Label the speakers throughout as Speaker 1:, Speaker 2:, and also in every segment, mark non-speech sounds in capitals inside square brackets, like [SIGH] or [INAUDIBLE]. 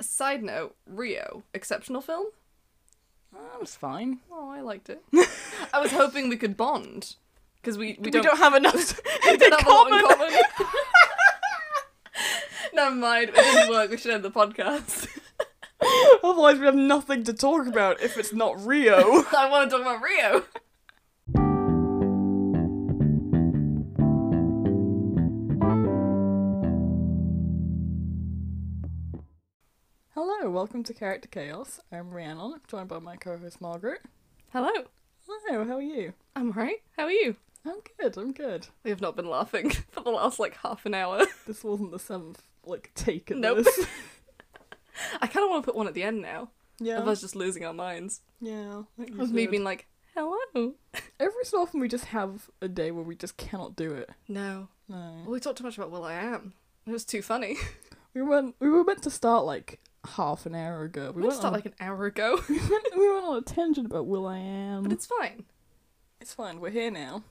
Speaker 1: Side note, Rio, exceptional film?
Speaker 2: That was fine.
Speaker 1: Oh, I liked [LAUGHS] it. I was hoping we could bond because we, we,
Speaker 2: We
Speaker 1: don't,
Speaker 2: don't, have [LAUGHS] enough in
Speaker 1: don't have a lot
Speaker 2: common.
Speaker 1: in common. [LAUGHS] Never mind, it didn't work. We should end the podcast. [LAUGHS]
Speaker 2: Otherwise, we have nothing to talk about if it's not Rio.
Speaker 1: I want to talk about Rio.
Speaker 2: [LAUGHS] Hello, welcome to Character Chaos. I'm Rhiannon, joined by my co-host Margaret.
Speaker 1: Hello,
Speaker 2: Hello, how are you?
Speaker 1: I'm alright. How are you?
Speaker 2: I'm good. I'm good.
Speaker 1: We have not been laughing [LAUGHS] for the last like half an hour. [LAUGHS]
Speaker 2: This wasn't the seventh like take of
Speaker 1: Nope.
Speaker 2: [LAUGHS] this.
Speaker 1: I kind of want to put one at the end now.
Speaker 2: Yeah.
Speaker 1: Otherwise, just losing our minds.
Speaker 2: yeah. I think you
Speaker 1: With me
Speaker 2: should.
Speaker 1: being like, hello.
Speaker 2: Every so often, we just have a day where we just cannot do it.
Speaker 1: No.
Speaker 2: No.
Speaker 1: Well, we talked too much about Will I Am. It was too funny.
Speaker 2: We went. We were meant to start like half an hour ago.
Speaker 1: We,
Speaker 2: went
Speaker 1: just started
Speaker 2: on,
Speaker 1: like an hour ago. [LAUGHS]
Speaker 2: we, went, we went on a tangent about Will I Am.
Speaker 1: but it's fine.
Speaker 2: It's fine. We're here now.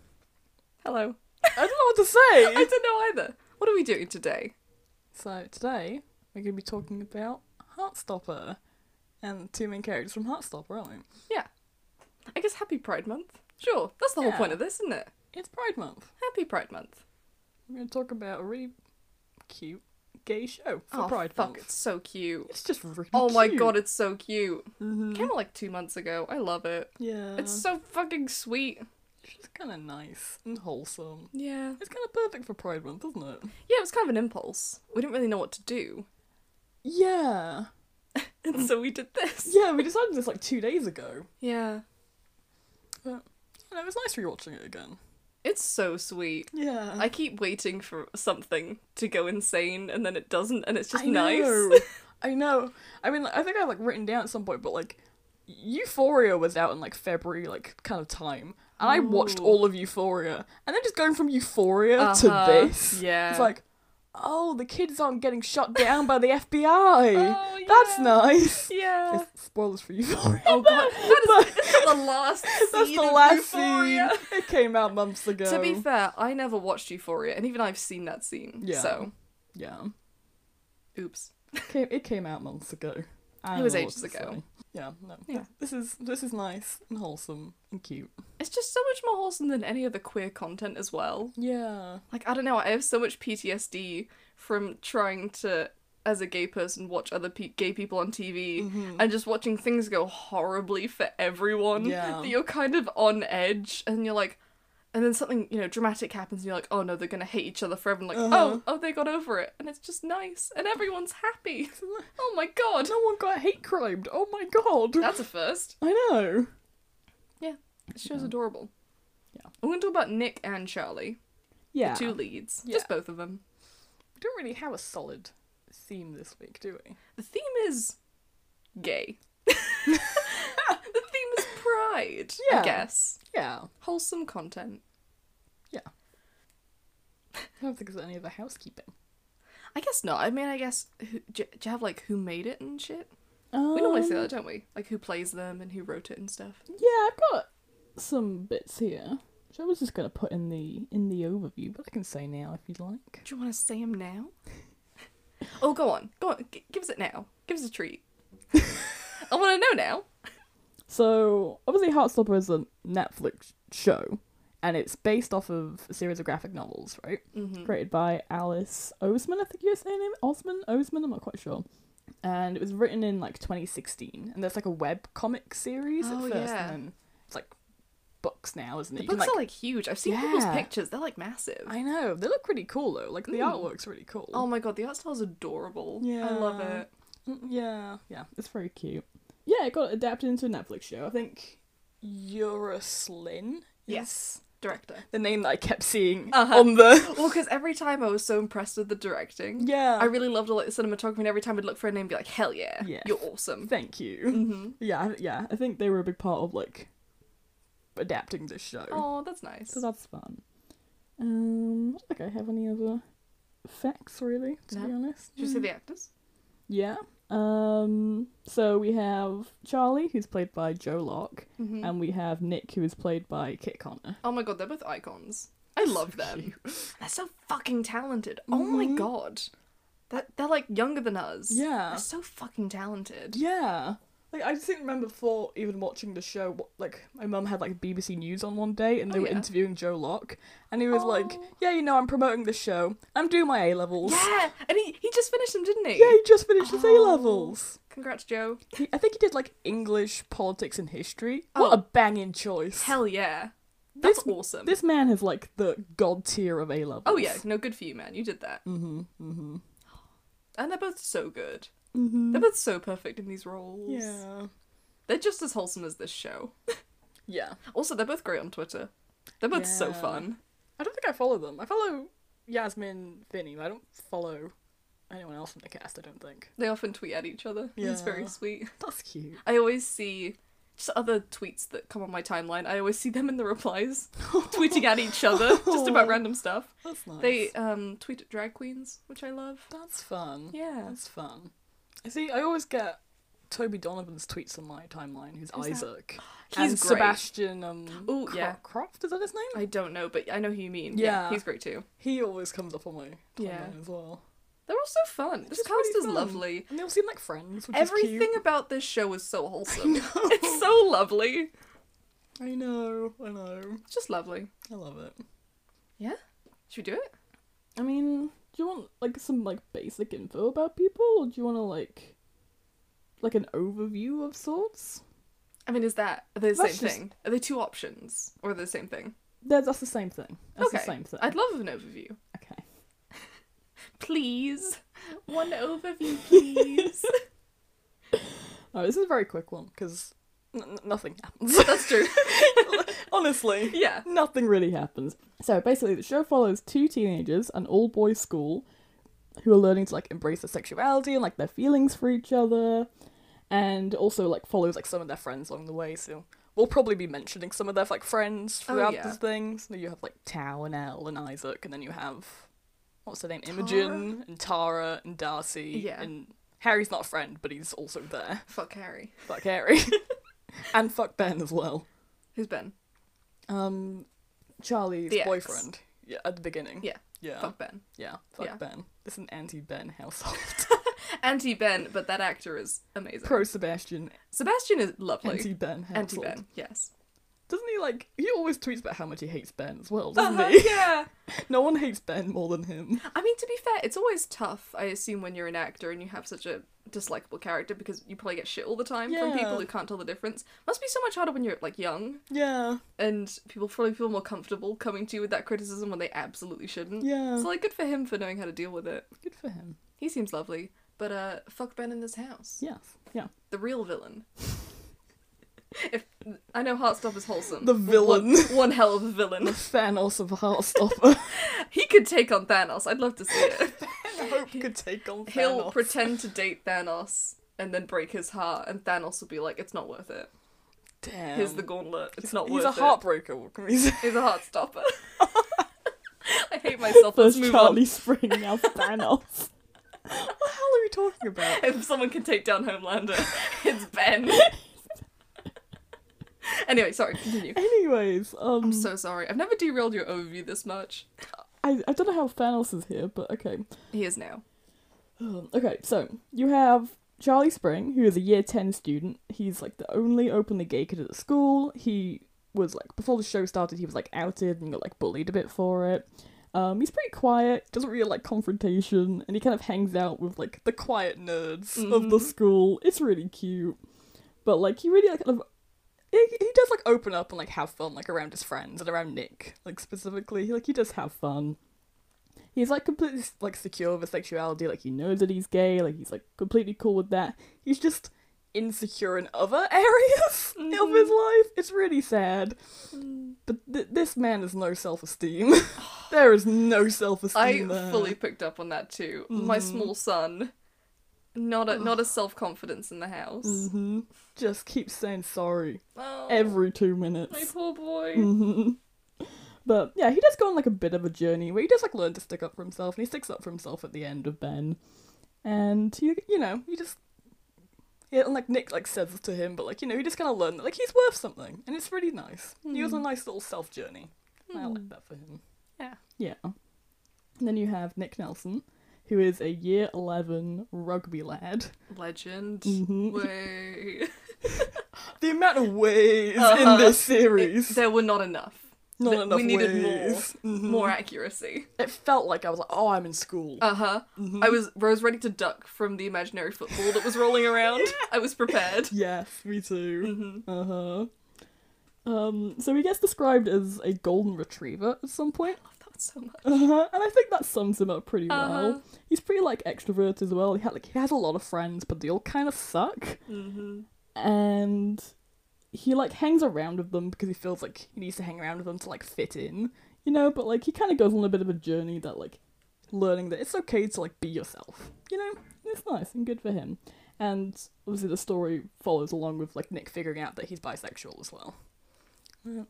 Speaker 1: Hello.
Speaker 2: [LAUGHS] I don't know what
Speaker 1: [LAUGHS]
Speaker 2: to say.
Speaker 1: I don't know either. What are we doing today?
Speaker 2: So today we're going to be talking about Heartstopper and the two main characters from Heartstopper, aren't we?
Speaker 1: I guess Happy Pride Month. Sure, that's the whole
Speaker 2: Yeah.
Speaker 1: point of this, isn't it?
Speaker 2: It's Pride Month.
Speaker 1: Happy Pride Month.
Speaker 2: We're going to talk about a really cute gay show for
Speaker 1: oh,
Speaker 2: Pride
Speaker 1: fuck,
Speaker 2: Month.
Speaker 1: it's so cute.
Speaker 2: It's just really
Speaker 1: Oh my
Speaker 2: cute.
Speaker 1: god, it's so cute.
Speaker 2: Mhm.
Speaker 1: Came out like two months ago. I love it.
Speaker 2: Yeah.
Speaker 1: It's so fucking sweet.
Speaker 2: it's just kind of nice and wholesome.
Speaker 1: Yeah.
Speaker 2: It's kind of perfect for Pride Month, isn't it?
Speaker 1: Yeah, it was kind of an impulse. We didn't really know what to do.
Speaker 2: Yeah.
Speaker 1: And so we did this.
Speaker 2: [LAUGHS] Yeah, we decided this like two days ago.
Speaker 1: Yeah.
Speaker 2: And it was nice rewatching it again.
Speaker 1: It's so sweet.
Speaker 2: Yeah.
Speaker 1: I keep waiting for something to go insane and then it doesn't and it's just
Speaker 2: I
Speaker 1: nice. [LAUGHS]
Speaker 2: [LAUGHS] know. I know. I mean, like, I think I like written down at some point, but like, Euphoria was out in like February, like kind of time, and I watched
Speaker 1: Ooh.
Speaker 2: all of Euphoria, and then just going from Euphoria
Speaker 1: Uh-huh.
Speaker 2: to this,
Speaker 1: Yeah.
Speaker 2: it's like, oh, the kids aren't getting shot down by the FBI.
Speaker 1: [LAUGHS] Oh,
Speaker 2: That's
Speaker 1: yeah.
Speaker 2: nice.
Speaker 1: Yeah.
Speaker 2: It's- spoilers for Euphoria.
Speaker 1: Oh
Speaker 2: [LAUGHS]
Speaker 1: god, that is, that's the last scene.
Speaker 2: That's the
Speaker 1: of
Speaker 2: last
Speaker 1: Euphoria.
Speaker 2: scene. It came out months ago.
Speaker 1: To be fair, I never watched Euphoria, and even I've seen that scene.
Speaker 2: Yeah.
Speaker 1: So,
Speaker 2: yeah,
Speaker 1: oops.
Speaker 2: It came, it came out months ago. I don't
Speaker 1: was
Speaker 2: know what
Speaker 1: ages
Speaker 2: to
Speaker 1: ago.
Speaker 2: say. Yeah, no.
Speaker 1: Yeah.
Speaker 2: This is this is nice and wholesome and cute.
Speaker 1: It's just so much more wholesome than any other queer content as well.
Speaker 2: Yeah.
Speaker 1: Like, I don't know, I have so much PTSD from trying to, as a gay person, watch other pe- gay people on TV
Speaker 2: Mm-hmm.
Speaker 1: and just watching things go horribly for everyone. [LAUGHS]
Speaker 2: Yeah.
Speaker 1: That you're kind of on edge and you're like, and then something, you know, dramatic happens and you're like, oh no, they're gonna hate each other forever. And like,
Speaker 2: Uh-huh.
Speaker 1: oh, oh, they got over it. And it's just nice and everyone's happy. [LAUGHS] oh my god.
Speaker 2: No one got hate crimed. Oh my god.
Speaker 1: That's a first.
Speaker 2: I know.
Speaker 1: This show's adorable.
Speaker 2: Yeah.
Speaker 1: I'm going to talk about Nick and Charlie,
Speaker 2: Yeah.
Speaker 1: the two leads,
Speaker 2: Yeah.
Speaker 1: just both of them.
Speaker 2: We don't really have a solid theme this week, do we?
Speaker 1: The theme is gay. [LAUGHS] the theme is pride,
Speaker 2: Yeah.
Speaker 1: I guess.
Speaker 2: Yeah.
Speaker 1: Wholesome content.
Speaker 2: I don't think there's any other housekeeping.
Speaker 1: I guess not. I mean, I guess who, do, do you have like who made it and shit? we normally say that, don't we? Like who plays them and who wrote it and stuff.
Speaker 2: Um, Yeah, I've got some bits here. Which I was just gonna put in the in the overview, but I can say now if you'd like.
Speaker 1: Do you want to say them now? oh, go on, go on. G- give us it now. Give us a
Speaker 2: [LAUGHS]
Speaker 1: treat. I want to know now.
Speaker 2: So obviously, Heartstopper is a Netflix show, and it's based off of a series of graphic novels, right?
Speaker 1: Mm-hmm.
Speaker 2: created by Alice Osman, I think you say her name Osman Osman, I'm not quite sure. And it was written in like 2016, and there's like a web comic series
Speaker 1: Oh,
Speaker 2: at first,
Speaker 1: yeah.
Speaker 2: and then it's like books now, isn't it?
Speaker 1: The
Speaker 2: You can,
Speaker 1: books are
Speaker 2: like-
Speaker 1: like huge. I've seen people's
Speaker 2: Yeah.
Speaker 1: pictures. They're like massive.
Speaker 2: I know they look pretty cool though. Like the
Speaker 1: Mm.
Speaker 2: artwork's really cool.
Speaker 1: Oh my god, the art style is adorable. I love
Speaker 2: Yeah.
Speaker 1: it.
Speaker 2: Mm, yeah, yeah, it's very cute. Yeah, it got adapted into a Netflix show. I think Yura Slynn. is
Speaker 1: Yes. Director.
Speaker 2: the name that I kept seeing
Speaker 1: Uh-huh.
Speaker 2: on the.
Speaker 1: Well, because every time I was so impressed with the directing.
Speaker 2: Yeah,
Speaker 1: I really loved all like, the cinematography, and every time I'd look for a name, I'd be like, "Hell yeah,
Speaker 2: Yeah.
Speaker 1: you're awesome."
Speaker 2: thank you.
Speaker 1: [LAUGHS] Mm-hmm.
Speaker 2: Yeah, I- yeah. I think they were a big part of like adapting this show.
Speaker 1: Oh, that's nice.
Speaker 2: So that's fun. Um, I don't think I have any other facts really, to be
Speaker 1: No.
Speaker 2: honest. Mm,
Speaker 1: Did you see the actors?
Speaker 2: Yeah. Um, so we have Charlie, who's played by Joe Locke,
Speaker 1: Mm-hmm.
Speaker 2: and we have Nick, who is played by Kit Connor.
Speaker 1: oh my god, they're both icons. I love them. They're so fucking talented. Oh my
Speaker 2: Mhm.
Speaker 1: god. That they're like younger than us.
Speaker 2: [LAUGHS] Yeah.
Speaker 1: They're so fucking talented.
Speaker 2: Yeah. Like I just didn't remember before even watching the show. what- Like my mum had like BBC News on one day, and they
Speaker 1: Oh,
Speaker 2: were
Speaker 1: yeah.
Speaker 2: interviewing Joe Locke, and he was like,
Speaker 1: Oh.
Speaker 2: "Yeah, you know, I'm promoting this show. I'm doing my A levels.
Speaker 1: Yeah, and he, he just finished them, didn't he?
Speaker 2: Yeah, he just finished his A
Speaker 1: Oh.
Speaker 2: levels.
Speaker 1: Congrats, Joe.
Speaker 2: He- I think he did like English, politics, and history.
Speaker 1: Oh.
Speaker 2: What a banging choice!
Speaker 1: Hell yeah. That's
Speaker 2: This-
Speaker 1: awesome.
Speaker 2: This man has like the god tier of A levels.
Speaker 1: oh yeah, no, good for you, man. You did that.
Speaker 2: Mm-hmm. Mm-hmm.
Speaker 1: And they're both so good.
Speaker 2: Mm-hmm.
Speaker 1: They're both so perfect in these roles.
Speaker 2: Yeah.
Speaker 1: They're just as wholesome as this show.
Speaker 2: Yeah.
Speaker 1: Also, they're both great on Twitter. They're both so
Speaker 2: Yeah.
Speaker 1: fun.
Speaker 2: I don't think I follow them. I follow Yasmin Finney. but I don't follow anyone else in the cast. I don't think.
Speaker 1: They often tweet at each other. Yeah. It's very
Speaker 2: Yeah.
Speaker 1: sweet.
Speaker 2: That's cute.
Speaker 1: I always see just other tweets that come on my timeline. I always see them in the
Speaker 2: [LAUGHS]
Speaker 1: replies, tweeting at each other just about random stuff.
Speaker 2: That's nice.
Speaker 1: They um, tweet at drag queens, which I love.
Speaker 2: That's fun.
Speaker 1: Yeah.
Speaker 2: That's fun. I see. I always get Toby Donovan's tweets on my timeline. Who's,
Speaker 1: Who's that?
Speaker 2: Isaac?
Speaker 1: He's
Speaker 2: and
Speaker 1: great.
Speaker 2: Sebastian. Um,
Speaker 1: Ooh,
Speaker 2: Cro-
Speaker 1: yeah.
Speaker 2: Croft is that his name?
Speaker 1: I don't know, but I know who you mean. Yeah.
Speaker 2: Yeah.
Speaker 1: he's great too.
Speaker 2: He always comes up on my timeline
Speaker 1: Yeah.
Speaker 2: as well.
Speaker 1: They're all so fun. This
Speaker 2: just
Speaker 1: cast
Speaker 2: really
Speaker 1: is
Speaker 2: fun.
Speaker 1: lovely.
Speaker 2: And they all seem like friends, which is
Speaker 1: Everything
Speaker 2: cute.
Speaker 1: about this show is so wholesome.
Speaker 2: know.
Speaker 1: It's so lovely.
Speaker 2: I know. I know.
Speaker 1: It's just lovely.
Speaker 2: I love it.
Speaker 1: Should we do it?
Speaker 2: I mean, do you want like some like basic info about people, or do you want to like like an overview of sorts?
Speaker 1: I mean, is that are they the
Speaker 2: Let's
Speaker 1: same
Speaker 2: just-
Speaker 1: thing? Are they two options or are they the same thing?
Speaker 2: That- That's the same thing. That's
Speaker 1: okay,
Speaker 2: the same thing.
Speaker 1: I'd love an overview,
Speaker 2: Okay.
Speaker 1: please. One [LAUGHS] overview, please.
Speaker 2: Oh, this is a very quick one because n- n- nothing happens.
Speaker 1: [LAUGHS] That's true.
Speaker 2: Honestly,
Speaker 1: [LAUGHS] Yeah.
Speaker 2: nothing really happens. So basically, the show follows two teenagers, an all boys school, who are learning to like embrace their sexuality and like their feelings for each other, and also like follows like some of their friends along the way. So we'll probably be mentioning some of their like friends
Speaker 1: Oh,
Speaker 2: throughout
Speaker 1: yeah.
Speaker 2: these things. So you have like Tao and Elle and Isaac, and then you have what's her name, Imogen and Tara and Darcy.
Speaker 1: Yeah.
Speaker 2: And Harry's not a friend, but he's also there.
Speaker 1: Fuck Harry.
Speaker 2: Fuck Harry. [LAUGHS] and fuck Ben as well.
Speaker 1: Who's Ben?
Speaker 2: Um, Charlie's
Speaker 1: The ex.
Speaker 2: boyfriend. Yeah, at the beginning.
Speaker 1: Yeah.
Speaker 2: Yeah.
Speaker 1: Fuck Ben.
Speaker 2: Yeah. Fuck
Speaker 1: Yeah.
Speaker 2: Ben. It's an anti-Ben household.
Speaker 1: [LAUGHS]
Speaker 2: [LAUGHS]
Speaker 1: Anti Ben, but that actor is amazing.
Speaker 2: Pro Sebastian.
Speaker 1: Sebastian is lovely.
Speaker 2: Anti-Ben
Speaker 1: Anti
Speaker 2: household.
Speaker 1: Ben. Yes.
Speaker 2: Doesn't he like? He always tweets about how much he hates Ben as well, doesn't
Speaker 1: Uh-huh,
Speaker 2: he? [LAUGHS]
Speaker 1: yeah. [LAUGHS]
Speaker 2: no one hates Ben more than him.
Speaker 1: I mean, to be fair, it's always tough, I assume, when you're an actor and you have such a dislikable character because you probably get shit all the time from people
Speaker 2: Yeah.
Speaker 1: who can't tell the difference. Must be so much harder when you're like young
Speaker 2: Yeah.
Speaker 1: and people probably feel more comfortable coming to you with that criticism when they absolutely shouldn't.
Speaker 2: Yeah.
Speaker 1: So like good for him for knowing how to deal with it.
Speaker 2: Good for him.
Speaker 1: He seems lovely. But uh fuck Ben in this house.
Speaker 2: Yes. Yeah.
Speaker 1: The real villain. if I know Heartstopper's is wholesome.
Speaker 2: The
Speaker 1: but
Speaker 2: villain.
Speaker 1: One, [LAUGHS] one hell of a
Speaker 2: The
Speaker 1: villain.
Speaker 2: Thanos
Speaker 1: [LAUGHS]
Speaker 2: of Heartstopper. [LAUGHS]
Speaker 1: He could take on Thanos. I'd love to see it.
Speaker 2: Hope could take on
Speaker 1: He'll
Speaker 2: Thanos.
Speaker 1: pretend to date Thanos and then break his heart, and Thanos will be like, "It's not worth it.
Speaker 2: Damn.
Speaker 1: Here's the gauntlet. It's not
Speaker 2: Um, He's
Speaker 1: worth
Speaker 2: a
Speaker 1: it."
Speaker 2: heartbreaker. What can we say?
Speaker 1: He's a heart
Speaker 2: [LAUGHS]
Speaker 1: stopper. [LAUGHS] I hate myself. Let's
Speaker 2: First
Speaker 1: move
Speaker 2: Charlie Spring,
Speaker 1: [LAUGHS]
Speaker 2: now Thanos. what the hell are we talking about?
Speaker 1: on. If someone can take down Homelander, [LAUGHS] it's Ben. anyway, sorry. Continue.
Speaker 2: Anyways, um,
Speaker 1: I'm so sorry. I've never derailed your overview this much.
Speaker 2: I, I don't know how Thanos is here, but okay.
Speaker 1: He is now.
Speaker 2: Um, okay, so you have Charlie Spring, who is a year 10 student. He's like the only openly gay kid at the school. He was like, before the show started, he was like outed and got like bullied a bit for it. Um, he's pretty quiet, doesn't really like confrontation, and he kind of hangs out with like the quiet nerds of the
Speaker 1: Mhm.
Speaker 2: school. It's really cute. But like, he really like kind of. He, he does like open up and like have fun like around his friends and around Nick like specifically He, like he does have fun he's like completely like secure with his sexuality like he knows that he's gay like he's like completely cool with that he's just insecure in other [LAUGHS] areas of his life it's really sad but th- this man has no self-esteem [LAUGHS] there is no
Speaker 1: I
Speaker 2: self-esteem there.
Speaker 1: fully picked up on that too. My small son, not a not a self confidence in the house.
Speaker 2: Mhm. just keeps saying sorry
Speaker 1: Oh,
Speaker 2: every two
Speaker 1: my
Speaker 2: minutes
Speaker 1: poor boy.
Speaker 2: hmm But yeah, he does go on like a bit of a journey where he does like learn to stick up for himself, and he sticks up for himself at the end of Ben, and he, you know, he just. Yeah, and like Nick like says this to him, but like you know, he just kind of learned that like he's worth something, and it's really nice. He
Speaker 1: Hmm.
Speaker 2: was a nice little self journey. and I like that for him.
Speaker 1: Yeah.
Speaker 2: Yeah. And then you have Nick Nelson, who is a year 11 rugby lad.
Speaker 1: Legend.
Speaker 2: Mhm.
Speaker 1: Way.
Speaker 2: The amount of ways
Speaker 1: Uh-huh.
Speaker 2: in this series.
Speaker 1: It- there were not enough.
Speaker 2: Not
Speaker 1: th- we
Speaker 2: enough
Speaker 1: needed more.
Speaker 2: ways. Mhm.
Speaker 1: More accuracy.
Speaker 2: It felt like I was like, oh, I'm in school.
Speaker 1: Uh huh. I was I was ready to duck from the imaginary football that was rolling around. I was prepared.
Speaker 2: yes, me too.
Speaker 1: hmm
Speaker 2: Uh huh. Um, so he gets described as a golden retriever at some point.
Speaker 1: Love that so much.
Speaker 2: Uh-huh. And I think that sums him up pretty
Speaker 1: Uh-huh.
Speaker 2: well. He's pretty like extrovert as well. He had like he has a lot of friends, but they all kind of suck.
Speaker 1: Mm-hmm.
Speaker 2: And he like hangs around with them because he feels like he needs to hang around with them to like fit in, you know. But like he kind of goes on a bit of a journey that like learning that it's okay to like be yourself, you know. It's nice and good for him. And obviously the story follows along with like Nick figuring out that he's bisexual as well. Uh,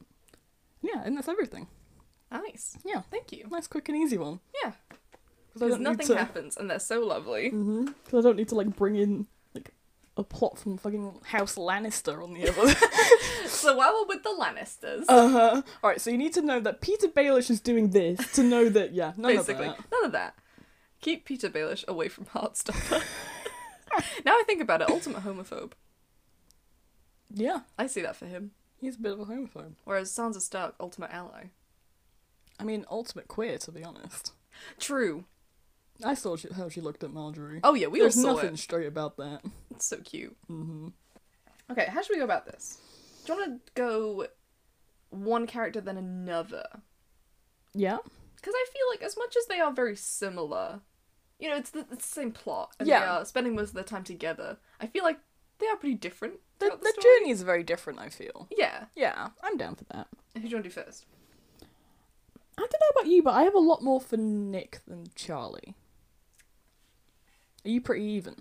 Speaker 2: Yeah, and that's everything.
Speaker 1: Nice.
Speaker 2: Yeah,
Speaker 1: Thank you.
Speaker 2: nice, quick, and easy one.
Speaker 1: Yeah.
Speaker 2: 'Cause I
Speaker 1: Because
Speaker 2: don't need
Speaker 1: nothing
Speaker 2: to-
Speaker 1: happens, and they're so lovely.
Speaker 2: Because I don't need to like bring in like a plot from fucking House Lannister on the other.
Speaker 1: So while we're with the Lannisters,
Speaker 2: uh huh. All right, so you need to know that Peter Baelish is doing this to know that yeah, none
Speaker 1: basically,
Speaker 2: of that.
Speaker 1: none of that. Keep Peter Baelish away from Heartstopper. [LAUGHS] now I think about it, ultimate homophobe.
Speaker 2: Yeah,
Speaker 1: I see that for him.
Speaker 2: he's a bit of a homophobe.
Speaker 1: Whereas Sansa Stark, ultimate ally.
Speaker 2: I mean, ultimate queer to be honest.
Speaker 1: True.
Speaker 2: I saw she, how she looked at Marjorie.
Speaker 1: Oh yeah, we
Speaker 2: There's
Speaker 1: all saw
Speaker 2: nothing
Speaker 1: it.
Speaker 2: straight about that.
Speaker 1: It's so cute.
Speaker 2: Mm-hmm.
Speaker 1: Okay, how should we go about this? Do you want to go one character then another?
Speaker 2: Yeah.
Speaker 1: Because I feel like as much as they are very similar, you know, it's the, it's the same plot, and they
Speaker 2: Yeah.
Speaker 1: are spending most of their time together. I feel like they are pretty different.
Speaker 2: The,
Speaker 1: throughout
Speaker 2: the
Speaker 1: story.
Speaker 2: journey is very different. I feel.
Speaker 1: Yeah.
Speaker 2: Yeah, I'm down for that.
Speaker 1: Who do you want to do first?
Speaker 2: I don't know about you, but I have a lot more for Nick than Charlie. Are you pretty even?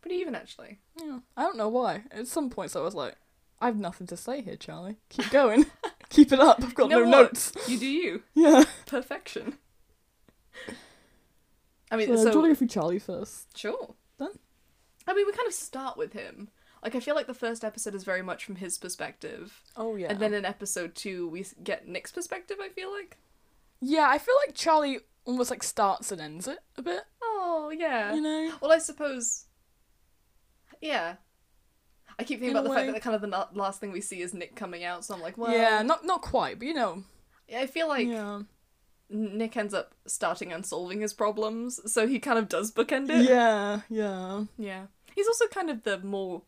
Speaker 1: Pretty even, actually.
Speaker 2: Yeah, I don't know why. At some points, I was like, "I've nothing to say here, Charlie. [LAUGHS] Keep going, keep it up. I've got
Speaker 1: You know
Speaker 2: no
Speaker 1: what?
Speaker 2: notes." [LAUGHS]
Speaker 1: You do you.
Speaker 2: Yeah. [LAUGHS]
Speaker 1: Perfection. I mean,
Speaker 2: so, do you
Speaker 1: so
Speaker 2: want to go through Charlie first?
Speaker 1: Sure.
Speaker 2: Done?
Speaker 1: I mean, we kind of start with him. Like, I feel like the first episode is very much from his perspective.
Speaker 2: Oh yeah.
Speaker 1: And then in episode two, we s- get Nick's perspective, I feel like.
Speaker 2: yeah, I feel like Charlie almost like starts and ends it a bit.
Speaker 1: Oh, yeah.
Speaker 2: You know?
Speaker 1: Well, I suppose. Yeah. I keep thinking
Speaker 2: In
Speaker 1: about
Speaker 2: a
Speaker 1: the fact
Speaker 2: way.
Speaker 1: that kind of the na- last thing we see is Nick coming out, so I'm like, well.
Speaker 2: yeah, not not quite, but you know.
Speaker 1: Yeah, I feel like
Speaker 2: yeah.
Speaker 1: Nick ends up starting and solving his problems, so he kind of does bookend it.
Speaker 2: Yeah, yeah.
Speaker 1: Yeah. He's also kind of the more,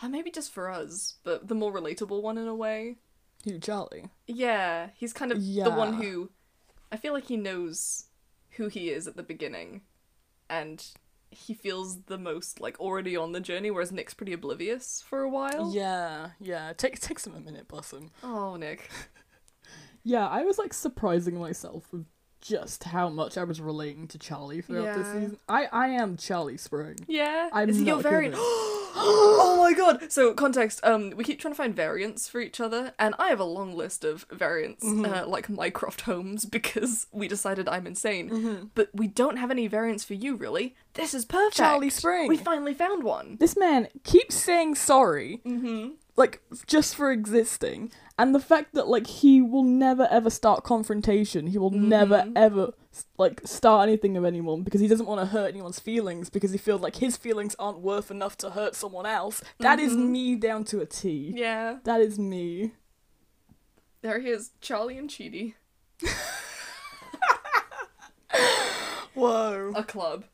Speaker 1: uh, maybe just for us, but the more relatable one in a way.
Speaker 2: Who Charlie?
Speaker 1: Yeah, he's kind of the one
Speaker 2: Yeah.
Speaker 1: who, I feel like he knows who he is at the beginning, and he feels the most like already on the journey, whereas Nick's pretty oblivious for a while.
Speaker 2: Yeah, yeah. It takes takes him a minute, bless him.
Speaker 1: Oh, Nick.
Speaker 2: Yeah, I was like surprising myself with just how much I was relating to Charlie throughout this
Speaker 1: Yeah.
Speaker 2: season. I I am Charlie Spring.
Speaker 1: Yeah.
Speaker 2: I'm
Speaker 1: is he your
Speaker 2: not
Speaker 1: variant?
Speaker 2: kidding.
Speaker 1: [GASPS] oh my god. So context. Um, we keep trying to find variants for each other, and I have a long list of variants,
Speaker 2: Mm-hmm.
Speaker 1: uh, like Mycroft Holmes, [LAUGHS] because we decided I'm insane.
Speaker 2: Mm-hmm.
Speaker 1: But we don't have any variants for you, really. This is perfect.
Speaker 2: Charlie Spring.
Speaker 1: We finally found one.
Speaker 2: This man keeps saying sorry, like just for existing, and the fact that like he will never ever start confrontation. He will never ever s- like start anything of anyone because he doesn't want to hurt anyone's feelings because he feels like his feelings aren't worth enough to hurt someone else. That is me down to a T.
Speaker 1: Yeah.
Speaker 2: That is me.
Speaker 1: There he is, Charlie and Cheedy,
Speaker 2: Whoa.
Speaker 1: a club.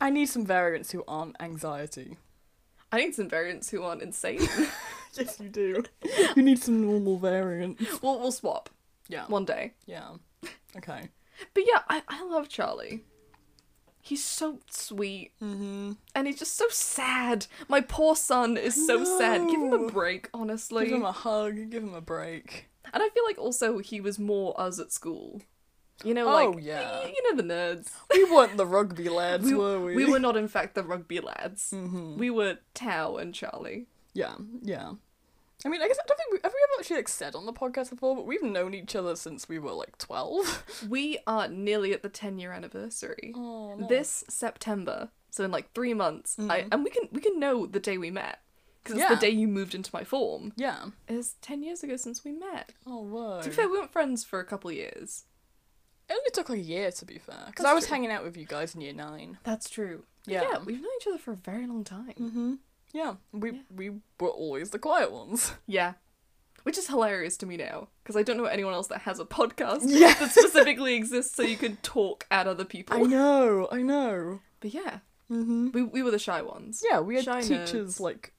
Speaker 2: I need some variants who aren't anxiety.
Speaker 1: I need some variants who aren't insane.
Speaker 2: [LAUGHS] Yes, you do. [LAUGHS] you need some normal variants.
Speaker 1: we'll we'll swap
Speaker 2: Yeah.
Speaker 1: one day.
Speaker 2: Yeah. Okay.
Speaker 1: But yeah, I I love Charlie. He's so sweet.
Speaker 2: Mm-hmm.
Speaker 1: and he's just so sad. My poor son is so sad. Give him a
Speaker 2: know.
Speaker 1: break, honestly.
Speaker 2: Give him a hug. Give him a break.
Speaker 1: and I feel like also he was more us at school. You know,
Speaker 2: Oh,
Speaker 1: like
Speaker 2: yeah.
Speaker 1: y- you know the
Speaker 2: [LAUGHS]
Speaker 1: nerds.
Speaker 2: We weren't the rugby lads,
Speaker 1: We,
Speaker 2: were we?
Speaker 1: we were not, in fact, the rugby lads.
Speaker 2: Mhm.
Speaker 1: We were Tao and Charlie.
Speaker 2: Yeah, yeah. I mean, I guess I don't think we, have we ever actually like said on the podcast before, but we've known each other since we were like
Speaker 1: [LAUGHS]
Speaker 2: twelve.
Speaker 1: We are nearly at the ten year anniversary
Speaker 2: Oh,
Speaker 1: this September. So in like three months, I and we can we can know the day we met because it's
Speaker 2: Yeah.
Speaker 1: the day you moved into my form.
Speaker 2: Yeah.
Speaker 1: It's ten years ago since we met.
Speaker 2: Oh, whoa.
Speaker 1: To be fair, we weren't friends for a couple years.
Speaker 2: only took like a year to be fair, because
Speaker 1: That's
Speaker 2: I was
Speaker 1: true.
Speaker 2: hanging out with you guys in year nine.
Speaker 1: That's true.
Speaker 2: Yeah.
Speaker 1: yeah, we've known each other for a very long time.
Speaker 2: Mm-hmm. Yeah, we
Speaker 1: Yeah.
Speaker 2: we were always the quiet ones.
Speaker 1: Yeah. Which is hilarious to me now, because I don't know anyone else that has a podcast
Speaker 2: Yeah.
Speaker 1: that specifically exists so you can talk at other people.
Speaker 2: know, I know.
Speaker 1: But yeah,
Speaker 2: Mm-hmm.
Speaker 1: we, we were the shy ones.
Speaker 2: Yeah, we had
Speaker 1: Shy
Speaker 2: teachers
Speaker 1: nerds.
Speaker 2: like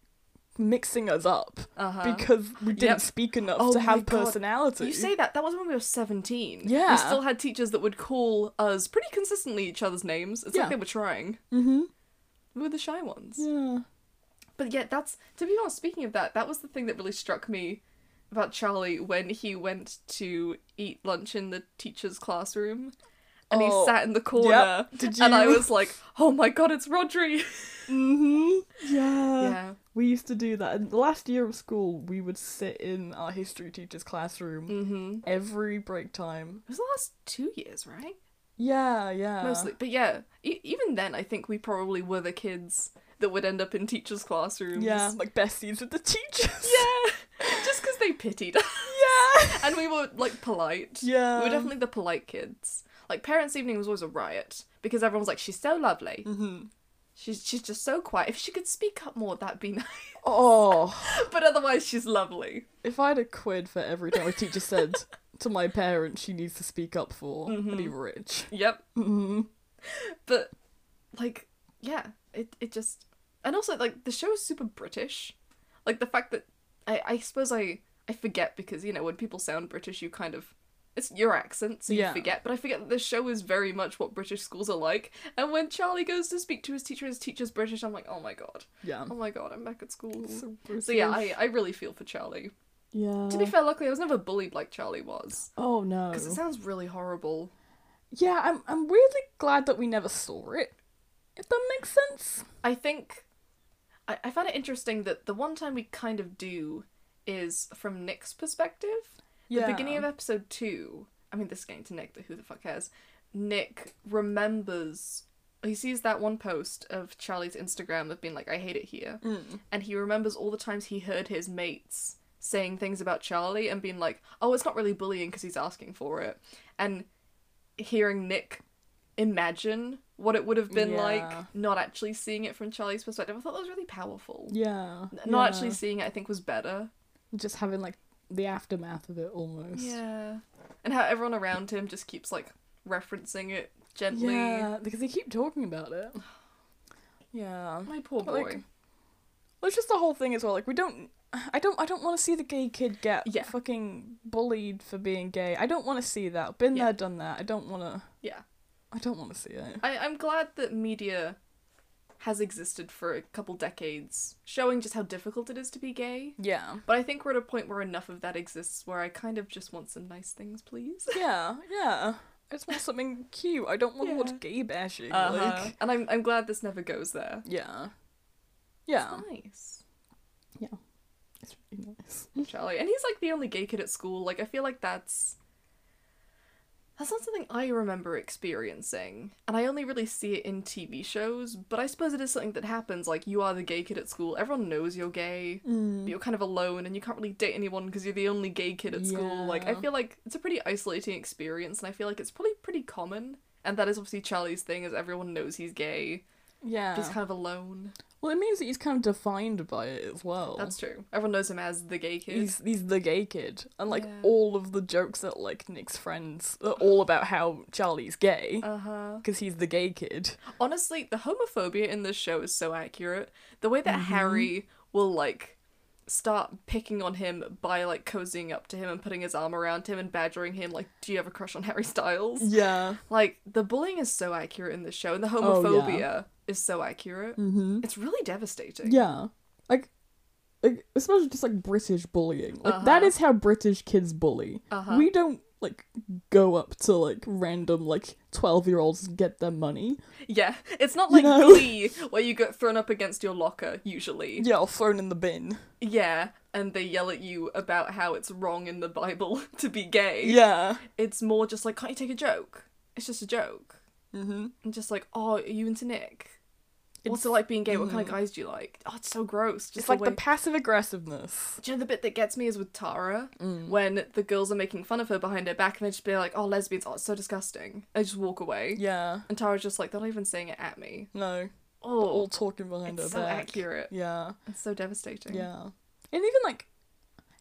Speaker 2: mixing us up
Speaker 1: Uh-huh.
Speaker 2: because we didn't
Speaker 1: Yep.
Speaker 2: speak enough
Speaker 1: Oh
Speaker 2: to
Speaker 1: my
Speaker 2: have
Speaker 1: God.
Speaker 2: personality.
Speaker 1: You say that, that was when we were 17.
Speaker 2: Yeah.
Speaker 1: We still had teachers that would call us pretty consistently each other's names. It's
Speaker 2: Yeah.
Speaker 1: like they were trying.
Speaker 2: Mm-hmm.
Speaker 1: We were the shy ones.
Speaker 2: Yeah.
Speaker 1: But yeah, that's, to be honest, speaking of that, that was the thing that really struck me about Charlie when he went to eat lunch in the teacher's classroom and
Speaker 2: Oh,
Speaker 1: he sat in the corner.
Speaker 2: Did
Speaker 1: And I
Speaker 2: you?
Speaker 1: was like, oh my god, it's Rodri!
Speaker 2: [LAUGHS] Mm-hmm. Yeah.
Speaker 1: yeah.
Speaker 2: We used to do that. And the last year of school, we would sit in our history teacher's classroom
Speaker 1: Mm-hmm. It
Speaker 2: every break time.
Speaker 1: was the last two years, right?
Speaker 2: Yeah, yeah.
Speaker 1: Mostly. But yeah, e- even then, I think we probably were the kids that would end up in teachers' classrooms.
Speaker 2: Yeah, like besties with the teachers.
Speaker 1: Yeah! [LAUGHS] Just because they pitied us. [LAUGHS]
Speaker 2: Yeah.
Speaker 1: And we were, like, polite.
Speaker 2: Yeah.
Speaker 1: We were definitely the polite kids. Like, parents' evening was always a riot because everyone was like, she's so lovely.
Speaker 2: Mm-hmm.
Speaker 1: She's, she's just so quiet. If she could speak up more, that'd be [LAUGHS] nice.
Speaker 2: Oh,
Speaker 1: but otherwise, she's lovely.
Speaker 2: if I had a quid for every time a teacher said to my parents she needs to speak up for, I'd be rich.
Speaker 1: Yep.
Speaker 2: Mm-hmm.
Speaker 1: but like yeah it, it just and also like the show is super british like the fact that i i suppose i i forget because you know when people sound british you kind of it's your accent so you
Speaker 2: Yeah.
Speaker 1: forget but i forget that the show is very much what british schools are like and when charlie goes to speak to his teacher his teacher's british i'm like oh my god
Speaker 2: Yeah.
Speaker 1: oh my god i'm back at school so,
Speaker 2: [LAUGHS] So,
Speaker 1: yeah
Speaker 2: British.
Speaker 1: I, I really feel for charlie
Speaker 2: yeah.
Speaker 1: to be fair luckily i was never bullied like charlie was
Speaker 2: oh no.
Speaker 1: because it sounds really horrible
Speaker 2: Yeah, I'm I'm weirdly glad that we never saw it. If that makes sense.
Speaker 1: I think I, I found it interesting that the one time we kind of do is from Nick's perspective. The beginning of episode two. I mean, this is getting to Nick, but who the fuck cares? Nick remembers. He sees that one post of Charlie's Instagram of being like, "I hate it here,"
Speaker 2: Mm.
Speaker 1: and he remembers all the times he heard his mates saying things about Charlie and being like, "Oh, it's not really bullying because he's asking for it," and hearing Nick imagine what it would have been
Speaker 2: Yeah.
Speaker 1: like not actually seeing it from Charlie's perspective. I thought that was really powerful.
Speaker 2: Yeah.
Speaker 1: N- Not
Speaker 2: yeah.
Speaker 1: actually seeing it, I think, was better.
Speaker 2: just having like the aftermath of it almost.
Speaker 1: Yeah, and how everyone around him just keeps like referencing it gently.
Speaker 2: Yeah, because they keep talking about it. [SIGHS] Yeah.
Speaker 1: My poor
Speaker 2: But,
Speaker 1: boy.
Speaker 2: like, Well, it's just the whole thing as well. Like we don't, I don't, I don't want to see the gay kid get
Speaker 1: Yeah.
Speaker 2: fucking bullied for being gay. I don't want to see that. Been
Speaker 1: Yeah.
Speaker 2: there, done that. I don't want to.
Speaker 1: yeah,
Speaker 2: I don't want to see it.
Speaker 1: I- I'm glad that media has existed for a couple decades, showing just how difficult it is to be gay.
Speaker 2: Yeah.
Speaker 1: But I think we're at a point where enough of that exists where I kind of just want some nice things,
Speaker 2: [LAUGHS]
Speaker 1: please.
Speaker 2: Yeah. Yeah. I just want something cute. I don't want to
Speaker 1: Yeah.
Speaker 2: watch gay bashing. Like.
Speaker 1: Uh-huh. And I'm I'm glad this never goes there.
Speaker 2: Yeah. Yeah.
Speaker 1: It's nice.
Speaker 2: It's really nice.
Speaker 1: Charlie. And he's like the only gay kid at school. Like I feel like that's that's not something I remember experiencing. And I only really see it in TV shows, but I suppose it is something that happens. Like you are the gay kid at school. Everyone knows you're gay. But
Speaker 2: Mm.
Speaker 1: you're kind of alone and you can't really date anyone because you're the only gay kid at school. Like I
Speaker 2: Yeah.
Speaker 1: feel like it's a pretty isolating experience and I feel like it's probably pretty common. And that is obviously Charlie's thing is everyone knows he's gay.
Speaker 2: Yeah.
Speaker 1: but He's kind of alone.
Speaker 2: Well, it means that he's kind of defined by it as well.
Speaker 1: That's true. Everyone knows him as the gay kid.
Speaker 2: He's he's the gay kid, and like
Speaker 1: Yeah.
Speaker 2: all of the jokes that like Nick's friends are all about how Charlie's gay
Speaker 1: uh-huh.
Speaker 2: because he's the gay kid.
Speaker 1: Honestly, the homophobia in this show is so accurate. The way that
Speaker 2: Mm-hmm.
Speaker 1: Harry will like start picking on him by like cozying up to him and putting his arm around him and badgering him like, "Do you have a crush on Harry Styles?"
Speaker 2: Mm. Yeah.
Speaker 1: Like the bullying is so accurate in this show, and the
Speaker 2: Oh, yeah.
Speaker 1: homophobia is so accurate.
Speaker 2: Mm-hmm.
Speaker 1: It's really devastating.
Speaker 2: Yeah. Like, like especially just like British bullying. Like that
Speaker 1: Uh-huh.
Speaker 2: is how British kids bully.
Speaker 1: Uh-huh.
Speaker 2: We don't like go up to like random like twelve year olds and get their money.
Speaker 1: Yeah, it's not
Speaker 2: You [LAUGHS]
Speaker 1: like
Speaker 2: know?
Speaker 1: Glee where you get thrown up against your locker usually.
Speaker 2: Yeah, or thrown in the bin.
Speaker 1: Yeah, and they yell at you about how it's wrong in the Bible [LAUGHS] to be gay.
Speaker 2: Yeah.
Speaker 1: It's more just like, can't you take a joke? It's just a joke.
Speaker 2: Mm-hmm.
Speaker 1: And just like, oh, are you into Nick? What's it like being gay? What kind of guys do you like? Oh, it's so gross. Just
Speaker 2: It's like
Speaker 1: the, way...
Speaker 2: the passive aggressiveness.
Speaker 1: Do you know the bit that gets me is with Tara when the girls are making fun of her behind her back and they just be like, "Oh, lesbians, oh, it's so disgusting." I just walk away,
Speaker 2: Yeah.
Speaker 1: and Tara's just like, "They're not even saying it at me."
Speaker 2: No.
Speaker 1: Oh,
Speaker 2: All talking behind
Speaker 1: it's
Speaker 2: her
Speaker 1: so
Speaker 2: back.
Speaker 1: accurate.
Speaker 2: Yeah.
Speaker 1: It's so devastating.
Speaker 2: Yeah. And even like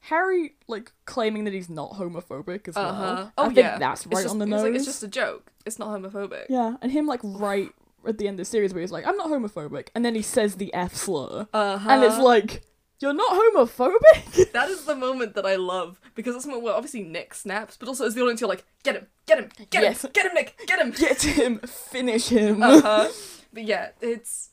Speaker 2: Harry like claiming that he's not homophobic as
Speaker 1: Uh huh.
Speaker 2: well.
Speaker 1: Oh
Speaker 2: I think
Speaker 1: yeah.
Speaker 2: that's
Speaker 1: It's
Speaker 2: right
Speaker 1: just-
Speaker 2: on the
Speaker 1: it's
Speaker 2: nose.
Speaker 1: like, it's just a joke. It's not homophobic.
Speaker 2: Yeah, and him like right at the end of the series where he's like, I'm not homophobic and then he says the F slur.
Speaker 1: Uh huh.
Speaker 2: and it's like, You're not homophobic?
Speaker 1: [LAUGHS] That is the moment that I love because that's the moment where obviously Nick snaps, but also as the audience you're like, get him, get him, get
Speaker 2: Yes.
Speaker 1: him, get him, Nick, get
Speaker 2: [LAUGHS]
Speaker 1: him.
Speaker 2: [LAUGHS] Get him, finish him.
Speaker 1: Uh-huh. but yeah, it's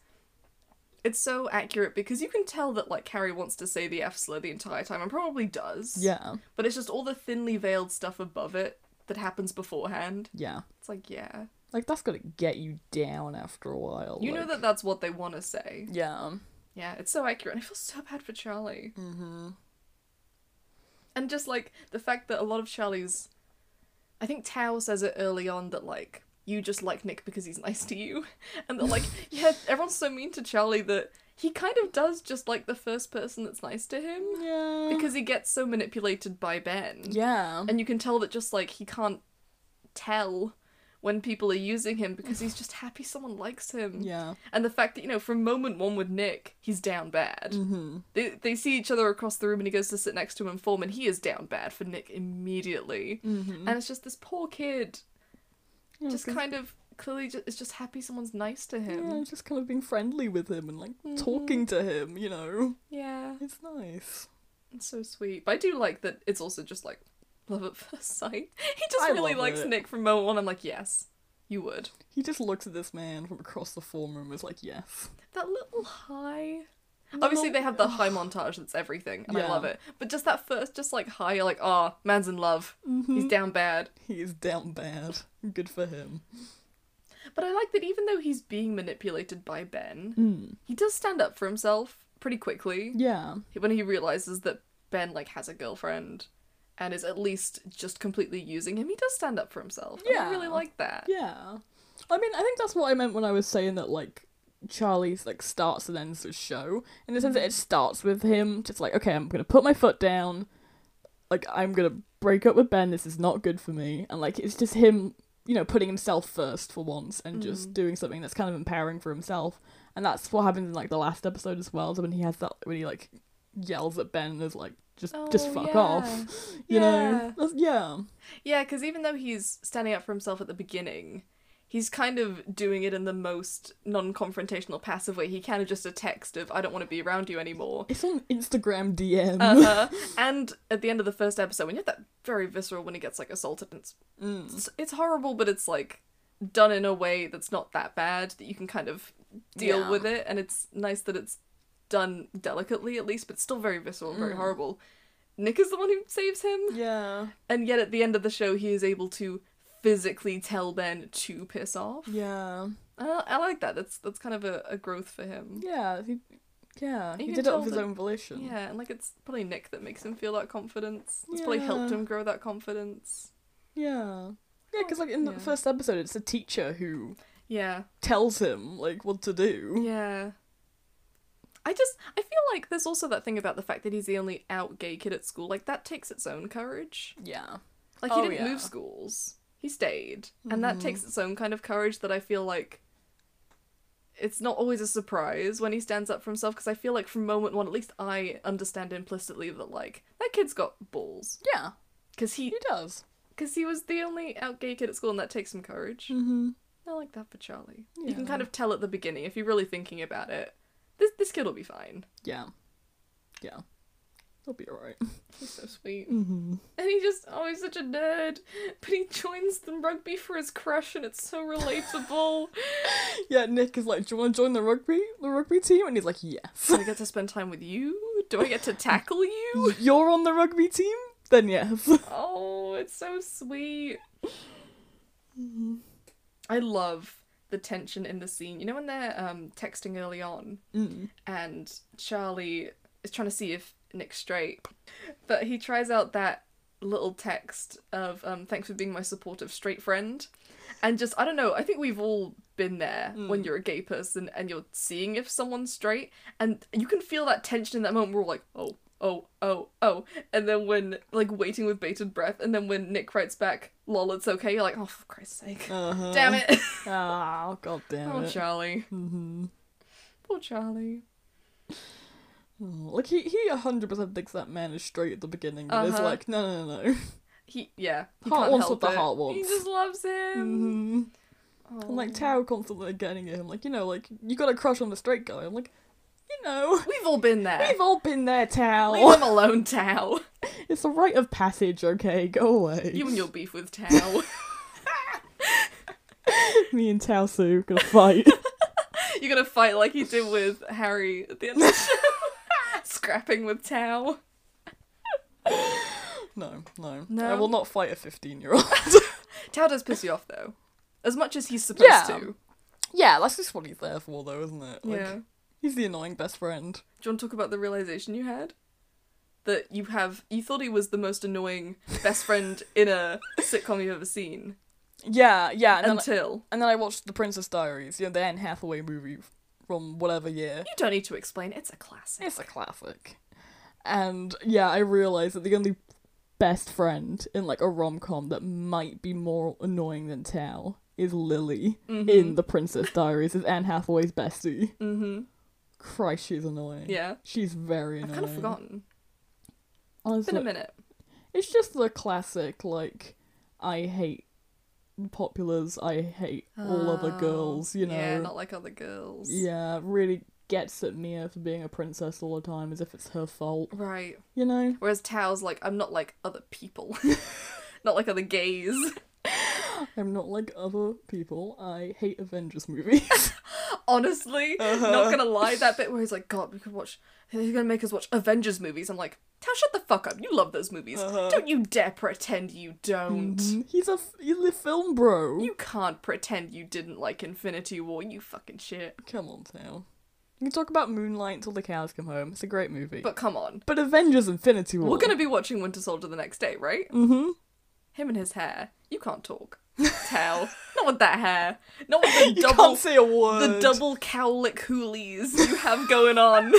Speaker 1: it's so accurate because you can tell that like Harry wants to say the F slur the entire time and probably does.
Speaker 2: [LAUGHS] Yeah.
Speaker 1: But it's just all the thinly veiled stuff above it that happens beforehand.
Speaker 2: Yeah.
Speaker 1: It's like, yeah.
Speaker 2: Like that's gotta get you down after a while.
Speaker 1: You know
Speaker 2: like-
Speaker 1: that that's what they want to say.
Speaker 2: Yeah.
Speaker 1: Yeah, it's so accurate. And I feel so bad for Charlie.
Speaker 2: Mhm.
Speaker 1: And just like the fact that a lot of Charlie's. I think Tao says it early on that like you just like Nick because he's [LAUGHS] nice to you. And that
Speaker 2: [LAUGHS]
Speaker 1: like, yeah, everyone's so mean to Charlie that he kind of does just like the first person that's nice to him
Speaker 2: Yeah.
Speaker 1: because he gets so manipulated by Ben.
Speaker 2: Yeah.
Speaker 1: And you can tell that just like he can't tell when people are using him because he's just happy someone likes him.
Speaker 2: Yeah.
Speaker 1: And the fact that, you know, from moment one with Nick, he's down bad.
Speaker 2: Mm-hmm.
Speaker 1: They, they see each other across the room and he goes to sit next to him and form and he is down bad for Nick immediately.
Speaker 2: Mm-hmm.
Speaker 1: And it's just this poor kid just
Speaker 2: kind
Speaker 1: kind of clearly just, is just happy someone's nice to
Speaker 2: Yeah,
Speaker 1: him. Mm-hmm.
Speaker 2: just kind of being friendly with him and like talking to him, you know.
Speaker 1: Yeah.
Speaker 2: It's nice.
Speaker 1: It's so sweet. But I do like that it's also just like love at [LAUGHS] first sight. He just
Speaker 2: I
Speaker 1: really
Speaker 2: love
Speaker 1: likes
Speaker 2: it.
Speaker 1: Nick from moment one. I'm like, yes, you would.
Speaker 2: He just looks at this man from across the form room and is like, yes.
Speaker 1: That little high. Obviously, they have the high montage that's everything, and I
Speaker 2: Yeah.
Speaker 1: love it. But just that first, just like high, you're like, ah, man's in love.
Speaker 2: Mm-hmm.
Speaker 1: He's down bad.
Speaker 2: He is down bad. Good for him.
Speaker 1: But I like that even though he's being manipulated by Ben,
Speaker 2: Mm.
Speaker 1: he does stand up for himself pretty quickly
Speaker 2: Yeah.
Speaker 1: when he realizes that Ben like has a girlfriend and is at least just completely using him. He does stand up for himself. and I
Speaker 2: Yeah.
Speaker 1: really like that.
Speaker 2: Yeah. I mean, I think that's what I meant when I was saying that, like, Charlie's, like, starts and ends the show. In the sense
Speaker 1: Mm-hmm.
Speaker 2: that it starts with him just like, okay, I'm gonna put my foot down. Like, I'm gonna break up with Ben. This is not good for me. And, like, it's just him, you know, putting himself first for once and
Speaker 1: Mm.
Speaker 2: just doing something that's kind of empowering for himself. And that's what happens in, like, the last episode as well. So when he has that, when he, like, yells at Ben and is like, just, just
Speaker 1: Oh,
Speaker 2: fuck
Speaker 1: yeah.
Speaker 2: off. You
Speaker 1: Yeah.
Speaker 2: know? That's- yeah.
Speaker 1: Yeah, because even though he's standing up for himself at the beginning, he's kind of doing it in the most non confrontational, passive way he can of just a text of, I don't want to be around you
Speaker 2: [LAUGHS]
Speaker 1: anymore.
Speaker 2: It's on Instagram DM.
Speaker 1: Uh-huh. and at the end of the first episode, when you have that very visceral when he gets like assaulted, and it's, it's it's horrible, but it's like done in a way that's not that bad that you can kind of deal
Speaker 2: Yeah.
Speaker 1: with it, and it's nice that it's done delicately at least, but it's still very visceral and very horrible. Nick is the one who saves him.
Speaker 2: Yeah.
Speaker 1: And yet at the end of the show, he is able to physically tell Ben to piss off.
Speaker 2: Yeah.
Speaker 1: I, I like that. That's that's kind of a, a growth for him.
Speaker 2: Yeah. He, yeah.
Speaker 1: You
Speaker 2: He
Speaker 1: can
Speaker 2: did it
Speaker 1: tell
Speaker 2: of his
Speaker 1: that-
Speaker 2: own volition.
Speaker 1: Yeah, and like it's probably Nick that makes him feel that confidence. It's probably helped
Speaker 2: Yeah.
Speaker 1: him grow that confidence.
Speaker 2: Yeah. Yeah, because like in
Speaker 1: Yeah.
Speaker 2: the first episode, it's a teacher who
Speaker 1: Yeah,
Speaker 2: tells him like what to do.
Speaker 1: yeah. I just I feel like there's also that thing about the fact that he's the only out gay kid at school. Like that takes its own courage.
Speaker 2: Yeah.
Speaker 1: Like he
Speaker 2: Oh,
Speaker 1: didn't
Speaker 2: yeah. Mm-hmm.
Speaker 1: move schools. He stayed. And that takes its own kind of courage that I feel like it's not always a surprise when he stands up for himself because I feel like from moment one, at least I understand implicitly that like that kid's got balls
Speaker 2: Yeah.
Speaker 1: because he
Speaker 2: He does.
Speaker 1: because he was the only out gay kid at school and that takes some courage.
Speaker 2: Mm-hmm.
Speaker 1: I like that for Charlie. You can
Speaker 2: Yeah.
Speaker 1: kind of tell at the beginning if you're really thinking about it. This this kid will be fine.
Speaker 2: Yeah. Yeah. He'll be alright. [LAUGHS]
Speaker 1: He's so sweet.
Speaker 2: Mm-hmm.
Speaker 1: And he just, oh, he's such a nerd. But he joins the rugby for his crush, and it's so relatable.
Speaker 2: [LAUGHS] Yeah. Nick is like, "Do you want to join the rugby, the rugby team?" And he's like, "Yes." [LAUGHS]
Speaker 1: Do I get to spend time with you? Do I get to tackle you?
Speaker 2: You're on the rugby team? Then yes. [LAUGHS]
Speaker 1: Oh, it's so sweet. I love the tension in the scene. You know when they're um, texting early on
Speaker 2: Mm.
Speaker 1: and Charlie is trying to see if Nick's straight, but he tries out that little text of um, thanks for being my supportive straight friend. and just I don't know. I think we've all been there
Speaker 2: Hmm.
Speaker 1: when you're a gay person and you're seeing if someone's straight, and you can feel that tension in that moment. We're all like, oh, oh, oh, oh, and then when like waiting with bated breath, and then when Nick writes back, "Lol, it's okay," you're like, oh, for Christ's sake,
Speaker 2: Uh-huh.
Speaker 1: damn it, [LAUGHS]
Speaker 2: Oh, god damn
Speaker 1: oh
Speaker 2: it.
Speaker 1: Charlie,
Speaker 2: hmm
Speaker 1: poor Charlie.
Speaker 2: Like he, he 100% thinks that man is straight at the beginning, but it's
Speaker 1: Uh-huh.
Speaker 2: like no, no, no, no.
Speaker 1: He yeah, he
Speaker 2: Heart
Speaker 1: can't
Speaker 2: wants
Speaker 1: help
Speaker 2: what the
Speaker 1: it.
Speaker 2: heart
Speaker 1: He
Speaker 2: wants.
Speaker 1: just loves him.
Speaker 2: hmm
Speaker 1: Oh.
Speaker 2: And like Tao constantly getting at him, like you know, like you got a crush on the straight guy. I'm like, you know,
Speaker 1: we've all been there.
Speaker 2: we've all been there,
Speaker 1: Leave
Speaker 2: Tao.
Speaker 1: him alone,
Speaker 2: [LAUGHS]
Speaker 1: Tao.
Speaker 2: it's a rite of passage. Okay, go away.
Speaker 1: You and your beef with Tao.
Speaker 2: [LAUGHS]
Speaker 1: [LAUGHS]
Speaker 2: Me and Tao Su gonna [LAUGHS] fight.
Speaker 1: You're gonna fight like you did with Harry at the end of
Speaker 2: [LAUGHS]
Speaker 1: the show. [LAUGHS] Scrapping with Tao.
Speaker 2: no, no,
Speaker 1: No.
Speaker 2: I will not fight a 15 [LAUGHS] year old.
Speaker 1: Tao does piss you off though. As much as he's supposed
Speaker 2: Yeah.
Speaker 1: to.
Speaker 2: yeah, that's just what he's there for, though, isn't it? Like,
Speaker 1: yeah.
Speaker 2: He's the annoying best friend.
Speaker 1: Do you want to talk about the realization you had? That you have you thought he was the most annoying best friend in
Speaker 2: [LAUGHS]
Speaker 1: a sitcom you've ever seen.
Speaker 2: Yeah, yeah. And, then,
Speaker 1: until
Speaker 2: and then I watched The Princess Diaries, you know, the Anne Hathaway movie from whatever year.
Speaker 1: you don't need to explain, it's a classic.
Speaker 2: It's a classic. And yeah, I realised that the only best friend in like a rom com that might be more annoying than Tao is Lily in The Princess Diaries, is Anne Hathaway's bestie.
Speaker 1: Mm-hmm.
Speaker 2: Christ, she's annoying.
Speaker 1: Yeah.
Speaker 2: She's very
Speaker 1: I've
Speaker 2: annoying.
Speaker 1: kind of forgotten. It's
Speaker 2: Honestly,
Speaker 1: been a minute.
Speaker 2: It's just the classic, like, I hate populars, I hate all other
Speaker 1: Oh,
Speaker 2: girls, you know.
Speaker 1: Yeah, not like other girls.
Speaker 2: Yeah, really gets at Mia for being a princess all the time as if it's her fault,
Speaker 1: Right.
Speaker 2: you know?
Speaker 1: Whereas Tao's like, I'm not like other
Speaker 2: [LAUGHS]
Speaker 1: people. [LAUGHS] not like other gays. [LAUGHS]
Speaker 2: I'm not like other people, I hate Avengers
Speaker 1: [LAUGHS]
Speaker 2: movies. [LAUGHS]
Speaker 1: Honestly,
Speaker 2: Uh-huh.
Speaker 1: not gonna lie, that bit where he's like, God, we could watch, they're gonna make us watch Avengers movies. I'm like, Tao, shut the fuck up. You love those movies.
Speaker 2: Uh-huh.
Speaker 1: Don't you dare pretend you don't.
Speaker 2: he's a f- he's a film bro.
Speaker 1: You can't pretend you didn't like Infinity War, you fucking shit.
Speaker 2: Come on, Tao. You can talk about Moonlight till the cows come home. It's a great movie.
Speaker 1: But come on.
Speaker 2: But Avengers Infinity War.
Speaker 1: We're
Speaker 2: [LAUGHS]
Speaker 1: gonna be watching Winter Soldier the next day, right?
Speaker 2: Mm-hmm.
Speaker 1: Him and his hair. You can't talk.
Speaker 2: [LAUGHS]
Speaker 1: Tao. Not with that hair. Not with the
Speaker 2: You
Speaker 1: double
Speaker 2: can't say a word.
Speaker 1: the double cowlick hoolies you have going
Speaker 2: [LAUGHS]
Speaker 1: on.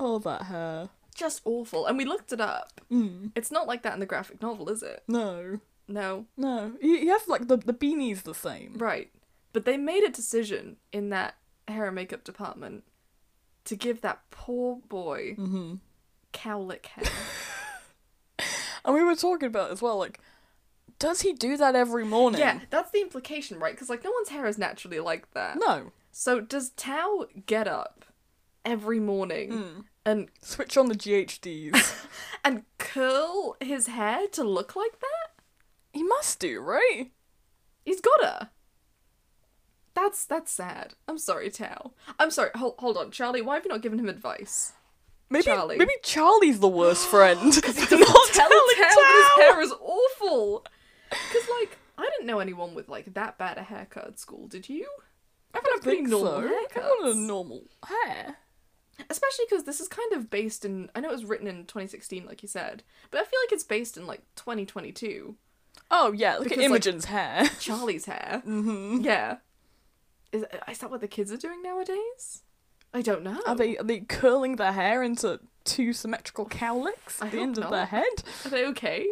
Speaker 2: Oh, that hair.
Speaker 1: Just awful. And we looked it up.
Speaker 2: Mm.
Speaker 1: It's not like that in the graphic novel, is it?
Speaker 2: No.
Speaker 1: No.
Speaker 2: No. He, he has, like, the, the beanie's the same.
Speaker 1: Right. But they made a decision in that hair and makeup department to give that poor boy
Speaker 2: Mm-hmm.
Speaker 1: cowlick
Speaker 2: [LAUGHS]
Speaker 1: hair.
Speaker 2: And we were talking about as well, like, does he do that every morning?
Speaker 1: yeah, that's the implication, right? Because, like, no one's hair is naturally like that.
Speaker 2: No.
Speaker 1: So, does Tao get up every morning and
Speaker 2: Switch on the GHDs.
Speaker 1: and curl his hair to look like that?
Speaker 2: he must do, right?
Speaker 1: He's gotta. That's that's sad. I'm sorry, Tao. I'm sorry. Hold, hold on, Charlie. Why have you not given him [LAUGHS] advice?
Speaker 2: Maybe
Speaker 1: Charlie.
Speaker 2: maybe Charlie's the worst [GASPS] friend. Not [LAUGHS]
Speaker 1: Tell him
Speaker 2: telling
Speaker 1: Tao that
Speaker 2: Tao.
Speaker 1: his hair is awful. Cause like I didn't know anyone with like that bad a haircut at school. Did you?
Speaker 2: I don't
Speaker 1: pretty
Speaker 2: think
Speaker 1: normal
Speaker 2: so.
Speaker 1: haircuts.
Speaker 2: I want a normal hair.
Speaker 1: Especially because this is kind of based in. I know it was written in 2016, like you said, but I feel like it's based in like 2022.
Speaker 2: Oh yeah, look
Speaker 1: Because,
Speaker 2: at
Speaker 1: like-
Speaker 2: Imogen's hair.
Speaker 1: Charlie's hair.
Speaker 2: Mm-hmm.
Speaker 1: Yeah. Is, is that what the kids are doing nowadays? I don't know.
Speaker 2: [LAUGHS] Are they are they curling their hair into two symmetrical cowlicks
Speaker 1: I
Speaker 2: at the
Speaker 1: hope
Speaker 2: end of
Speaker 1: not.
Speaker 2: their head? [LAUGHS]
Speaker 1: Are they okay?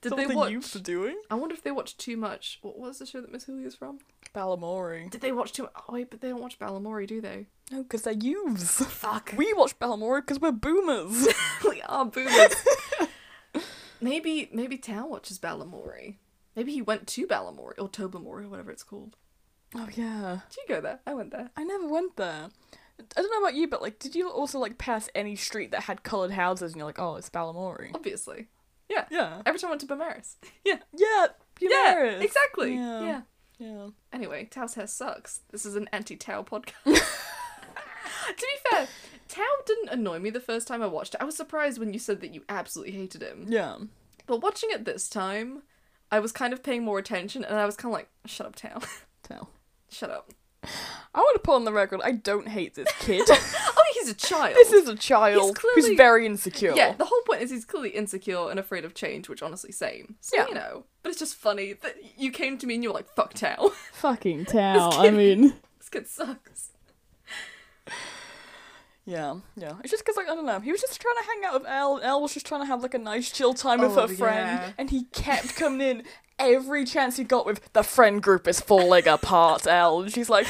Speaker 1: Did they
Speaker 2: Something
Speaker 1: watch?
Speaker 2: youths are doing?
Speaker 1: I wonder if they watched too much. What was the show that Miss Hooley is from?
Speaker 2: Balamori.
Speaker 1: Did they watch too? Oh wait, but they don't watch Balamori, do they?
Speaker 2: No, because they're youths.
Speaker 1: [LAUGHS]
Speaker 2: [LAUGHS]
Speaker 1: Fuck,
Speaker 2: We watch Balamori because we're [LAUGHS] boomers.
Speaker 1: we are
Speaker 2: [LAUGHS]
Speaker 1: boomers. maybe maybe Tao watches Balamori. Maybe he went to Balamori or Tobamori or whatever it's called.
Speaker 2: oh yeah.
Speaker 1: Did you go there? I went there.
Speaker 2: I never went there. I don't know about you, but like, did you also like pass any street that had coloured houses and you're like, oh, it's Balamori?
Speaker 1: Obviously,
Speaker 2: Yeah.
Speaker 1: every time I went to Bamaris. yeah,
Speaker 2: [LAUGHS] Yeah.
Speaker 1: yeah,
Speaker 2: Bumaris.
Speaker 1: exactly.
Speaker 2: Yeah.
Speaker 1: yeah.
Speaker 2: Yeah.
Speaker 1: Anyway, Tao's hair sucks. This is an anti Tao
Speaker 2: [LAUGHS]
Speaker 1: podcast. to be fair, Tao didn't annoy me the first time I watched it. I was surprised when you said that you absolutely hated him.
Speaker 2: Yeah.
Speaker 1: But watching it this time, I was kind of paying more attention and I was kind of like, shut up, Tao.
Speaker 2: Tell.
Speaker 1: [LAUGHS] shut up.
Speaker 2: [LAUGHS] I want to put on the record, I don't hate this kid.
Speaker 1: Oh, he's is a child.
Speaker 2: This is a child
Speaker 1: clearly-
Speaker 2: who's very insecure.
Speaker 1: yeah, the whole point is he's clearly insecure and afraid of change, which honestly, same. So,
Speaker 2: Yeah.
Speaker 1: you know. But it's just funny that you came to me and you were like, fuck Tao.
Speaker 2: Fucking towel. I
Speaker 1: kidding.
Speaker 2: mean,
Speaker 1: [LAUGHS]
Speaker 2: [LAUGHS]
Speaker 1: this kid sucks.
Speaker 2: yeah, yeah. It's just because like I don't know. He was just trying to hang out with Elle. and Elle was just trying to have like a nice chill time with
Speaker 1: Oh,
Speaker 2: her friend,
Speaker 1: yeah.
Speaker 2: and he kept coming in every chance he got with the friend group is falling apart. Elle, and she's like,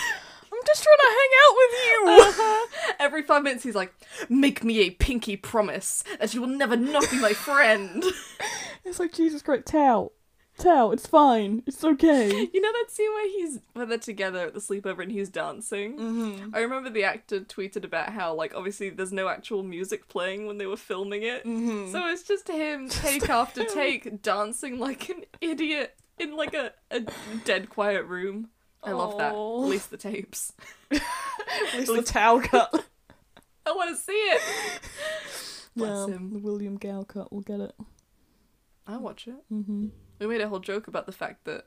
Speaker 2: I'm just trying to hang out with you.
Speaker 1: [LAUGHS] Every five minutes, he's like, make me a pinky promise that you will never not be my friend.
Speaker 2: [LAUGHS] It's like Jesus Christ, Tao, Tao, it's fine, it's okay.
Speaker 1: [LAUGHS] You know that scene where he's where they're together at the sleepover and he's dancing. Mm-hmm. I remember the actor tweeted about how like obviously there's no actual music playing when they were filming it, so it's Mm-hmm. just him take after take dancing like an idiot in like a, a dead quiet room. I love that.
Speaker 2: Aw.
Speaker 1: Release the tapes.
Speaker 2: [LAUGHS] At least the Tao cut.
Speaker 1: I want to see it. Bless
Speaker 2: yeah,
Speaker 1: him.
Speaker 2: the William Gale cut. We'll get it.
Speaker 1: I watch it.
Speaker 2: Mm-hmm.
Speaker 1: We made a whole joke about the fact that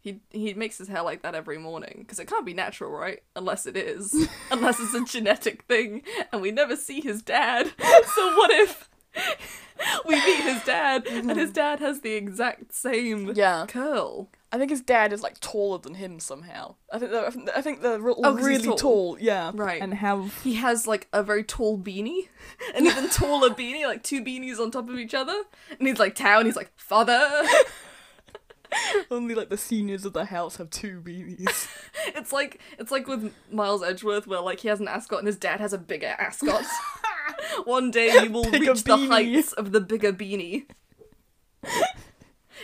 Speaker 1: he he makes his hair like that every morning because it can't be natural, right? Unless it is, unless it's a genetic thing, and we never see his dad. [LAUGHS] So what if we meet his dad and his dad has the exact same
Speaker 2: Yeah,
Speaker 1: curl?
Speaker 2: I think his dad is like taller than him somehow. I think they're, I think- I think they're re-
Speaker 1: Oh, 'cause he's
Speaker 2: really tall.
Speaker 1: tall.
Speaker 2: Yeah,
Speaker 1: Right.
Speaker 2: And have
Speaker 1: He has like a very tall beanie, an even taller beanie, like two beanies on top of each other, and he's like Tao, and he's like father.
Speaker 2: [LAUGHS] only like the seniors of the house have two beanies.
Speaker 1: [LAUGHS] It's like it's like with Miles Edgeworth, where like he has an ascot and his dad has a bigger
Speaker 2: [LAUGHS]
Speaker 1: ascot. One day you will
Speaker 2: Bigger
Speaker 1: reach the
Speaker 2: beanie.
Speaker 1: heights of the bigger beanie.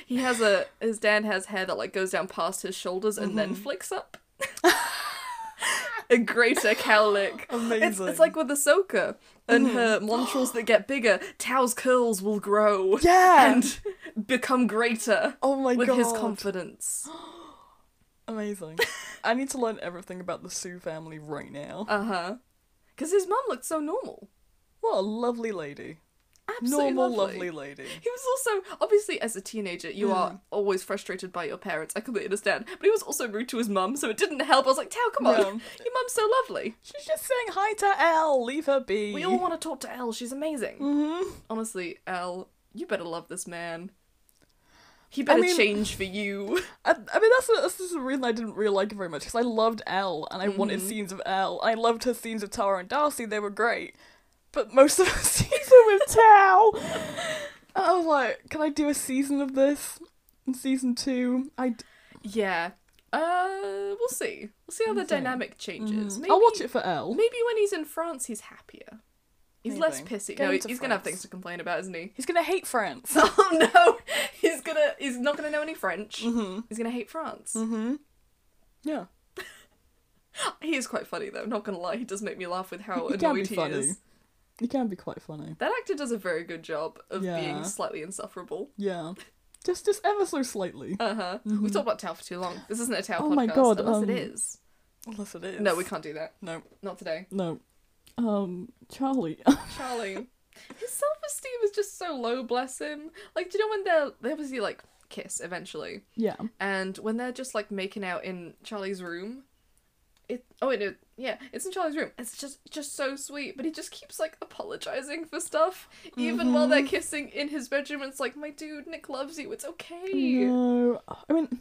Speaker 1: he has a his dad has hair that like goes down past his shoulders and then
Speaker 2: Mm-hmm.
Speaker 1: flicks up. a greater cowlick. It's,
Speaker 2: Amazing. Mm-hmm.
Speaker 1: it's like with Ahsoka and her montrals that get bigger. Tao's curls will grow
Speaker 2: Yeah.
Speaker 1: and become greater
Speaker 2: oh my
Speaker 1: with
Speaker 2: god,
Speaker 1: his confidence.
Speaker 2: amazing. I need to learn everything about the Sue family right now.
Speaker 1: Uh huh. Because his mum looked so normal.
Speaker 2: What a lovely lady.
Speaker 1: Absolutely
Speaker 2: Normal, lovely Mm. lady.
Speaker 1: He was also obviously as a teenager, you are always frustrated by your parents. I completely understand, but he was also rude to his mum, so it didn't help. I was like, Tao, come on,
Speaker 2: Yeah.
Speaker 1: your mum's so lovely.
Speaker 2: She's just saying hi to Elle. Leave her be.
Speaker 1: We all want to talk to Elle. She's amazing.
Speaker 2: Mm-hmm.
Speaker 1: Honestly, Elle, you better love this man. He better
Speaker 2: mean-
Speaker 1: change for
Speaker 2: [LAUGHS]
Speaker 1: you.
Speaker 2: I, I mean, that's, that's just a reason I didn't really like it very much because I loved Elle and I wanted scenes of Elle. I loved her scenes of Tara and Darcy; they were great. But most of her [LAUGHS] scenes were with Tao. [LAUGHS] And I was like, can I do a season of this? In season two, I d-
Speaker 1: yeah. Uh, we'll see. We'll see how the
Speaker 2: Insane.
Speaker 1: dynamic changes. Maybe,
Speaker 2: Mm-hmm. I'll watch it for Elle.
Speaker 1: Maybe when he's in France, he's happier. He's less
Speaker 2: Maybe.
Speaker 1: pissy.
Speaker 2: Go
Speaker 1: no, he's
Speaker 2: to
Speaker 1: gonna have
Speaker 2: France.
Speaker 1: things to complain about, isn't he?
Speaker 2: He's gonna hate France.
Speaker 1: [LAUGHS] Oh no, he's gonna he's not gonna know any French.
Speaker 2: mm-hmm.
Speaker 1: He's gonna hate France.
Speaker 2: Mm-hmm. Yeah.
Speaker 1: He is quite funny though. Not gonna lie, he does make me laugh with how
Speaker 2: He can be
Speaker 1: annoyed he
Speaker 2: funny.
Speaker 1: is.
Speaker 2: He can be quite funny.
Speaker 1: That actor does a very good job of
Speaker 2: Yeah.
Speaker 1: being slightly insufferable.
Speaker 2: Yeah. Just, just ever so slightly.
Speaker 1: Uh huh. We talked about Tao for too long. This isn't a Tao
Speaker 2: Mm-hmm. Oh
Speaker 1: podcast,
Speaker 2: my God,
Speaker 1: unless
Speaker 2: um,
Speaker 1: it is.
Speaker 2: Unless it is.
Speaker 1: No, we can't do that.
Speaker 2: No.
Speaker 1: Not today.
Speaker 2: No. Um, Charlie. [LAUGHS]
Speaker 1: Charlie, his self esteem is just so low. Bless him. Like, do you know when they're they obviously like kiss eventually,
Speaker 2: yeah.
Speaker 1: and when they're just like making out in Charlie's room, it oh wait no yeah it's in Charlie's room. It's just just so sweet, but he just keeps like apologizing for stuff even while
Speaker 2: Mm-hmm.
Speaker 1: they're kissing in his bedroom. It's like my dude, Nick loves you. It's okay.
Speaker 2: No, I mean,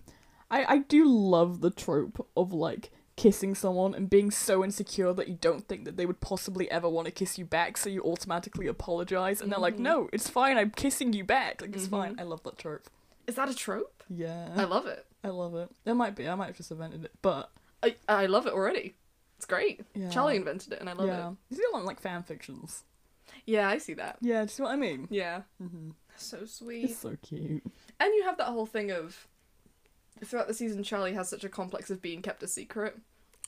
Speaker 2: I I do love the trope of like kissing someone and being so insecure that you don't think that they would possibly ever want to kiss you back, so you automatically apologize, and they're like,
Speaker 1: Mm-hmm.
Speaker 2: "No, it's fine. I'm kissing you back. Like it's fine." I love that trope.
Speaker 1: Is that a trope? I
Speaker 2: Yeah,
Speaker 1: love it.
Speaker 2: I love it. It might be. I might have just invented it, but
Speaker 1: I I love it already. It's great.
Speaker 2: Yeah.
Speaker 1: Charlie invented it, and I love
Speaker 2: yeah,
Speaker 1: it.
Speaker 2: you see a lot in like fan fictions.
Speaker 1: Yeah, I see that.
Speaker 2: Yeah, do you see what I mean?
Speaker 1: Yeah,
Speaker 2: hmm
Speaker 1: so sweet.
Speaker 2: It's so cute.
Speaker 1: And you have that whole thing of throughout the season, Charlie has such a complex of being kept a secret.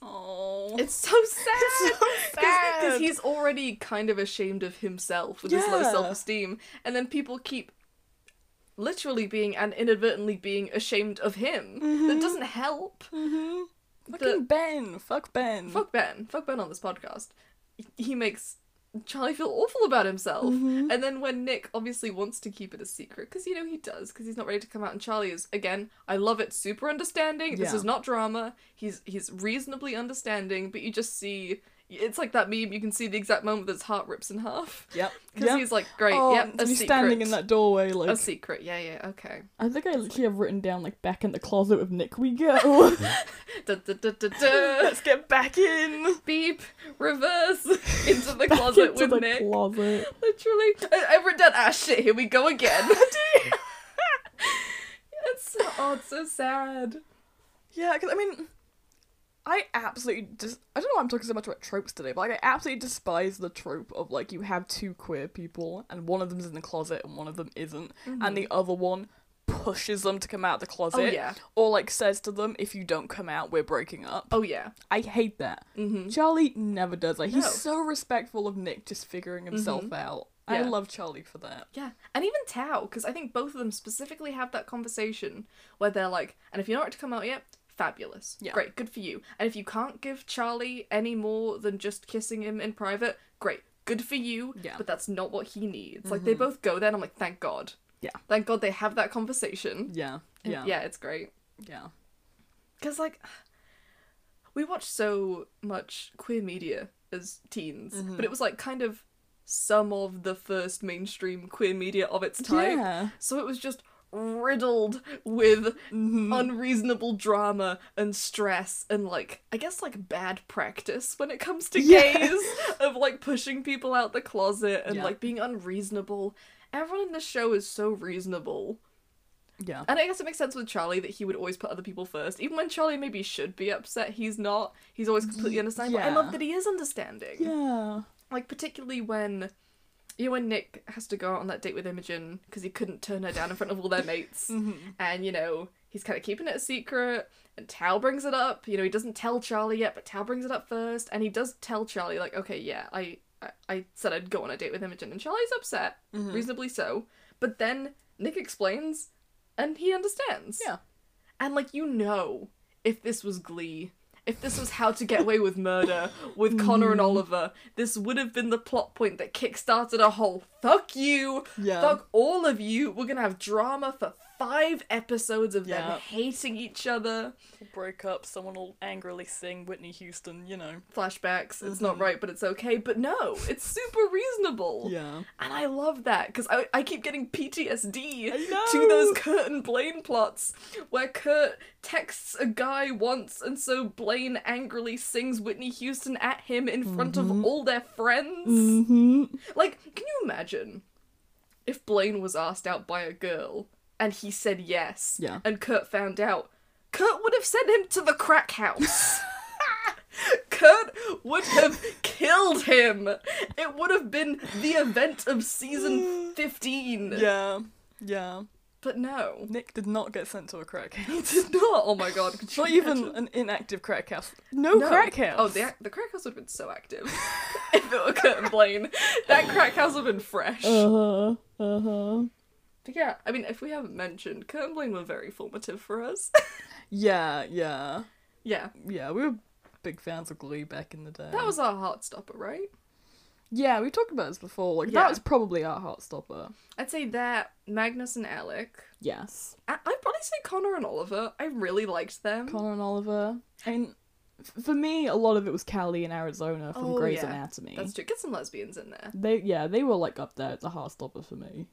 Speaker 2: Oh,
Speaker 1: It's [LAUGHS] so sad. Because he's already kind of ashamed of himself with his low
Speaker 2: Yeah.
Speaker 1: self esteem, and then people keep literally being and inadvertently being ashamed of him. That doesn't help.
Speaker 2: hmm Fucking Ben. Fuck Ben.
Speaker 1: Mm-hmm. Fuck Ben. Fuck Ben on this podcast. He makes Charlie feel awful about himself.
Speaker 2: Mm-hmm.
Speaker 1: And then when Nick obviously wants to keep it a secret, because you know he does, because he's not ready to come out, and Charlie is again, I love it, super understanding. This
Speaker 2: Yeah.
Speaker 1: is not drama. He's he's reasonably understanding, but you just see It's like that meme. You can see the exact moment that his heart rips in half. [LAUGHS]
Speaker 2: Yep.
Speaker 1: Because he's like, great, yep, a
Speaker 2: Oh, he's
Speaker 1: secret.
Speaker 2: standing in that doorway like
Speaker 1: A secret, yeah, yeah, okay.
Speaker 2: I think I literally have written down like back in the closet with Nick we go.
Speaker 1: Duh, duh, duh, duh, duh.
Speaker 2: [LAUGHS] Let's get back in.
Speaker 1: Beep, reverse, [LAUGHS] into the
Speaker 2: Back
Speaker 1: closet
Speaker 2: into
Speaker 1: with
Speaker 2: the
Speaker 1: Nick.
Speaker 2: closet.
Speaker 1: [LAUGHS] Literally. I, I've written down, ah, shit, here we go
Speaker 2: [LAUGHS]
Speaker 1: again. [LAUGHS] it's so, oh, it's so sad.
Speaker 2: Yeah, because I mean, I absolutely just I don't know why I'm talking so much about tropes today, but like I absolutely despise the trope of like you have two queer people and one of them's in the closet and one of them isn't, and the other one pushes them to come out of the closet
Speaker 1: yeah.
Speaker 2: or like says to them if you don't come out we're breaking up
Speaker 1: Oh, yeah.
Speaker 2: i hate that charlie never does that
Speaker 1: No.
Speaker 2: he's so respectful of nick just figuring himself out i
Speaker 1: Yeah.
Speaker 2: love charlie for that
Speaker 1: Yeah, and even Tao, because I think both of them specifically have that conversation where they're like, and if you're not ready to come out yet, fabulous.
Speaker 2: Yeah.
Speaker 1: Great, good for you. And if you can't give Charlie any more than just kissing him in private, great, good for you.
Speaker 2: Yeah. Mm-hmm.
Speaker 1: But that's not what he needs. Like, they both go there, and I'm like, thank God.
Speaker 2: Yeah.
Speaker 1: Thank God they have that conversation.
Speaker 2: yeah yeah
Speaker 1: Yeah, it's great.
Speaker 2: yeah
Speaker 1: Because, like, we watched so much queer media as teens,
Speaker 2: Mm-hmm.
Speaker 1: but it was, like, kind of some of the first mainstream queer media of its time.
Speaker 2: Yeah.
Speaker 1: So it was just riddled with
Speaker 2: Mm-hmm. Oh.
Speaker 1: unreasonable drama and stress and, like, I guess, like, bad practice when it comes to
Speaker 2: Yeah.
Speaker 1: gays [LAUGHS] of, like, pushing people out the closet and,
Speaker 2: Yeah.
Speaker 1: like, being unreasonable. Everyone in this show is so reasonable.
Speaker 2: yeah
Speaker 1: And I guess it makes sense with Charlie that he would always put other people first. Even when Charlie maybe should be upset, he's not. He's always completely understanding. But I
Speaker 2: yeah.
Speaker 1: love that he is understanding.
Speaker 2: yeah
Speaker 1: Like, particularly when. You know, when Nick has to go out on that date with Imogen because he couldn't turn her down in front of all their
Speaker 2: [LAUGHS]
Speaker 1: mates.
Speaker 2: Mm-hmm.
Speaker 1: And, you know, he's kind of keeping it a secret. And Tal brings it up. You know, he doesn't tell Charlie yet, but Tal brings it up first. And he does tell Charlie, like, okay, yeah, I, I, I said I'd go on a date with Imogen. And Charlie's upset,
Speaker 2: Mm-hmm.
Speaker 1: reasonably so. But then Nick explains and he understands.
Speaker 2: yeah
Speaker 1: And like you know, if this was Glee, if this was How to Get Away with Murder
Speaker 2: [LAUGHS]
Speaker 1: with
Speaker 2: Mm-hmm.
Speaker 1: Connor and Oliver, this would have been the plot point that kickstarted a whole fuck you,
Speaker 2: Yeah.
Speaker 1: fuck all of you. We're gonna have drama for five episodes of
Speaker 2: Yeah.
Speaker 1: them hating each other.
Speaker 2: break up, someone will angrily sing Whitney Houston, you know.
Speaker 1: Flashbacks. It's not right, but it's okay. But no, it's super reasonable.
Speaker 2: Mm-hmm. Yeah.
Speaker 1: And I love that because I, I keep getting PTSD
Speaker 2: know.
Speaker 1: to those Kurt and Blaine plots where Kurt texts a guy once and so Blaine angrily sings Whitney Houston at him in front of all their friends.
Speaker 2: Mm-hmm.
Speaker 1: Like, can you imagine if Blaine was asked out by a girl and he said yes
Speaker 2: Yeah.
Speaker 1: and Kurt found out? Kurt would have sent him to the crack
Speaker 2: [LAUGHS]
Speaker 1: house. Kurt would have killed him. It would have been the event of
Speaker 2: [SIGHS]
Speaker 1: season 15.
Speaker 2: Yeah. Yeah.
Speaker 1: But no.
Speaker 2: Nick did not get sent to a crack house. [LAUGHS]
Speaker 1: He did not. Oh my god. could you
Speaker 2: Not even
Speaker 1: imagine?
Speaker 2: an inactive crack house. No,
Speaker 1: No.
Speaker 2: crack house.
Speaker 1: Oh, the, ac- the crack house would have been so active [LAUGHS] if it were Kurt and Blaine. That crack house would have been fresh.
Speaker 2: Uh huh. Uh huh.
Speaker 1: But yeah, I mean, if we haven't mentioned, Kurt and Blaine were very formative for us. [LAUGHS]
Speaker 2: Yeah. Yeah.
Speaker 1: yeah,
Speaker 2: Yeah. We were big fans of Glee back in the day.
Speaker 1: that was our heartstopper, right?
Speaker 2: Yeah. We talked about this before. Like
Speaker 1: Yeah.
Speaker 2: that was probably our heartstopper.
Speaker 1: I'd say that Magnus and Alec.
Speaker 2: Yes.
Speaker 1: I- I'd probably say Connor and Oliver. I really liked them.
Speaker 2: Connor and Oliver. I mean, f- for me, a lot of it was Callie in Arizona from
Speaker 1: Oh,
Speaker 2: Grey's
Speaker 1: yeah.
Speaker 2: Anatomy.
Speaker 1: That's true. Get some lesbians in there,
Speaker 2: They yeah, they were like up there at the heartstopper for me.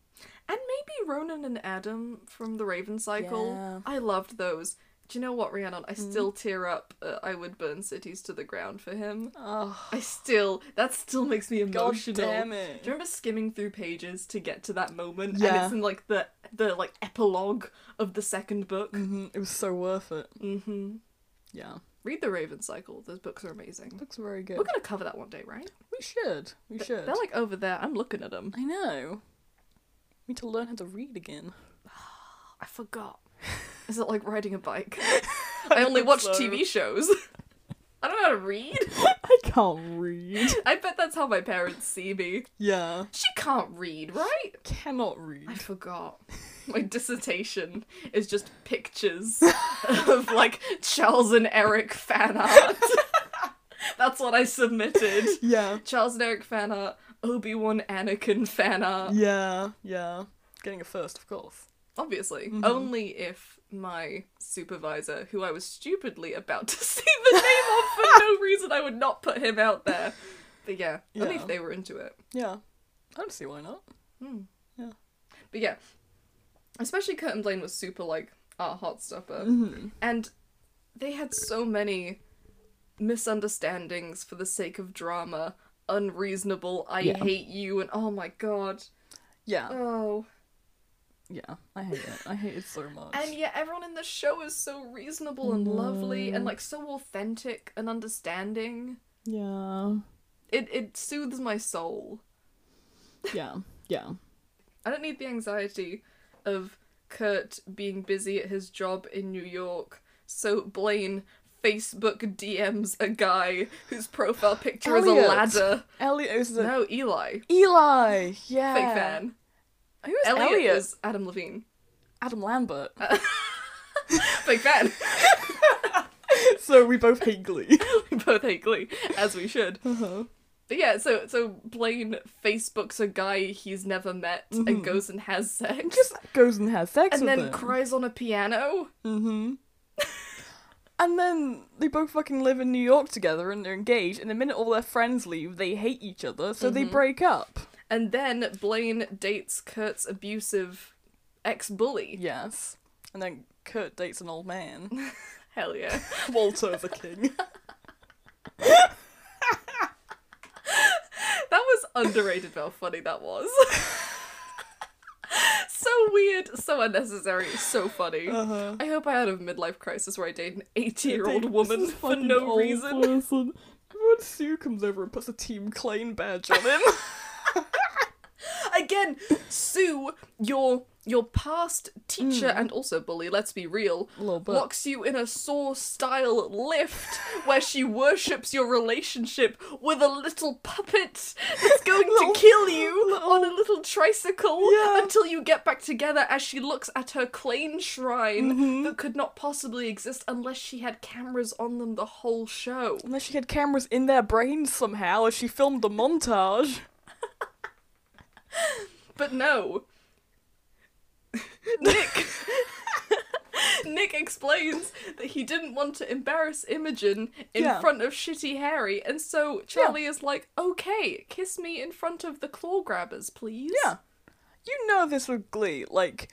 Speaker 1: and maybe Ronan and Adam from the Raven Cycle.
Speaker 2: Yeah.
Speaker 1: I loved those. Do you know what, Rhiannon? I still tear up. Uh, I would burn cities to the ground for him.
Speaker 2: Oh.
Speaker 1: I still. That still makes me emotional. Do
Speaker 2: it.
Speaker 1: you remember skimming through pages to get to that moment? And
Speaker 2: Yeah.
Speaker 1: it's in like the the like epilogue of the second book.
Speaker 2: hmm It was so worth it.
Speaker 1: Mm-hmm.
Speaker 2: Yeah.
Speaker 1: Read the Raven Cycle. Those books are amazing.
Speaker 2: Looks very good.
Speaker 1: We're gonna cover that one day, right?
Speaker 2: We should. We
Speaker 1: Th-
Speaker 2: should.
Speaker 1: They're like over there. I'm looking at them.
Speaker 2: I know. We need to learn how to read again.
Speaker 1: I
Speaker 2: [LAUGHS]
Speaker 1: forgot. Is it like riding a bike? I only
Speaker 2: hope
Speaker 1: watch
Speaker 2: so.
Speaker 1: TV shows. [LAUGHS] I don't know how to read.
Speaker 2: [LAUGHS]
Speaker 1: [LAUGHS]
Speaker 2: I can't read.
Speaker 1: I bet that's how my parents see me.
Speaker 2: Yeah.
Speaker 1: She can't read, right?
Speaker 2: Cannot
Speaker 1: I
Speaker 2: [LAUGHS] read.
Speaker 1: forgot. My dissertation is just pictures of like Charles and Eric fan art. That's what I submitted.
Speaker 2: Yeah.
Speaker 1: Charles and Eric fan art, Obi Wan Anakin fan art.
Speaker 2: Oh. [LAUGHS] Yeah. Yeah. Getting a first, of course.
Speaker 1: obviously. Only if my supervisor, who I was stupidly about to [LAUGHS] see the name of for no reason, I would not put him out there. But yeah, only
Speaker 2: Yeah.
Speaker 1: if they were into it.
Speaker 2: [LAUGHS] Yeah. I don't see why not.
Speaker 1: But yeah, especially Curtain Blaine was super like our hot stopper,
Speaker 2: Mm-hmm.
Speaker 1: and they had so many misunderstandings for the sake of drama, unreasonable. I
Speaker 2: Yeah.
Speaker 1: hate you, and oh my god,
Speaker 2: Yeah.
Speaker 1: oh.
Speaker 2: Yeah. I hate it. I hate it [LAUGHS] so much.
Speaker 1: And yeah, everyone in the show is so reasonable and lovely, and like so authentic and understanding.
Speaker 2: yeah.
Speaker 1: It it soothes my soul.
Speaker 2: Yeah. Yeah.
Speaker 1: I don't need the anxiety of Kurt being busy at his job in New York. So Blaine Facebook DMs a guy whose profile picture
Speaker 2: Elliot.
Speaker 1: is a ladder.
Speaker 2: Elliot is a
Speaker 1: No, Eli.
Speaker 2: Eli. Yeah.
Speaker 1: Fake fan.
Speaker 2: Who is
Speaker 1: Elliot,
Speaker 2: Elliot?
Speaker 1: is Adam Levine.
Speaker 2: Adam Lambert.
Speaker 1: Fake fan.
Speaker 2: [LAUGHS]
Speaker 1: [LAUGHS]
Speaker 2: so we both hate [LAUGHS] Glee.
Speaker 1: we both hate Glee, as we should.
Speaker 2: Uh-huh.
Speaker 1: But yeah, so so Blaine Facebooks a guy he's never met and goes and has sex.
Speaker 2: Mm-hmm. Just goes and has sex
Speaker 1: and
Speaker 2: with
Speaker 1: then
Speaker 2: him.
Speaker 1: cries on a piano.
Speaker 2: Mm-hmm. [LAUGHS] and then they both fucking live in New York together and they're engaged. And the minute all their friends leave, they hate each other, so they break up.
Speaker 1: And then Blaine dates Kurt's abusive ex bully.
Speaker 2: Yes. And then Kurt dates an old man,
Speaker 1: Hell yeah.
Speaker 2: [LAUGHS] Walter the King.
Speaker 1: That was underrated how funny that
Speaker 2: [LAUGHS]
Speaker 1: was. [LAUGHS] so weird, so unnecessary, so funny.
Speaker 2: [LAUGHS] Uh-huh.
Speaker 1: I hope I had a midlife crisis where I date
Speaker 2: [LAUGHS]
Speaker 1: an 80 year old woman for no reason.
Speaker 2: Person. Everyone Sue comes over and puts a Team Klein badge on him.
Speaker 1: Again, Sue, your your past teacher and also bully, let's be real,
Speaker 2: Mm. Little bit.
Speaker 1: locks you in a saw style lift where she worships your relationship with a little puppet
Speaker 2: [LAUGHS]
Speaker 1: that's going
Speaker 2: Little-
Speaker 1: to kill you on a little tricycle
Speaker 2: Yeah.
Speaker 1: until you get back together as she looks at her Klain shrine
Speaker 2: Mm-hmm.
Speaker 1: that could not possibly exist unless she had cameras on them the whole show.
Speaker 2: [LAUGHS] Unless she had cameras in their brains somehow as she filmed the montage.
Speaker 1: But no. Nick Nick explains that he didn't want to embarrass Imogen in
Speaker 2: Yeah.
Speaker 1: front of shitty Harry, and so Charlie is like, "Okay, kiss me in front of the claw grabbers, please."
Speaker 2: Yeah. You know this with Glee. Like,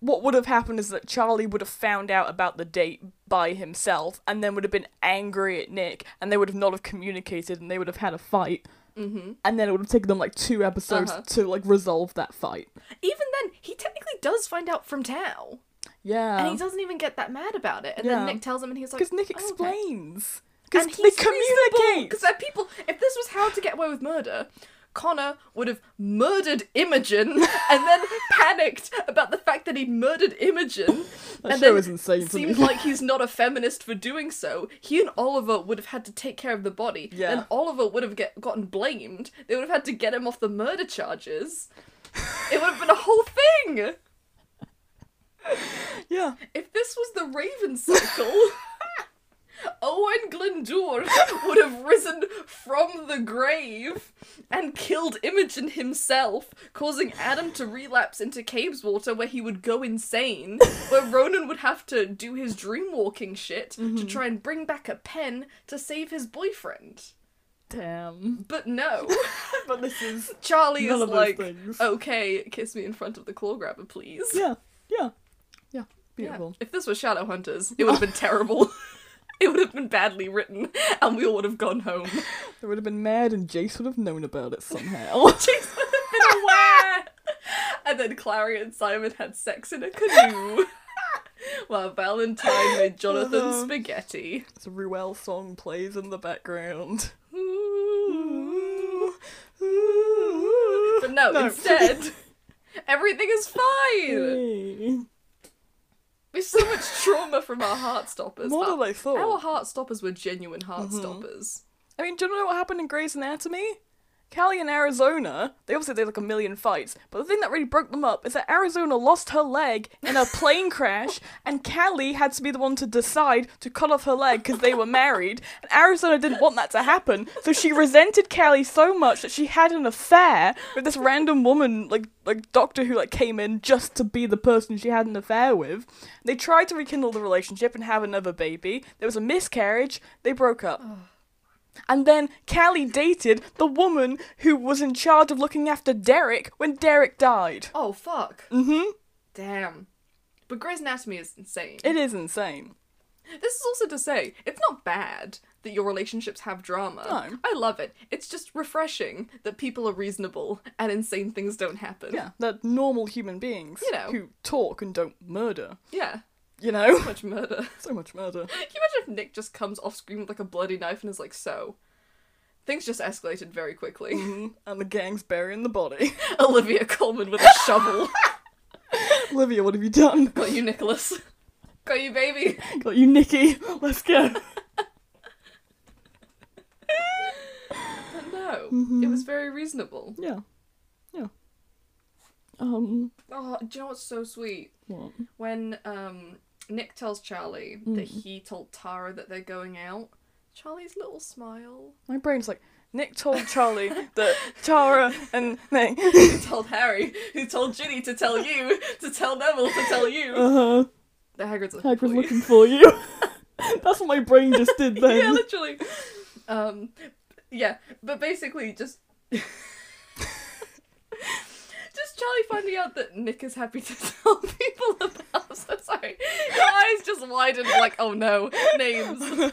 Speaker 2: what would have happened is that Charlie would have found out about the date by himself and then would have been angry at Nick and they would have not have communicated and they would have had a fight. Mm-hmm. And then it would have taken them like two episodes
Speaker 1: Uh-huh.
Speaker 2: to like resolve that fight.
Speaker 1: Even then, he technically does find out from Tao, and
Speaker 2: Yeah.
Speaker 1: he doesn't even get that mad about it. And
Speaker 2: Oh. Yeah.
Speaker 1: then Nick tells him, and he's like,
Speaker 2: Because Nick
Speaker 1: "Oh, okay."
Speaker 2: explains. Because
Speaker 1: And
Speaker 2: they
Speaker 1: he's
Speaker 2: communicate.
Speaker 1: Because they're people. If this was how to get away with murder, Connor would have murdered Imogen
Speaker 2: [LAUGHS]
Speaker 1: and then panicked about the fact that he'd murdered Imogen.
Speaker 2: That
Speaker 1: and
Speaker 2: show
Speaker 1: then
Speaker 2: is insane to me.
Speaker 1: Seems like he's not a feminist for doing so. He and Oliver would have had to take care of the body.
Speaker 2: Yeah.
Speaker 1: Then Oliver would have get, gotten blamed. They would have had to get him off the murder charges. it would have been a whole thing.
Speaker 2: Yeah.
Speaker 1: If this was the Raven Circle, [LAUGHS] Owen Glendour would have risen from the grave and killed Imogen himself, causing Adam to relapse into Cabe's water where he would go insane, where Ronan would have to do his dreamwalking shit
Speaker 2: Mm-hmm.
Speaker 1: to try and bring back a pen to save his boyfriend.
Speaker 2: Damn.
Speaker 1: But no.
Speaker 2: [LAUGHS]
Speaker 1: [LAUGHS]
Speaker 2: But this is.
Speaker 1: Charlie
Speaker 2: None
Speaker 1: is
Speaker 2: of those
Speaker 1: like,
Speaker 2: things.
Speaker 1: okay, kiss me in front of the claw grabber, please.
Speaker 2: Yeah. Yeah. Yeah.
Speaker 1: Yeah,
Speaker 2: Beautiful.
Speaker 1: If this was Shadowhunters, it would
Speaker 2: [LAUGHS]
Speaker 1: have been terrible. [LAUGHS] it would have been badly written, and we all would have gone
Speaker 2: [LAUGHS]
Speaker 1: home.
Speaker 2: They would have been mad and Jace would have known about it
Speaker 1: [LAUGHS]
Speaker 2: somehow.
Speaker 1: Chase would have been aware. and then Clary and Simon had sex in a
Speaker 2: [LAUGHS]
Speaker 1: canoe, while Valentine made Jonathan
Speaker 2: Uh-huh.
Speaker 1: spaghetti.
Speaker 2: It's a Ruel song plays in the background.
Speaker 1: But no,
Speaker 2: [LAUGHS]
Speaker 1: instead, everything is
Speaker 2: Mm.
Speaker 1: fine.
Speaker 2: More
Speaker 1: There's so much trauma from our heart stoppers.
Speaker 2: than oh. Mm-hmm. I thought.
Speaker 1: Our heart stoppers were genuine heart stoppers.
Speaker 2: I mean, do you know what happened in Grey's Anatomy? Callie and Arizona, they obviously did like a million fights, but the thing that really broke them up is that Arizona lost her leg in a plane crash, and Callie had to be the one to decide to cut off her leg because they were married, and Arizona didn't want that to happen, so she resented Callie so much that she had an affair with this random woman, like like doctor who like came in just to be the person she had an affair with. They tried to rekindle the relationship and have another baby. There was a miscarriage. They broke up. And then Callie dated the woman who was in charge of looking after Derek when Derek died.
Speaker 1: Oh fuck.
Speaker 2: Mm-hmm.
Speaker 1: Damn. But Grey's Anatomy is insane.
Speaker 2: It is insane.
Speaker 1: This is also to say, it's not bad that your relationships have drama.
Speaker 2: No.
Speaker 1: I love it. It's just refreshing that people are reasonable and insane things don't happen.
Speaker 2: Yeah. They're normal human beings
Speaker 1: You know.
Speaker 2: who talk and don't murder.
Speaker 1: Yeah.
Speaker 2: You know? [LAUGHS]
Speaker 1: So much murder. [LAUGHS]
Speaker 2: so much murder.
Speaker 1: Can you imagine if Nick just comes off screen with like a bloody knife and is like, so? Things just escalated very
Speaker 2: [LAUGHS]
Speaker 1: quickly.
Speaker 2: Mhm. And the gang's burying the body. [LAUGHS]
Speaker 1: Olivia Coleman with a shovel.
Speaker 2: Olivia, what have you done? [LAUGHS]
Speaker 1: Got you, Nicholas. [LAUGHS] Got you, baby. [LAUGHS]
Speaker 2: Got you, Nikki. [LAUGHS] Let's go.
Speaker 1: But no,
Speaker 2: Mm-hmm.
Speaker 1: it was very reasonable.
Speaker 2: yeah. Yeah. Um.
Speaker 1: Oh, do you know what's so sweet?
Speaker 2: What?
Speaker 1: When um, Nick tells Charlie that
Speaker 2: Hmm.
Speaker 1: he told Tara that they're going out, Charlie's little smile.
Speaker 2: My brain's like. Nick told [LAUGHS] Charlie that Tara and [LAUGHS] Nick.
Speaker 1: Who told Harry? Who told Ginny to tell you? To tell Neville to tell you?
Speaker 2: Uh huh.
Speaker 1: The Hagrid's looking
Speaker 2: Hag
Speaker 1: for
Speaker 2: was
Speaker 1: you.
Speaker 2: looking for you. [LAUGHS] That's what my brain just did then.
Speaker 1: [LAUGHS] yeah, literally. Um, yeah, but basically just. [LAUGHS] Just Charlie finding out that Nick is happy to tell [LAUGHS] people about. I'm so sorry. Your eyes just widened, like, oh no, names.
Speaker 2: [LAUGHS]
Speaker 1: [LAUGHS]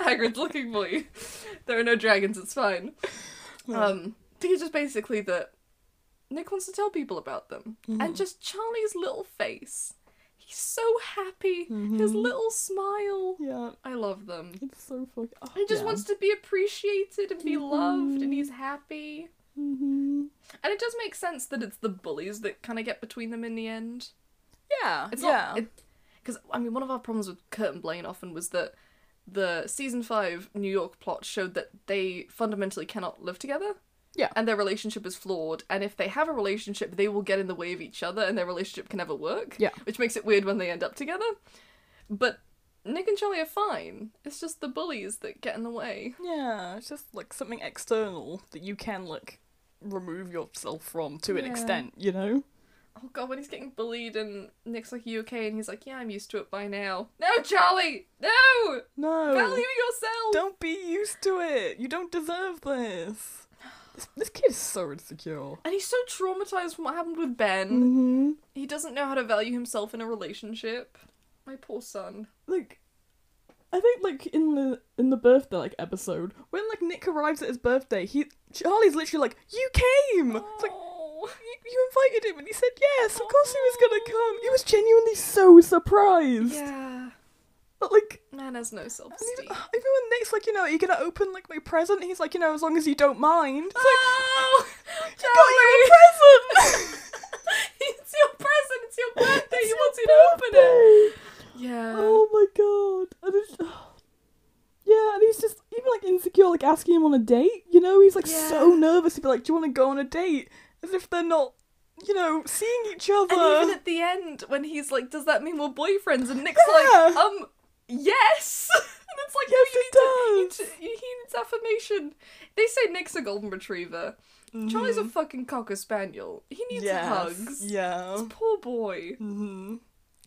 Speaker 1: Hagrid's looking for you. [LAUGHS] There are no dragons, it's fine. Um, I think it's just basically that Nick wants to tell people about them. And just Charlie's little face. He's so happy. His little smile.
Speaker 2: yeah,
Speaker 1: I love them.
Speaker 2: it's so fucking. Oh,
Speaker 1: He just
Speaker 2: yeah.
Speaker 1: wants to be appreciated and be loved, and he's happy.
Speaker 2: Mhm.
Speaker 1: And it does make sense that it's the bullies that kind of get between them in the end.
Speaker 2: Yeah,
Speaker 1: It's
Speaker 2: yeah.
Speaker 1: not because I mean one of our problems with Kurt and Blaine often was that the season five New York plot showed that they fundamentally cannot live together.
Speaker 2: Yeah.
Speaker 1: and their relationship is flawed. And if they have a relationship, they will get in the way of each other, and their relationship can never work.
Speaker 2: Yeah.
Speaker 1: which makes it weird when they end up together. But Nick and Charlie are fine. It's just the bullies that get in the way.
Speaker 2: yeah, it's just like something external that you can like remove yourself from to an
Speaker 1: Yeah.
Speaker 2: extent, you know?
Speaker 1: Oh god, when he's getting bullied and Nick's like, "You okay?" and he's like, "Yeah, I'm used to it by now." No, Charlie,
Speaker 2: Oh.
Speaker 1: no,
Speaker 2: No.
Speaker 1: value yourself.
Speaker 2: Don't be used to it. You don't deserve this. This, this kid is so insecure.
Speaker 1: And he's so traumatized from what happened with Ben.
Speaker 2: Mm-hmm.
Speaker 1: He doesn't know how to value himself in a relationship. My poor son.
Speaker 2: like I think like in the in the birthday like episode when like Nick arrives at his birthday, he Charlie's literally like, "You came!" It's like
Speaker 1: Oh.
Speaker 2: you, you invited him, and he said yes. Of course he was gonna come. He was genuinely so surprised.
Speaker 1: Yeah.
Speaker 2: But like,
Speaker 1: Man has no self
Speaker 2: and he's-
Speaker 1: esteem.
Speaker 2: even when Nick's like, you know, are you gonna open like my present? He's like, you know, as long as you
Speaker 1: [LAUGHS]
Speaker 2: don't mind. It's
Speaker 1: Oh!
Speaker 2: like, you got your present.
Speaker 1: [LAUGHS] it's your present, it's your birthday,
Speaker 2: It's
Speaker 1: he
Speaker 2: your
Speaker 1: wants you to open it!
Speaker 2: birthday.
Speaker 1: Yeah.
Speaker 2: Oh my god. And it's, [SIGHS] yeah, and he's just even like insecure, like asking him on a date, you know? He's like so
Speaker 1: Yeah.
Speaker 2: nervous to be like, Do you want to go on a date? As if they're not, you know, seeing each other.
Speaker 1: And even at the end, when he's like, "Does that mean we're boyfriends?" and Nick's like,
Speaker 2: Yeah.
Speaker 1: "Um, yes." [LAUGHS] and it's like,
Speaker 2: Yes,
Speaker 1: no,
Speaker 2: it
Speaker 1: you need to,
Speaker 2: does.
Speaker 1: you need to- he needs affirmation. They say Nick's a golden retriever. Charlie's a fucking cocker spaniel. He needs
Speaker 2: Mm-hmm. Yes,
Speaker 1: hugs.
Speaker 2: Yeah.
Speaker 1: Poor boy.
Speaker 2: Mm-hmm.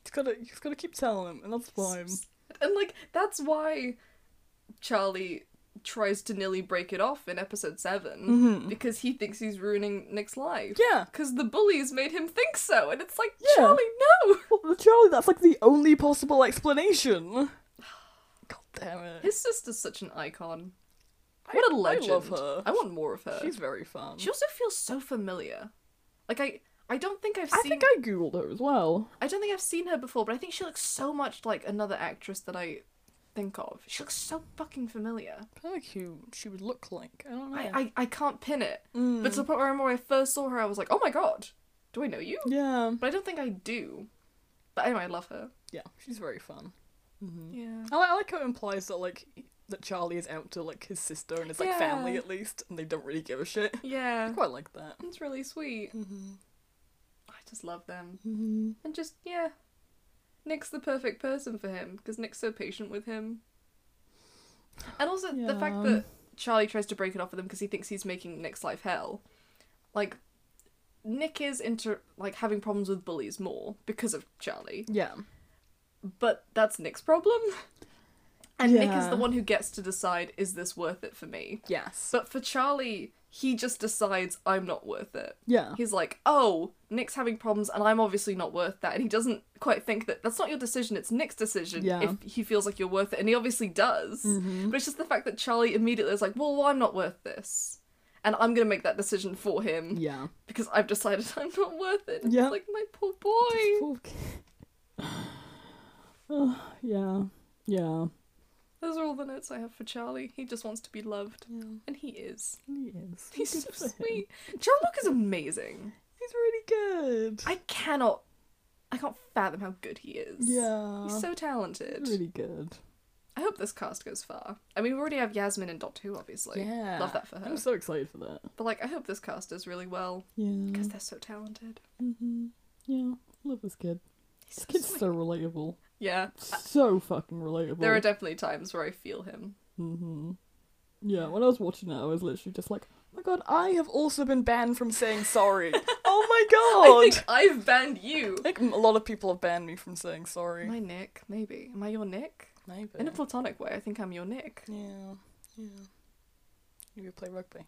Speaker 2: He's gotta, he's gotta keep telling him, and that's fine.
Speaker 1: And like that's why Charlie tries to nearly break it off in episode 7 because he thinks he's ruining Nick's life.
Speaker 2: Mm-hmm. Yeah.
Speaker 1: Because the bullies made him think so, and it's like,
Speaker 2: Yeah.
Speaker 1: Charlie, no! [LAUGHS]
Speaker 2: Well, Charlie, that's like the only possible explanation. [SIGHS] God damn it.
Speaker 1: His sister's such an icon.
Speaker 2: I-
Speaker 1: What a
Speaker 2: I
Speaker 1: legend.
Speaker 2: love her.
Speaker 1: I want more of her.
Speaker 2: She's very fun.
Speaker 1: She also feels so familiar. Like I I don't think I've
Speaker 2: I
Speaker 1: seen
Speaker 2: think I googled her as well.
Speaker 1: I don't think I've seen her before, but I think she looks so much like another actress that I think of. She looks so fucking familiar.
Speaker 2: I feel like who she would look like. I don't know.
Speaker 1: I, Mm. I I can't pin it.
Speaker 2: Hmm.
Speaker 1: But to the point where I remember when I first saw her, I was like, oh my god, do I know you?
Speaker 2: yeah.
Speaker 1: But I don't think I do. But anyway, I love her.
Speaker 2: Yeah, she's very fun.
Speaker 1: Yeah.
Speaker 2: Hmm. I like, I like how it implies that like that Charlie is out to like his sister and his like family
Speaker 1: Yeah.
Speaker 2: at least, and they don't really give a shit. I
Speaker 1: Yeah.
Speaker 2: quite like that.
Speaker 1: It's really sweet. I just love them.
Speaker 2: Mm-hmm.
Speaker 1: And just, yeah. Nick's the perfect person for him because Nick's so patient with him. And also the fact
Speaker 2: Yeah.
Speaker 1: that Charlie tries to break it off with him because he thinks he's making Nick's life hell. Like, Nick is into like having problems with bullies more because of Charlie,
Speaker 2: Yeah.
Speaker 1: but that's Nick's problem. And Nick is
Speaker 2: Yeah.
Speaker 1: the one who gets to decide is this worth it for me.
Speaker 2: Yes.
Speaker 1: But for Charlie, he just decides I'm not worth it.
Speaker 2: yeah.
Speaker 1: He's like, oh, Nick's having problems and I'm obviously not worth that. And he doesn't quite think that that's not your decision, it's Nick's decision
Speaker 2: Yeah. Mm-hmm.
Speaker 1: if he feels like you're worth it. And he obviously does. But it's just the fact that Charlie immediately is like, well, well, I'm not worth this. And I'm going to make that decision for him
Speaker 2: Yeah.
Speaker 1: because I've decided [LAUGHS] I'm not worth it. It's
Speaker 2: Yeah.
Speaker 1: Like, my poor boy.
Speaker 2: Oh, [SIGHS] yeah. Yeah.
Speaker 1: Those are all the notes I have for Charlie. He just wants to be loved.
Speaker 2: Yeah.
Speaker 1: And he is.
Speaker 2: He is.
Speaker 1: He's so
Speaker 2: Good for him.
Speaker 1: sweet. John Locke is amazing.
Speaker 2: He's really good.
Speaker 1: I cannot, I can't fathom how good he is.
Speaker 2: yeah.
Speaker 1: He's so talented.
Speaker 2: really good.
Speaker 1: I hope this cast goes far. I mean, we already have Yasmin and Doctor Who, obviously.
Speaker 2: yeah.
Speaker 1: Love that for her.
Speaker 2: I'm so excited for that.
Speaker 1: But, like, I hope this cast does really well
Speaker 2: Yeah.
Speaker 1: because they're so talented.
Speaker 2: Mm-hmm. Yeah. Love this kid.
Speaker 1: He's
Speaker 2: This
Speaker 1: so
Speaker 2: kid's
Speaker 1: sweet.
Speaker 2: so relatable.
Speaker 1: Yeah.
Speaker 2: So fucking relatable.
Speaker 1: There are definitely times where I feel him.
Speaker 2: hmm Yeah, when I was watching it, I was literally just like, oh my god, I have also been banned from saying sorry. [LAUGHS] oh
Speaker 1: I
Speaker 2: my [LAUGHS]
Speaker 1: think
Speaker 2: god!
Speaker 1: I've banned you.
Speaker 2: I think a lot of people have banned me from saying sorry.
Speaker 1: My Nick, maybe. Am I your Nick?
Speaker 2: Maybe.
Speaker 1: In a platonic way, I think I'm your Nick.
Speaker 2: yeah, yeah. You could play rugby.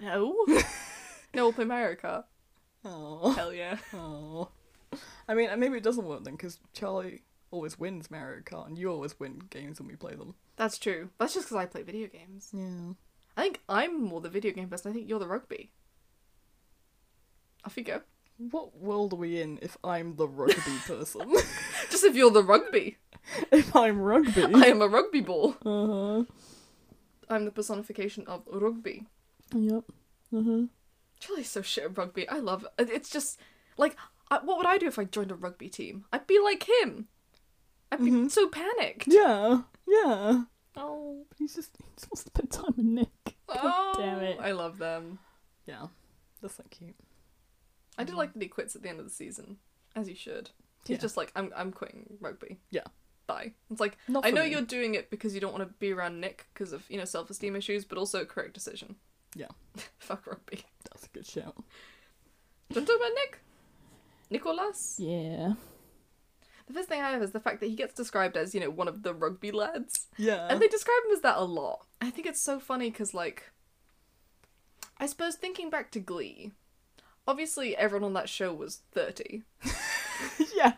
Speaker 1: No. [LAUGHS]
Speaker 2: [LAUGHS]
Speaker 1: no, we'll play Mario Kart.
Speaker 2: Oh,
Speaker 1: Hell yeah.
Speaker 2: oh. I mean, uh, maybe it doesn't work then, because Charlie always wins Mario Kart, and you always win games when we play them.
Speaker 1: That's true. That's just because I play video games.
Speaker 2: Yeah.
Speaker 1: I think I'm more the video game person. I think you're the rugby. Off you go. [LAUGHS]
Speaker 2: What world are we in if I'm the [LAUGHS] rugby person?
Speaker 1: Just if you're the rugby.
Speaker 2: if I'm rugby.
Speaker 1: [LAUGHS]
Speaker 2: [LAUGHS]
Speaker 1: I am a rugby ball.
Speaker 2: Uh huh.
Speaker 1: I'm the personification of rugby.
Speaker 2: Yep. Uh huh.
Speaker 1: Charlie's so shit at rugby. I love it. It's just like, I, what would I do if I joined a rugby team? I'd be like him. I'd be
Speaker 2: Mhm.
Speaker 1: so panicked.
Speaker 2: Yeah. Yeah.
Speaker 1: Oh,
Speaker 2: But he's just he just wants to spend time with Nick.
Speaker 1: oh,
Speaker 2: damn it.
Speaker 1: I love them.
Speaker 2: Yeah. That's so cute.
Speaker 1: I do like that he quits at the end of the season, as he should. He's
Speaker 2: Mm. Yeah.
Speaker 1: just like, I'm, I'm quitting rugby.
Speaker 2: Yeah.
Speaker 1: Bye. It's like,
Speaker 2: Not
Speaker 1: I
Speaker 2: for
Speaker 1: know
Speaker 2: me.
Speaker 1: you're doing it because you don't want to be around Nick because of, you know, self esteem issues, but also correct decision.
Speaker 2: Yeah.
Speaker 1: [LAUGHS] Fuck rugby.
Speaker 2: That's a good shout.
Speaker 1: Don't talk about Nick. Nicholas.
Speaker 2: Yeah.
Speaker 1: The first thing I have is the fact that he gets described as, you know, one of the rugby lads.
Speaker 2: Yeah.
Speaker 1: And they describe him as that a lot. I think it's so funny because, like, I suppose thinking back to Glee, obviously everyone on that show was 30.
Speaker 2: [LAUGHS] yeah.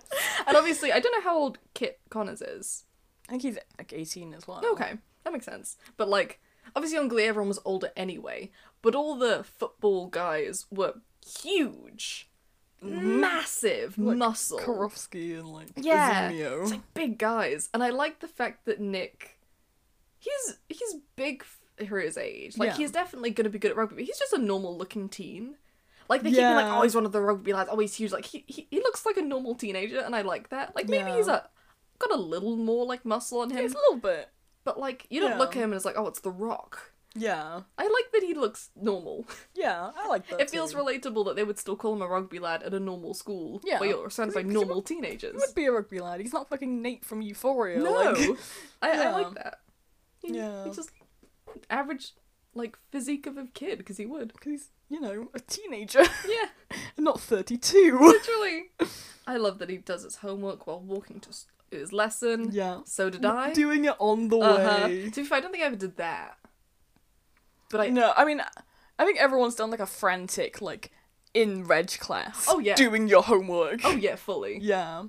Speaker 1: And obviously, I don't know how old Kit Connors is.
Speaker 2: I think he's like eighteen as well.
Speaker 1: Okay, that makes sense. But, like, obviously on Glee, everyone was older anyway. But all the football guys were huge, massive
Speaker 2: Like,
Speaker 1: muscle.
Speaker 2: Karofsky and like
Speaker 1: Yeah.
Speaker 2: Zimio.
Speaker 1: It's like big guys, and I like the fact that Nick, he's he's big f- for his age. Like
Speaker 2: Yeah.
Speaker 1: he's definitely going to be good at rugby. But he's just a normal looking teen. Like they keep being like,
Speaker 2: Yeah.
Speaker 1: oh, he's one of the rugby lads. Oh, he's huge. Like he he, he looks like a normal teenager, and I like that. Like maybe
Speaker 2: Yeah.
Speaker 1: he's a got a little more like muscle on him,
Speaker 2: It's a little bit.
Speaker 1: but like you don't
Speaker 2: Yeah.
Speaker 1: look at him and it's like, oh, it's the Rock.
Speaker 2: Yeah.
Speaker 1: I like that he looks normal.
Speaker 2: Yeah. I like that.
Speaker 1: it feels
Speaker 2: too.
Speaker 1: relatable that they would still call him a rugby lad at a normal school
Speaker 2: Yeah.
Speaker 1: where you're surrounded by
Speaker 2: 'Cause he
Speaker 1: normal
Speaker 2: He
Speaker 1: teenagers.
Speaker 2: would be a rugby lad. He's not fucking Nate from Euphoria.
Speaker 1: No,
Speaker 2: [LAUGHS] Like,
Speaker 1: I, I
Speaker 2: Yeah.
Speaker 1: like that. He-
Speaker 2: Yeah.
Speaker 1: he just average like physique of a kid because he would.
Speaker 2: 'cause he's, you know, a teenager. [LAUGHS]
Speaker 1: Yeah,
Speaker 2: and not [LAUGHS] 32.
Speaker 1: literally. [LAUGHS] I love that he does his homework while walking to s- his lesson.
Speaker 2: yeah.
Speaker 1: So did I.
Speaker 2: Doing it on the
Speaker 1: uh-huh.
Speaker 2: way.
Speaker 1: To be fair, I don't think I ever did that. But I
Speaker 2: No, I mean, I think everyone's done like a frantic, like in reg class.
Speaker 1: Oh, yeah.
Speaker 2: doing your homework.
Speaker 1: oh yeah, fully.
Speaker 2: [LAUGHS] yeah.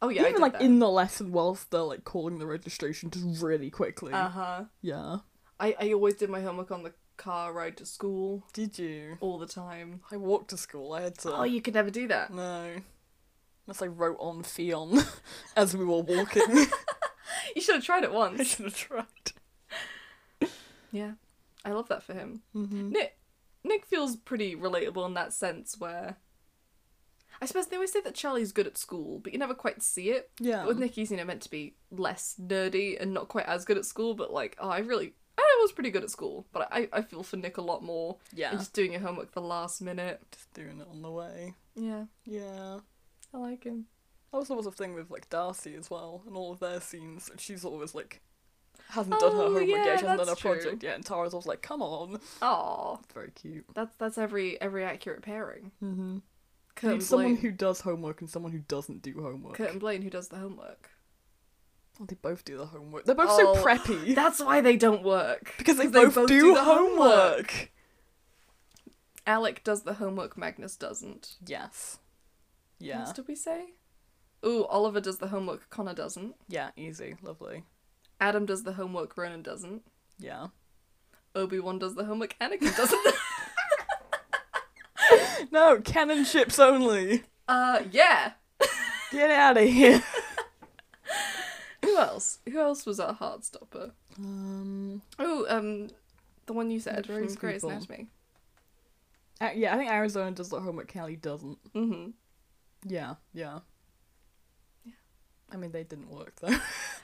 Speaker 1: Oh yeah, I
Speaker 2: Even
Speaker 1: did
Speaker 2: like
Speaker 1: that.
Speaker 2: in the lesson, whilst they're like calling the registration just really quickly.
Speaker 1: Uh huh.
Speaker 2: yeah.
Speaker 1: I I always did my homework on the car ride to school
Speaker 2: Did you?
Speaker 1: all the time.
Speaker 2: I walked to school. I had to.
Speaker 1: Oh, you could never do that.
Speaker 2: No. Unless I wrote on Fion [LAUGHS] as we were
Speaker 1: [LAUGHS]
Speaker 2: walking. [LAUGHS]
Speaker 1: You should have tried it
Speaker 2: I
Speaker 1: once.
Speaker 2: should have tried.
Speaker 1: Yeah, I love that for him.
Speaker 2: Mm-hmm.
Speaker 1: Nick Nick feels pretty relatable in that sense where I suppose they always say that Charlie's good at school, but you never quite see it.
Speaker 2: Yeah.
Speaker 1: With Nikki's, you know, meant to be less nerdy and not quite as good at school, but like, oh, I really, I was pretty good at school, but I, I feel for Nick a lot more.
Speaker 2: Yeah.
Speaker 1: And just doing your homework the last minute.
Speaker 2: Just doing it on the way.
Speaker 1: Yeah,
Speaker 2: Yeah.
Speaker 1: I like him.
Speaker 2: That was always a thing with like Darcy as well, and all of their scenes. She's always like, hasn't done her
Speaker 1: Oh,
Speaker 2: homework
Speaker 1: yeah,
Speaker 2: yet. She hasn't done her
Speaker 1: that's true.
Speaker 2: project yet, and Tara's always like, "Come on." It's
Speaker 1: Aw,
Speaker 2: very cute.
Speaker 1: that's that's every every accurate pairing.
Speaker 2: Mm-hmm.
Speaker 1: Kurt and
Speaker 2: someone
Speaker 1: Blaine.
Speaker 2: who does homework and someone who doesn't do homework.
Speaker 1: Kurt and Blaine who does the homework.
Speaker 2: Oh, they both do the homework. They're both so
Speaker 1: Oh,
Speaker 2: preppy
Speaker 1: That's why they don't work.
Speaker 2: [LAUGHS] because they,
Speaker 1: they
Speaker 2: both,
Speaker 1: both
Speaker 2: do,
Speaker 1: do the
Speaker 2: homework.
Speaker 1: homework. Alec does the homework. Magnus doesn't.
Speaker 2: Yes.
Speaker 1: What
Speaker 2: Yeah.
Speaker 1: else did we say? Ooh, Oliver does the homework. Connor doesn't.
Speaker 2: Yeah. Easy. Lovely.
Speaker 1: Adam does the homework. Ronan doesn't.
Speaker 2: Yeah.
Speaker 1: Obi Wan does the homework. Anakin doesn't.
Speaker 2: [LAUGHS]
Speaker 1: [LAUGHS]
Speaker 2: No, cannon ships only.
Speaker 1: uh, yeah.
Speaker 2: Get out of here.
Speaker 1: Who else? Who else was our heartstopper?
Speaker 2: [LAUGHS] Um.
Speaker 1: Oh, um, the one you said from
Speaker 2: Grey's
Speaker 1: Grey's
Speaker 2: people.
Speaker 1: Anatomy.
Speaker 2: a- uh, yeah, I think Arizona does the homework. Cali doesn't.
Speaker 1: Mm-hmm.
Speaker 2: Yeah. Yeah.
Speaker 1: Yeah.
Speaker 2: I mean, they didn't work though.
Speaker 1: [LAUGHS]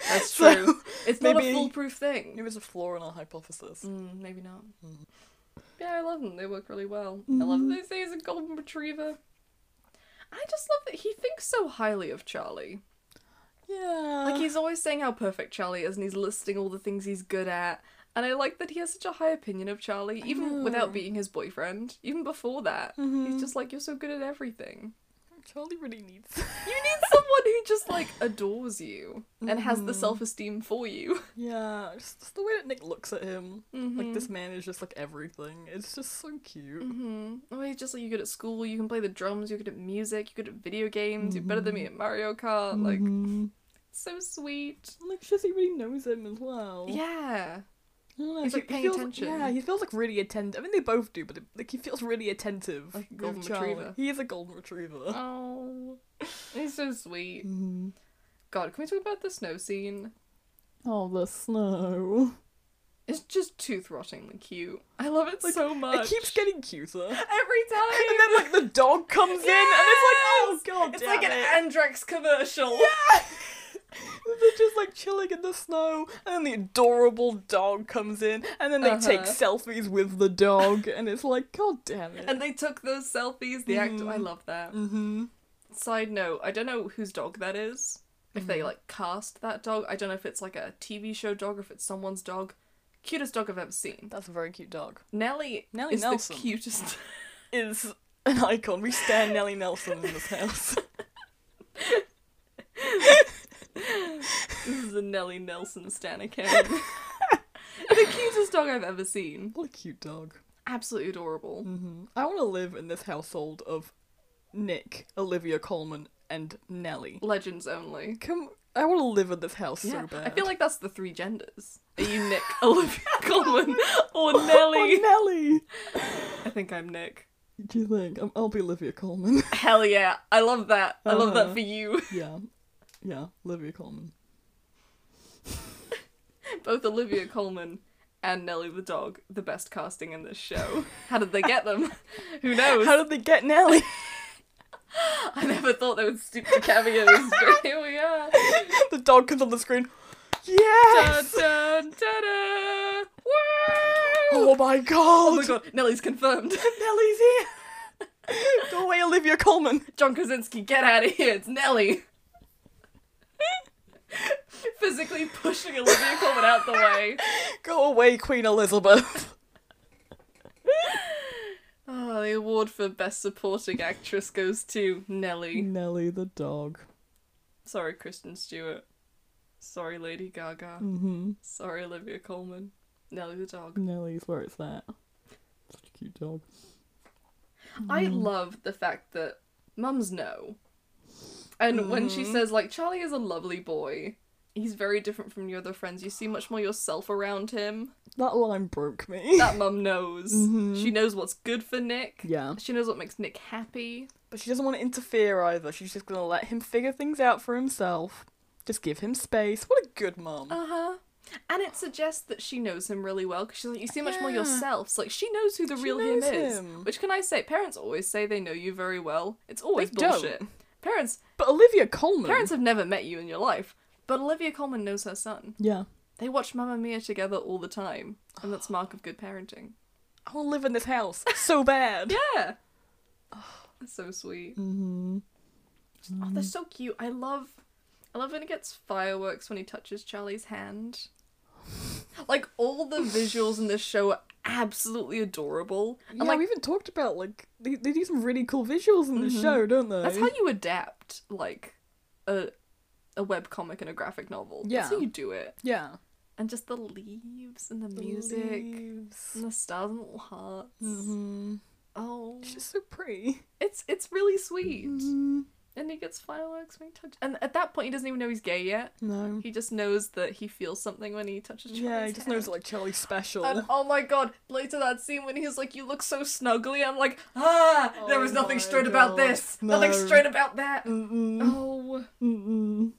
Speaker 1: That's
Speaker 2: So,
Speaker 1: true. it's not
Speaker 2: maybe-
Speaker 1: a foolproof
Speaker 2: [LAUGHS] it
Speaker 1: thing.
Speaker 2: was a flaw in our hypothesis.
Speaker 1: Mm, Mm-hmm. maybe not.
Speaker 2: Mhm.
Speaker 1: Yeah, I love them. They work really well. I love that they say he's a golden retriever. I just love that he thinks so highly of Charlie.
Speaker 2: Yeah.
Speaker 1: Like he's always saying how perfect Charlie is, and he's listing all the things he's good at. And I like that he has such a high opinion of Charlie, even
Speaker 2: know.
Speaker 1: without being his boyfriend. Even before that,
Speaker 2: Mhm.
Speaker 1: he's just like, "You're so good at everything."
Speaker 2: Charlie really needs.
Speaker 1: You need [LAUGHS] someone who just like adores you and has the
Speaker 2: Mhm.
Speaker 1: self-esteem for you.
Speaker 2: [LAUGHS]
Speaker 1: [LAUGHS]
Speaker 2: yeah. Mm-hmm. Just, just the way that Nick looks at him. Like
Speaker 1: Mhm.
Speaker 2: this man is just like everything. It's just so cute.
Speaker 1: Mm-hmm. Oh, he's just like you're good at school. You can play the drums. You're good at music. You're good at video games. You're better than me at Mario Kart. Like
Speaker 2: Mhm.
Speaker 1: so sweet.
Speaker 2: like Shizzy really knows him as well.
Speaker 1: Yeah.
Speaker 2: I don't know,
Speaker 1: He's,
Speaker 2: he-
Speaker 1: like,
Speaker 2: he
Speaker 1: paying
Speaker 2: feels-
Speaker 1: attention.
Speaker 2: Yeah, he feels like really attentive. I mean, they both do, but like he feels really attentive.
Speaker 1: Like a
Speaker 2: with
Speaker 1: golden
Speaker 2: Charlie.
Speaker 1: retriever.
Speaker 2: He is a golden retriever.
Speaker 1: Oh, he's so sweet.
Speaker 2: Mhm.
Speaker 1: God, can we talk about the snow scene?
Speaker 2: Oh, the snow.
Speaker 1: It's just tooth rottingly cute. I love it so much.
Speaker 2: It keeps getting cuter. [LAUGHS] and
Speaker 1: every time.
Speaker 2: then like the dog comes in, and it's like, oh god,
Speaker 1: it's
Speaker 2: damn
Speaker 1: like an
Speaker 2: it.
Speaker 1: Andrex commercial.
Speaker 2: [LAUGHS] They're just like chilling in the snow, and then the adorable dog comes in, and then they take
Speaker 1: Uh-huh.
Speaker 2: selfies with the dog, and it's like, god damn it.
Speaker 1: And they took those selfies. The act. I
Speaker 2: Mhm.
Speaker 1: love that.
Speaker 2: mm-hmm.
Speaker 1: Side note, I don't know whose dog that is. If
Speaker 2: Mm.
Speaker 1: they like cast that dog, I don't know if it's like a TV show dog or if it's someone's dog. Cutest dog I've ever seen.
Speaker 2: That's a very cute dog.
Speaker 1: Nelly,
Speaker 2: Nellie
Speaker 1: is
Speaker 2: Nelson.
Speaker 1: the cutest. [LAUGHS]
Speaker 2: Is an icon. We stand Nellie Nelson in this house. [LAUGHS]
Speaker 1: this is a Nelly Nelson stan
Speaker 2: [LAUGHS]
Speaker 1: account. the cutest dog I've ever seen.
Speaker 2: What a cute dog.
Speaker 1: Absolutely adorable.
Speaker 2: Mm-hmm. I want to live in this household of Nick, Olivia Coleman, and Nellie.
Speaker 1: Legends only.
Speaker 2: Come, I want to live in this house so bad.
Speaker 1: I
Speaker 2: [LAUGHS]
Speaker 1: feel like that's the three genders. Are you Nick, [LAUGHS] Olivia Coleman, or [LAUGHS]
Speaker 2: Nellie.
Speaker 1: Nelly?
Speaker 2: Oh, Nellie.
Speaker 1: I think I'm Nick.
Speaker 2: Do you think i I'll be Olivia [LAUGHS] Coleman?
Speaker 1: Hell yeah. I love that. I love
Speaker 2: Uh-huh.
Speaker 1: that for you. [LAUGHS]
Speaker 2: yeah, yeah, Olivia Coleman.
Speaker 1: both Olivia Coleman and Nelly the dog the best casting in this show. How did they get them? [LAUGHS] Who knows?
Speaker 2: How did they get Nellie?
Speaker 1: I never thought they would stoop to cameos, [LAUGHS] but here we are.
Speaker 2: [LAUGHS] the dog comes on the screen. Yes.
Speaker 1: Dun, dun, dun, dun. Woo!
Speaker 2: Oh my god.
Speaker 1: Oh my god, Nelly's confirmed. [LAUGHS]
Speaker 2: Nellie's [LAUGHS] here. Go away, Olivia Coleman.
Speaker 1: John Krasinski, get out of here, it's Nelly. [LAUGHS] Physically pushing Olivia Coleman out the way.
Speaker 2: Go away,
Speaker 1: [LAUGHS]
Speaker 2: Queen Elizabeth.
Speaker 1: Oh, the award for Best Supporting Actress goes to Nelly.
Speaker 2: Nellie the dog.
Speaker 1: Sorry, Kristen Stewart. Sorry, Lady Gaga.
Speaker 2: Mm-hmm.
Speaker 1: Sorry, Olivia Coleman. Nelly the dog.
Speaker 2: Nellie's where it's at. Such a cute dog.
Speaker 1: I love the fact that mums know. And when she says, like, Charlie is a lovely boy, he's very different from your other friends. You see much more yourself around him.
Speaker 2: That line broke me.
Speaker 1: That mum knows. She knows what's good for Nick.
Speaker 2: Mm-hmm. yeah.
Speaker 1: She knows what makes Nick happy.
Speaker 2: But she doesn't want to interfere either. She's just going to let him figure things out for himself. Just give him space. What a good mum.
Speaker 1: Uh huh. And it suggests that she knows him really well because she's like, you see much more
Speaker 2: Yeah.
Speaker 1: yourself. So, like, she knows who the real him
Speaker 2: knows
Speaker 1: is.
Speaker 2: him.
Speaker 1: Which can I say? Parents always say they know you very well. It's always
Speaker 2: They don't.
Speaker 1: bullshit. Parents,
Speaker 2: But Olivia Colman.
Speaker 1: parents have never met you in your life. But Olivia Colman knows her son.
Speaker 2: Yeah.
Speaker 1: They watch Mamma Mia together all the time, and
Speaker 2: [GASPS]
Speaker 1: that's mark of good parenting.
Speaker 2: I want to live in this house so bad.
Speaker 1: Yeah. That's so sweet.
Speaker 2: Mm-hmm.
Speaker 1: Oh, they're so cute. I love I love when he gets fireworks when he touches Charlie's
Speaker 2: [SIGHS]
Speaker 1: hand. Like all the visuals in this show are absolutely adorable. And
Speaker 2: Yeah,
Speaker 1: like
Speaker 2: we even talked about like they, they do some really cool visuals in the show, don't they?
Speaker 1: Mm-hmm. that's how you adapt like a a web comic and a graphic novel. That's how
Speaker 2: Yeah.
Speaker 1: you do it.
Speaker 2: yeah.
Speaker 1: And just the leaves and the, music and the stars and little hearts.
Speaker 2: Mm-hmm.
Speaker 1: Oh,
Speaker 2: She's just so pretty.
Speaker 1: it's it's really sweet. And he gets fireworks when he touches. And at that point, he doesn't even know he's gay yet.
Speaker 2: No.
Speaker 1: He just knows that he feels something when he touches Charlie's
Speaker 2: Mm. Yeah, he just knows
Speaker 1: hand.
Speaker 2: like Charlie's special.
Speaker 1: And oh my god, later that scene when he's like, "You look so snuggly," I'm like, "Ah, there was
Speaker 2: Oh
Speaker 1: nothing
Speaker 2: my
Speaker 1: straight about
Speaker 2: God,
Speaker 1: this. Nothing
Speaker 2: no. Mm.
Speaker 1: straight about that."
Speaker 2: Mm-mm.
Speaker 1: Oh,
Speaker 2: Mm-mm.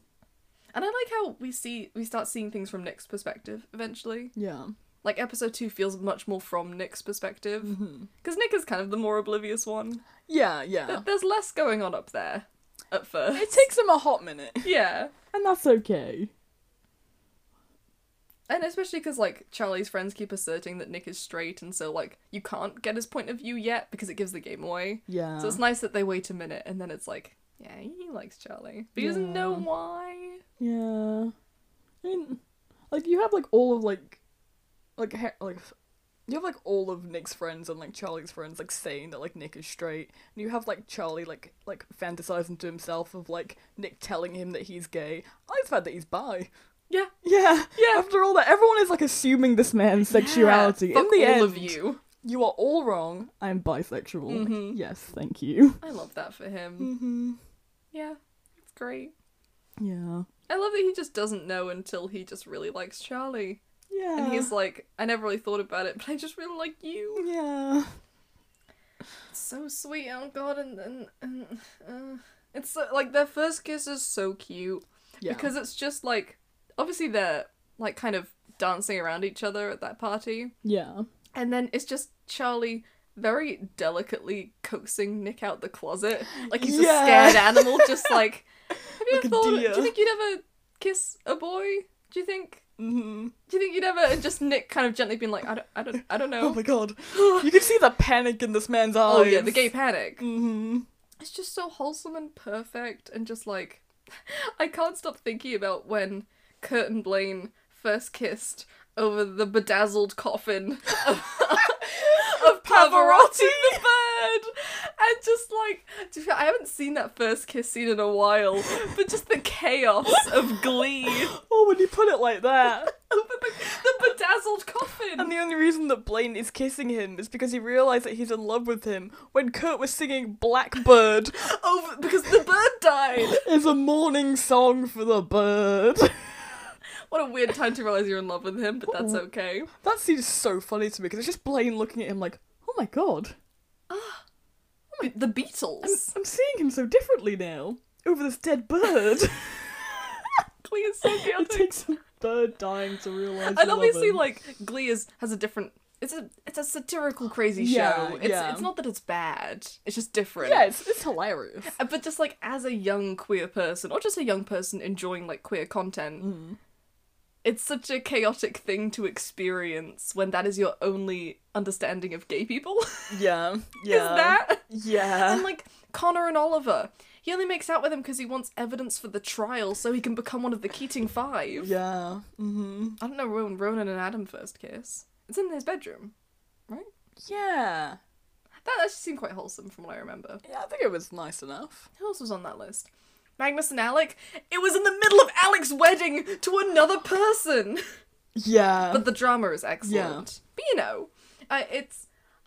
Speaker 1: and I like how we see we start seeing things from Nick's perspective eventually.
Speaker 2: Yeah.
Speaker 1: Like episode two feels much more from Nick's perspective
Speaker 2: Mhm.
Speaker 1: because Nick is kind of the more oblivious one.
Speaker 2: Yeah, yeah.
Speaker 1: But there's less going on up there at first.
Speaker 2: Ah. it takes him a hot minute.
Speaker 1: [LAUGHS] yeah.
Speaker 2: And that's okay.
Speaker 1: And especially because, like, Charlie's friends keep asserting that Nick is straight, and so, like, you can't get his point of view yet because it gives the game away.
Speaker 2: Yeah.
Speaker 1: So it's nice that they wait a minute, and then it's like, yeah, he likes Charlie. But he doesn't know
Speaker 2: Yeah.
Speaker 1: why.
Speaker 2: Yeah, I mean, like you have like all of like, like he- like you have like all of Nick's friends and like Charlie's friends like saying that like Nick is straight, and you have like Charlie like like fantasizing to himself of like Nick telling him that he's gay. I just found that he's bi.
Speaker 1: Yeah.
Speaker 2: Yeah,
Speaker 1: Yeah.
Speaker 2: After all that, everyone is like assuming this man's sexuality.
Speaker 1: Yeah,
Speaker 2: In
Speaker 1: fuck
Speaker 2: the
Speaker 1: all
Speaker 2: end,
Speaker 1: of you.
Speaker 2: you are all wrong. I'm bisexual.
Speaker 1: Mhm.
Speaker 2: Yes, thank you.
Speaker 1: I love that for him.
Speaker 2: Mm-hmm.
Speaker 1: Yeah, it's great.
Speaker 2: Yeah.
Speaker 1: I love that he just doesn't know until he just really likes Charlie.
Speaker 2: Yeah.
Speaker 1: And he's like, I never really thought about it, but I just really like you.
Speaker 2: yeah.
Speaker 1: so sweet oh god and and, and uh, it's so, like their first kiss is so cute
Speaker 2: Yeah.
Speaker 1: because it's just like obviously they're like kind of dancing around each other at that party
Speaker 2: yeah.
Speaker 1: and then it's just charlie very delicately coaxing nick out the closet like he's
Speaker 2: Yeah.
Speaker 1: a scared
Speaker 2: [LAUGHS]
Speaker 1: animal just like have you
Speaker 2: Like
Speaker 1: ever
Speaker 2: a
Speaker 1: thought do
Speaker 2: deer.
Speaker 1: you think you'd ever kiss a boy do you think
Speaker 2: Mm-hmm.
Speaker 1: do you think you'd ever and just nick kind of gently being like i don't i don't i don't
Speaker 2: Oh
Speaker 1: know
Speaker 2: my god. You can see the panic in this man's eyes.
Speaker 1: [GASPS] oh yeah the gay panic
Speaker 2: hmm
Speaker 1: it's just so wholesome and perfect and just like [LAUGHS] I can't stop thinking about when Kurt and Blaine first kissed over the bedazzled coffin [LAUGHS] of, of Pavarotti the bird and just like to be fair, I haven't seen that first kiss scene in a while but just the [LAUGHS] chaos of [LAUGHS] glee
Speaker 2: Oh, when you put it
Speaker 1: [LAUGHS]
Speaker 2: like that.
Speaker 1: over the, the bedazzled coffin
Speaker 2: and the only reason that Blaine is kissing him is because he realised that he's in love with him when Kurt was singing
Speaker 1: [LAUGHS]
Speaker 2: Blackbird
Speaker 1: over because the bird died
Speaker 2: is a morning song for the bird. [LAUGHS]
Speaker 1: what a weird time to realize you're in love with him but that's okay
Speaker 2: that seems so funny to me because it's just Blaine looking at him like, oh my god,
Speaker 1: the Beatles
Speaker 2: I'm seeing him so differently now over this
Speaker 1: [LAUGHS]
Speaker 2: dead bird. [LAUGHS]
Speaker 1: Glee is [LAUGHS] so
Speaker 2: it
Speaker 1: chaotic.
Speaker 2: takes a bird dying to realise.
Speaker 1: and
Speaker 2: you love
Speaker 1: obviously,
Speaker 2: him.
Speaker 1: like Glee is has a different. It's a it's a satirical crazy
Speaker 2: Yeah,
Speaker 1: show. It's
Speaker 2: yeah.
Speaker 1: it's not that it's bad. It's just different.
Speaker 2: yeah, it's, it's hilarious.
Speaker 1: Uh, But just like as a young queer person, or just a young person enjoying like queer content,
Speaker 2: Mm.
Speaker 1: it's such a chaotic thing to experience when that is your only understanding of gay people. [LAUGHS]
Speaker 2: Yeah, yeah, Uh.
Speaker 1: is that?
Speaker 2: yeah.
Speaker 1: And like Connor and Oliver, he only makes out with him because he wants evidence for the trial so he can become one of the Keating Five.
Speaker 2: Yeah. Mm-hmm.
Speaker 1: I don't know when Ronan and Adam first kiss. It's in his bedroom, right?
Speaker 2: Yeah.
Speaker 1: That actually seemed quite wholesome from what I remember.
Speaker 2: Yeah, I think it was nice enough.
Speaker 1: Who else was on that list? Magnus and Alec? It was in the middle of Alec's wedding to another person!
Speaker 2: Yeah.
Speaker 1: But the drama is excellent. But you know, I, it's.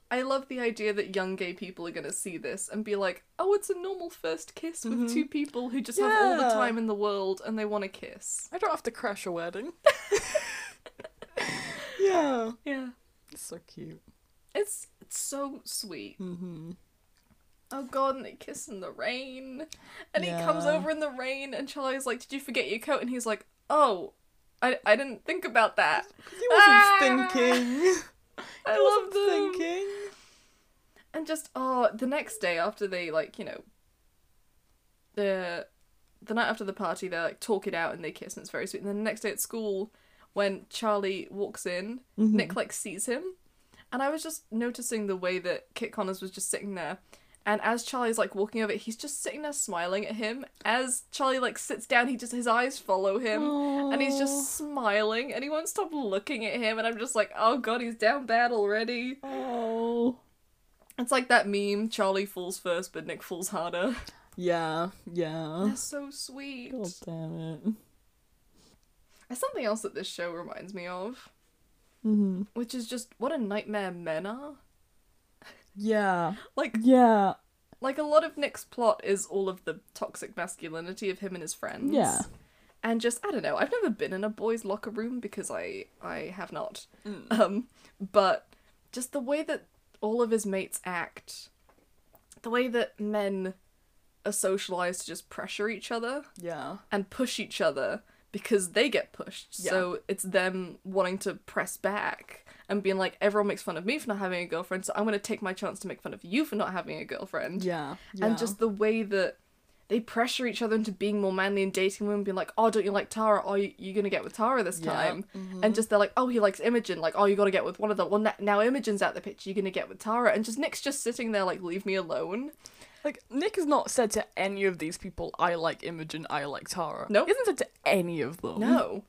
Speaker 1: I love the idea that young gay people are gonna see this and be like, oh, it's a normal first kiss with two people who just have all the
Speaker 2: Yeah.
Speaker 1: time in the world and they wanna kiss.
Speaker 2: I don't have to crash a wedding. [LAUGHS] yeah.
Speaker 1: Yeah.
Speaker 2: It's so cute.
Speaker 1: It's, it's so sweet.
Speaker 2: Mm-hmm.
Speaker 1: Oh god, and they kiss in the rain. And he
Speaker 2: Yeah.
Speaker 1: comes over in the rain and Charlie's like, Did you forget your coat? And he's like, Oh, I, I didn't think about that.
Speaker 2: He wasn't
Speaker 1: Ah!
Speaker 2: thinking.
Speaker 1: I
Speaker 2: He wasn't
Speaker 1: love them.
Speaker 2: thinking.
Speaker 1: And just oh, the next day after they like you know. The, the night after the party, they like talk it out and they kiss and it's very sweet. And then the next day at school, when Charlie walks in, Nick like sees him, and I was just noticing the way that Kit Connors was just sitting there. And as Charlie's like walking over, he's just sitting there smiling at him. As Charlie like sits down, he just his eyes follow him, and he's
Speaker 2: Aw.
Speaker 1: just smiling, and he won't stop looking at him. And I'm just like, oh god, he's down bad already.
Speaker 2: Oh.
Speaker 1: It's like that meme, Charlie falls first, but Nick falls harder. [LAUGHS]
Speaker 2: Yeah, yeah.
Speaker 1: That's so sweet.
Speaker 2: God damn it.
Speaker 1: There's something else that this show reminds me of,
Speaker 2: hmm
Speaker 1: which is just what a nightmare men are.
Speaker 2: [GASPS] Yeah,
Speaker 1: Like,
Speaker 2: yeah,
Speaker 1: like a lot of Nick's plot is all of the toxic masculinity of him and his friends.
Speaker 2: yeah.
Speaker 1: And just I don't know. I've never been in a boys' locker room because I I have not.
Speaker 2: Mm.
Speaker 1: Um, but just the way that all of his mates act, the way that men are socialized to just pressure each other.
Speaker 2: Yeah.
Speaker 1: and push each other because they get pushed.
Speaker 2: Yeah.
Speaker 1: So it's them wanting to press back and being like, everyone makes fun of me for not having a girlfriend, so I'm going to take my chance to make fun of you for not having a girlfriend.
Speaker 2: Yeah.
Speaker 1: And just the way that they pressure each other into being more manly and dating women, being like, oh, don't you like Tara? Oh, you- you're going to get with Tara this
Speaker 2: Yeah. Mm-hmm.
Speaker 1: time. And just they're like, oh, he likes Imogen. Like, oh, you got to get with one of them. Well, na- now Imogen's out the picture, you're going to get with Tara. And just Nick's just sitting there like, leave me alone.
Speaker 2: like Nick has not said to any of these people, I like Imogen, I like Tara.
Speaker 1: Nope.
Speaker 2: He hasn't said to any of them.
Speaker 1: No.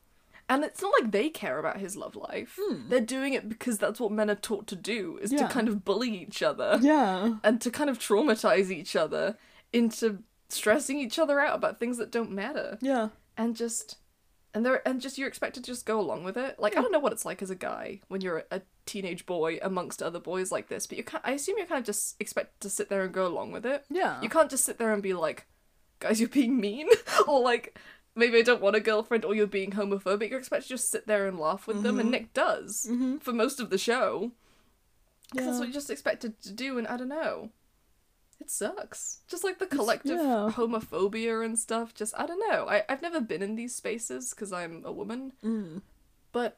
Speaker 1: And it's not like they care about his love life. They're doing it because that's what men are taught to do, is to
Speaker 2: Hmm. Yeah.
Speaker 1: kind of bully each other
Speaker 2: Yeah.
Speaker 1: and to kind of traumatize each other into stressing each other out about things that don't matter.
Speaker 2: Yeah.
Speaker 1: And just and they're and just you're expected to just go along with it. Like I don't know what it's like as a guy when you're a, a teenage boy amongst other boys like this, but you can I assume you're kind of just expected to sit there and go along with it.
Speaker 2: Yeah.
Speaker 1: You can't just sit there and be like, guys, you're being mean, [LAUGHS] or like, maybe I don't want a girlfriend, or you're being homophobic. You're expected to just sit there and laugh with them,
Speaker 2: Mm-hmm.
Speaker 1: and Nick does for most of the show. 'Cause That's
Speaker 2: Yeah.
Speaker 1: what you're just expected to do, and I don't know. It sucks. Just like the collective
Speaker 2: yeah.
Speaker 1: homophobia and stuff. Just, I don't know. I, I've never been in these spaces because I'm a woman,
Speaker 2: Mm.
Speaker 1: but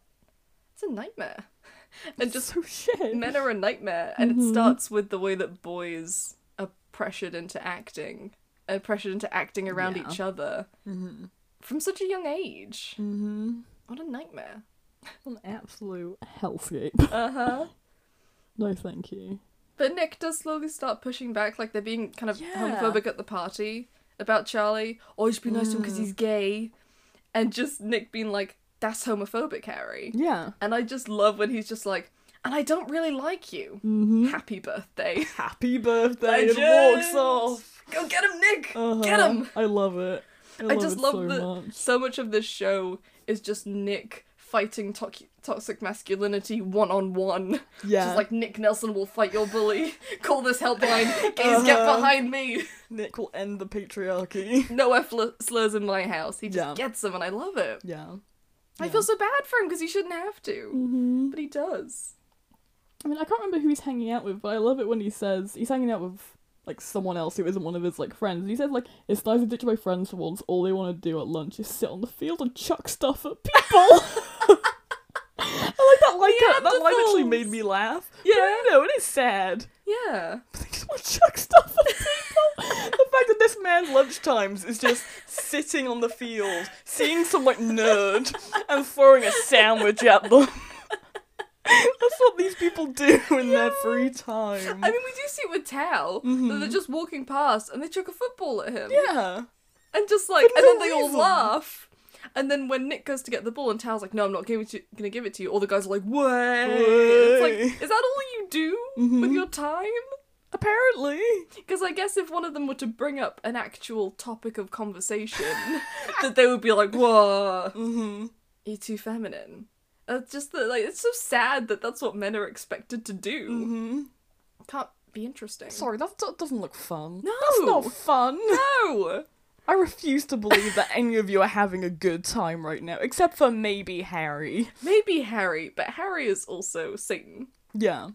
Speaker 1: it's a nightmare. [LAUGHS] And just
Speaker 2: so shit.
Speaker 1: men are a nightmare and
Speaker 2: Mm-hmm.
Speaker 1: it starts with the way that boys are pressured into acting and pressured into acting around
Speaker 2: Yeah.
Speaker 1: each other from such a young age
Speaker 2: mm-hmm.
Speaker 1: what a nightmare
Speaker 2: An absolute healthy.
Speaker 1: uh-huh
Speaker 2: [LAUGHS] no, thank you.
Speaker 1: but nick does slowly start pushing back like they're being kind of
Speaker 2: Yeah.
Speaker 1: homophobic at the party about charlie or you should be nice to him because
Speaker 2: Mm.
Speaker 1: he's gay and just nick being like that's homophobic harry
Speaker 2: Yeah.
Speaker 1: and i just love when he's just like and i don't really like you
Speaker 2: Mm-hmm.
Speaker 1: happy birthday [LAUGHS]
Speaker 2: Happy birthday!
Speaker 1: Legend!
Speaker 2: And walks off.
Speaker 1: go get him nick
Speaker 2: Uh-huh.
Speaker 1: get him
Speaker 2: I love it. I,
Speaker 1: I
Speaker 2: love
Speaker 1: just
Speaker 2: it
Speaker 1: love
Speaker 2: so
Speaker 1: that
Speaker 2: much.
Speaker 1: so much of this show is just Nick fighting toc- toxic masculinity one on one.
Speaker 2: Yeah.
Speaker 1: Just like Nick Nelson will fight your bully. [LAUGHS] Call this helpline. Gays, get
Speaker 2: Uh-huh.
Speaker 1: behind me.
Speaker 2: Nick will end the patriarchy.
Speaker 1: No F slurs in my house. He just
Speaker 2: Yeah.
Speaker 1: gets them, and I love it.
Speaker 2: yeah.
Speaker 1: I
Speaker 2: Yeah.
Speaker 1: feel so bad for him because he shouldn't have to,
Speaker 2: Mm-hmm.
Speaker 1: but he does.
Speaker 2: I mean, I can't remember who he's hanging out with, but I love it when he says he's hanging out with like someone else who isn't one of his like friends. He says like it's nice to ditch my friends for once. All they want to do at lunch is sit on the field and chuck stuff at people. [LAUGHS] I like that line. That, that line actually
Speaker 1: Neanderthals.
Speaker 2: made me laugh.
Speaker 1: Yeah.
Speaker 2: but, you know, it is sad.
Speaker 1: Yeah.
Speaker 2: But they
Speaker 1: [LAUGHS]
Speaker 2: just want to chuck stuff at people. [LAUGHS] the fact that this man's lunchtimes is just sitting on the field, seeing some like nerd, and throwing a sandwich at them. [LAUGHS] That's what these people do in their free time.
Speaker 1: I mean, we do see it with Tao that
Speaker 2: Mm-hmm.
Speaker 1: they're just walking past and they chuck a football at him.
Speaker 2: yeah.
Speaker 1: And just like,
Speaker 2: For
Speaker 1: and
Speaker 2: no
Speaker 1: then they all
Speaker 2: reason.
Speaker 1: laugh. And then when Nick goes to get the ball and Tao's like, no, I'm not giving to, gonna give it to you, all the guys are like, way. It's
Speaker 2: Way.
Speaker 1: like, is that all you do with
Speaker 2: Mhm.
Speaker 1: your time?
Speaker 2: Apparently.
Speaker 1: Because I guess if one of them were to bring up an actual topic of conversation,
Speaker 2: [LAUGHS]
Speaker 1: that they would be like, whoa,
Speaker 2: Mm-hmm.
Speaker 1: you're too feminine. That's just that, like, it's so sad that that's what men are expected to do.
Speaker 2: Mm-hmm.
Speaker 1: Can't be interesting.
Speaker 2: Sorry, that, that doesn't look fun.
Speaker 1: No.
Speaker 2: That's not fun.
Speaker 1: No!
Speaker 2: I refuse to believe that any of you are having a good time right now, except for maybe Harry.
Speaker 1: Maybe Harry, but Harry is also Satan.
Speaker 2: Yeah.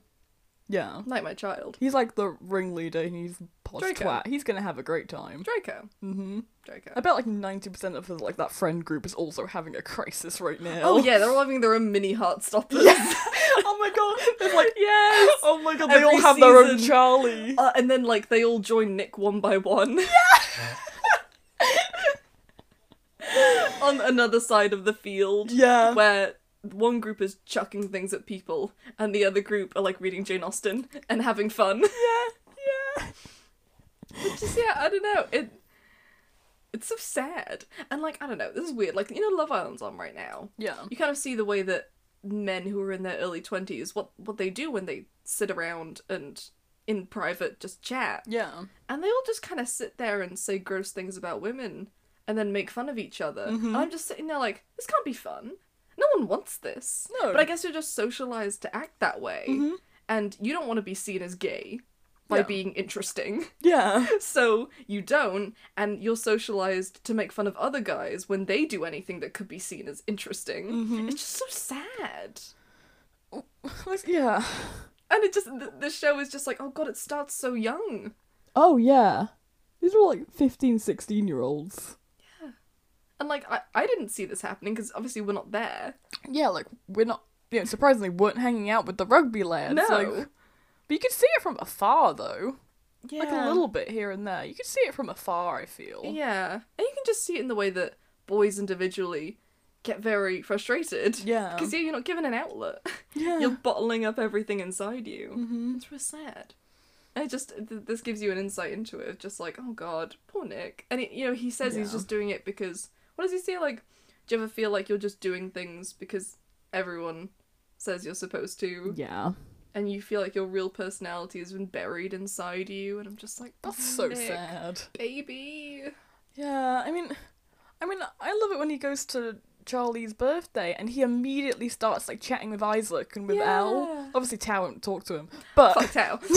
Speaker 2: Yeah.
Speaker 1: Like my child.
Speaker 2: He's like the ringleader and he's posh
Speaker 1: Draco.
Speaker 2: twat. He's gonna have a great time.
Speaker 1: Draco.
Speaker 2: hmm
Speaker 1: Draco.
Speaker 2: I bet like ninety percent of his, like that friend group is also having a crisis right now.
Speaker 1: Oh yeah, they're all having their own mini heart stoppers. [LAUGHS]
Speaker 2: [LAUGHS] oh my god! There's like
Speaker 1: yes.
Speaker 2: oh my god! They
Speaker 1: Every
Speaker 2: all have their own
Speaker 1: season.
Speaker 2: Charlie.
Speaker 1: Uh, and then like they all join Nick one by
Speaker 2: [LAUGHS]
Speaker 1: one. [LAUGHS] On another side of the field.
Speaker 2: Yeah.
Speaker 1: Where one group is chucking things at people and the other group are like reading Jane Austen and having fun.
Speaker 2: yeah, yeah.
Speaker 1: Just yeah, I don't know. It it's so sad. And like, I don't know, this is weird. Like, you know, Love Island's on right now.
Speaker 2: Yeah.
Speaker 1: you kind of see the way that men who are in their early 20s what what they do when they sit around and in private just chat
Speaker 2: Yeah.
Speaker 1: and they all just kind of sit there and say gross things about women and then make fun of each other
Speaker 2: Mm-hmm.
Speaker 1: and i'm just sitting there like this can't be fun no one wants this
Speaker 2: No.
Speaker 1: but i guess you're just socialized to act that way
Speaker 2: Mhm.
Speaker 1: and you don't want to be seen as gay by
Speaker 2: Yeah.
Speaker 1: being interesting
Speaker 2: Yeah. [LAUGHS]
Speaker 1: so you don't and you're socialized to make fun of other guys when they do anything that could be seen as interesting
Speaker 2: Mhm.
Speaker 1: it's just so sad
Speaker 2: Like, yeah.
Speaker 1: and it just th- the show is just like oh god it starts so young
Speaker 2: Oh yeah. These are all, like 15, 16 year olds.
Speaker 1: and like i, I didn't see this happening because obviously we're not there
Speaker 2: Yeah, like we're not. You know, surprisingly, weren't hanging out with the rugby lads.
Speaker 1: No.
Speaker 2: Like, but you could see it from afar though.
Speaker 1: yeah.
Speaker 2: Like a little bit here and there. You could see it from afar. I feel.
Speaker 1: yeah and you can just see it in the way that boys individually get very frustrated
Speaker 2: Yeah.
Speaker 1: because yeah, you're not given an outlet [LAUGHS]
Speaker 2: Yeah.
Speaker 1: you're bottling up everything inside you
Speaker 2: Mhm.
Speaker 1: It's real sad. And it just th- this gives you an insight into it of just like, oh god, poor Nick. And it, you know, he says he's
Speaker 2: Yeah.
Speaker 1: just doing it because what does he say? Like, do you ever feel like you're just doing things because everyone says you're supposed to,
Speaker 2: Yeah.
Speaker 1: and you feel like your real personality has been buried inside you? And I'm just like,
Speaker 2: That's
Speaker 1: "Oh,
Speaker 2: so
Speaker 1: Nick,
Speaker 2: sad.
Speaker 1: baby.
Speaker 2: Yeah, I mean, I mean, I love it when he goes to Charlie's birthday and he immediately starts like chatting with Isaac and with
Speaker 1: Yeah.
Speaker 2: Al. Obviously, Tao won't talk to him, but
Speaker 1: Fuck out.
Speaker 2: [LAUGHS]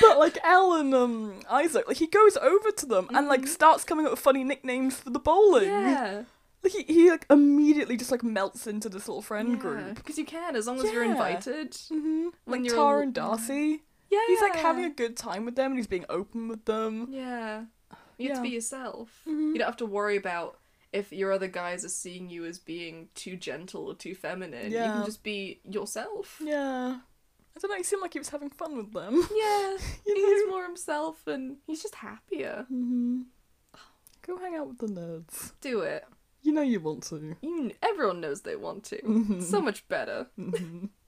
Speaker 2: but like Al and um Isaac, like he goes over to them and like starts coming up with funny nicknames for the bowling.
Speaker 1: Mm-hmm. yeah,
Speaker 2: Like he, he like immediately just like melts into this little friend group.
Speaker 1: because you can as long as you're
Speaker 2: Yeah.
Speaker 1: invited.
Speaker 2: Mm-hmm.
Speaker 1: When
Speaker 2: Like
Speaker 1: you're
Speaker 2: Tara
Speaker 1: al-
Speaker 2: and Darcy,
Speaker 1: Yeah,
Speaker 2: he's like having a good time with them and he's being open with them.
Speaker 1: Yeah. You have to
Speaker 2: Yeah.
Speaker 1: be yourself.
Speaker 2: Mhm.
Speaker 1: You don't have to worry about if your other guys are seeing you as being too gentle or too feminine. You
Speaker 2: Yeah.
Speaker 1: can just be yourself.
Speaker 2: Yeah, I don't know. He seemed like he was having fun with them. [LAUGHS]
Speaker 1: [LAUGHS] Yeah.
Speaker 2: You
Speaker 1: He's more himself and he's just happier.
Speaker 2: Mm-hmm. Go hang out with the nerds.
Speaker 1: Do it.
Speaker 2: You know you want to.
Speaker 1: You kn- everyone knows they want to.
Speaker 2: Mhm.
Speaker 1: So much better.
Speaker 2: Mhm.
Speaker 1: [LAUGHS]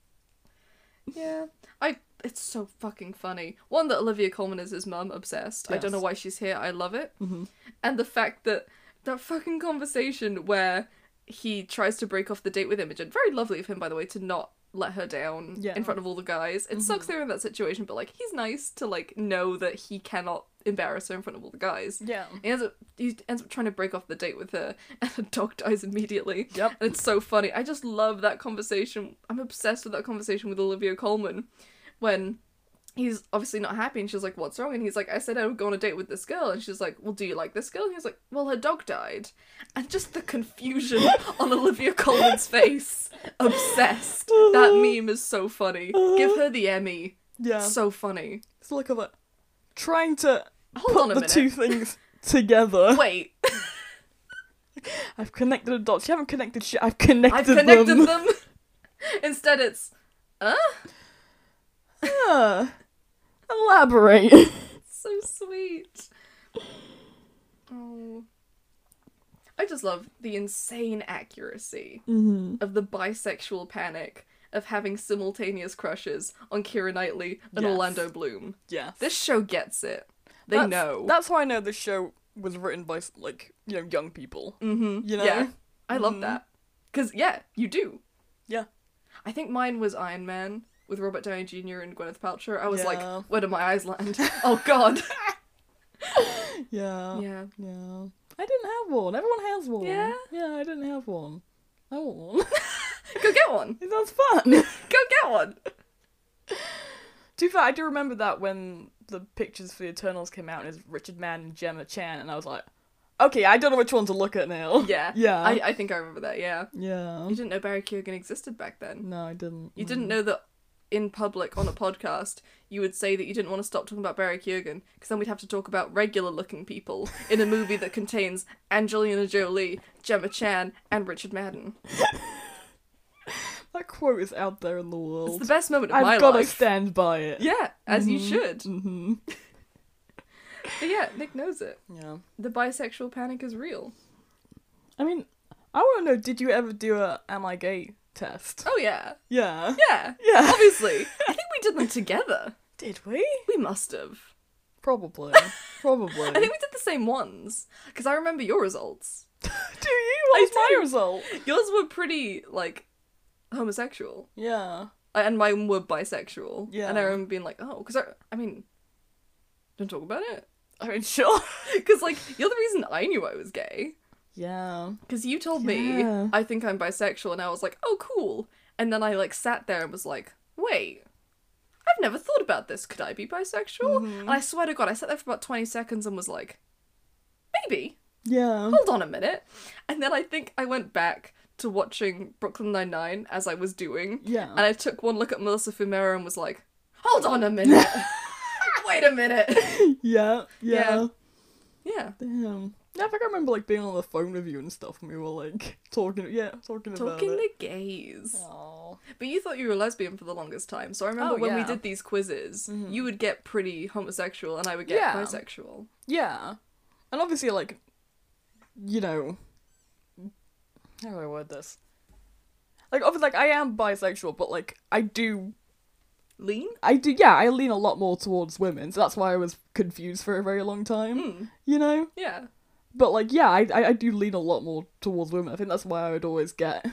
Speaker 1: Yeah. I it's so fucking funny. One that Olivia Colman is his mum, obsessed. I don't
Speaker 2: Yes.
Speaker 1: know why she's here. I love it.
Speaker 2: Mhm.
Speaker 1: and the fact that that fucking conversation where he tries to break off the date with Imogen, very lovely of him, by the way, to not let her down
Speaker 2: Yeah. Mm-hmm.
Speaker 1: in front of all the guys. It sucks they're in that situation, but like he's nice to like know that he cannot embarrass her in front of all the guys.
Speaker 2: yeah.
Speaker 1: He ends up he ends up trying to break off the date with her, [LAUGHS] and the dog dies immediately.
Speaker 2: Yep.
Speaker 1: And it's so funny. I just love that conversation. I'm obsessed with that conversation with Olivia Colman when he's obviously not happy and she's like, What's wrong? And he's like, I said I would go on a date with this girl. And she's like, Well, do you like this girl? And he's like, Well, her dog died. And just the
Speaker 2: [LAUGHS]
Speaker 1: confusion on Olivia Colman's face. Obsessed. That meme is so funny. Give her the Emmy.
Speaker 2: Yeah. So,
Speaker 1: So funny.
Speaker 2: look at that. uh, Trying to
Speaker 1: Hold
Speaker 2: put
Speaker 1: on a
Speaker 2: the
Speaker 1: minute.
Speaker 2: two things [LAUGHS] together.
Speaker 1: Wait,
Speaker 2: I've connected the dots. You haven't connected shit. I've connected,
Speaker 1: I've connected
Speaker 2: them.
Speaker 1: them. [LAUGHS] Instead, it's
Speaker 2: [LAUGHS] Yeah.
Speaker 1: [LAUGHS]
Speaker 2: Elaborate.
Speaker 1: so sweet. Oh. I just love the insane accuracy
Speaker 2: mm-hmm.
Speaker 1: of the bisexual panic of having simultaneous crushes on Kira Knightley and
Speaker 2: Yes.
Speaker 1: Orlando Bloom.
Speaker 2: Yeah.
Speaker 1: This show gets it. They
Speaker 2: That's-
Speaker 1: know.
Speaker 2: That's how I know this show was written by like you know young people.
Speaker 1: mm-hmm.
Speaker 2: you know?
Speaker 1: Yeah. I love
Speaker 2: Mhm.
Speaker 1: that. Because, yeah, you do.
Speaker 2: Yeah.
Speaker 1: I think mine was Iron Man with Robert Downey Jr. and Gwyneth Paltrow. I was
Speaker 2: Yeah.
Speaker 1: like, where do my eyes land? [LAUGHS] oh,
Speaker 2: [LAUGHS]
Speaker 1: God.
Speaker 2: Yeah.
Speaker 1: yeah.
Speaker 2: Yeah. I didn't have one. Everyone has one.
Speaker 1: Yeah?
Speaker 2: Yeah. I didn't have one. I want one. [LAUGHS]
Speaker 1: Go get one.
Speaker 2: it sounds fun. [LAUGHS]
Speaker 1: Go get one.
Speaker 2: To be fair, I do remember that when the pictures for the Eternals came out, and it's Richard Mann and Gemma Chan, and I was like, okay, I don't know which one to look at now.
Speaker 1: Yeah.
Speaker 2: [LAUGHS] Yeah.
Speaker 1: I, I think I remember that, yeah.
Speaker 2: yeah.
Speaker 1: You didn't know Barry Keoghan existed back then.
Speaker 2: No, I didn't.
Speaker 1: You didn't know that in public on a podcast, you would say that you didn't want to stop talking about Barry Keoghan because then we'd have to talk about regular looking people in a movie that contains Angelina Jolie, Gemma Chan, and Richard Madden.
Speaker 2: That quote is out there in the world.
Speaker 1: It's the best moment of my
Speaker 2: I've got to
Speaker 1: life.
Speaker 2: stand by it.
Speaker 1: Yeah, as you should.
Speaker 2: Mm-hmm.
Speaker 1: [LAUGHS] But yeah, Nick knows it.
Speaker 2: Yeah.
Speaker 1: The bisexual panic is real.
Speaker 2: I mean, I want to know did you ever do a am I gay
Speaker 1: [LAUGHS]
Speaker 2: test?
Speaker 1: Oh yeah.
Speaker 2: Yeah.
Speaker 1: Yeah. [LAUGHS]
Speaker 2: Yeah.
Speaker 1: Obviously. I think we did them together.
Speaker 2: Did we?
Speaker 1: We must have. [LAUGHS]
Speaker 2: Probably. Probably.
Speaker 1: I think we did the same ones because I remember your results.
Speaker 2: [LAUGHS] do you? What was my
Speaker 1: do.
Speaker 2: result?
Speaker 1: Yours were pretty like homosexual,
Speaker 2: Yeah.
Speaker 1: and mine were bisexual.
Speaker 2: Yeah.
Speaker 1: and I remember being like, oh, because I, I mean, don't talk about it. [LAUGHS]
Speaker 2: I mean, sure.
Speaker 1: Because like you're the reason I knew I was gay. [LAUGHS]
Speaker 2: Yeah.
Speaker 1: Because you told
Speaker 2: Yeah.
Speaker 1: me I think I'm bisexual, and I was like, oh, cool. And then I like sat there and was like, wait, I've never thought about this. Could I be bisexual?
Speaker 2: Mm-hmm.
Speaker 1: And I swear to God, I sat there for about twenty seconds and was like, maybe.
Speaker 2: Yeah.
Speaker 1: hold on a minute. And then I think I went back to watching Brooklyn Nine-Nine as I was doing.
Speaker 2: Yeah.
Speaker 1: And I took one look at Melissa Fumero and was like, hold on a
Speaker 2: [LAUGHS]
Speaker 1: minute. Wait a minute.
Speaker 2: yeah.
Speaker 1: Yeah.
Speaker 2: Yeah.
Speaker 1: Yeah.
Speaker 2: Damn. Yeah, I think I remember like being on the phone with you and stuff, and we were like talking. Yeah, talking, about
Speaker 1: Talking
Speaker 2: it.
Speaker 1: to gays.
Speaker 2: Oh.
Speaker 1: But you thought you were lesbian for the longest time. So I remember
Speaker 2: Oh,
Speaker 1: when we
Speaker 2: yeah. Mm-hmm.
Speaker 1: did these quizzes, you would get pretty homosexual and I would get
Speaker 2: Yeah.
Speaker 1: bisexual.
Speaker 2: Yeah, and obviously, like, you know, how do I word this? Like, obviously, like I am bisexual, but like I do,
Speaker 1: Lean?
Speaker 2: I do. Yeah, I lean a lot more towards women, so that's why I was confused for a very long time. You know,
Speaker 1: Yeah.
Speaker 2: but like, yeah, I, I I do lean a lot more towards women. I think that's why I would always get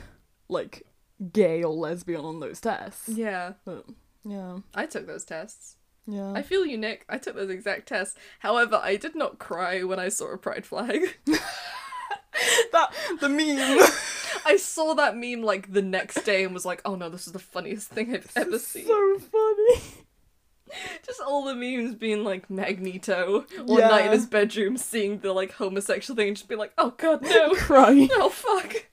Speaker 2: like gay or lesbian on those tests.
Speaker 1: Yeah.
Speaker 2: But yeah,
Speaker 1: I took those tests.
Speaker 2: yeah.
Speaker 1: I feel you, Nick. I took those exact tests. However, I did not cry when I saw a pride flag. [LAUGHS]
Speaker 2: that [LAUGHS] the meme.
Speaker 1: I saw that meme like the next day and was like, oh no, this is the funniest thing I've ever seen.
Speaker 2: so funny.
Speaker 1: Just all the memes being like Magneto one
Speaker 2: Yeah.
Speaker 1: night in his bedroom seeing the like homosexual thing and just be like, oh god, no, [LAUGHS]
Speaker 2: [LAUGHS] Crying.
Speaker 1: oh fuck.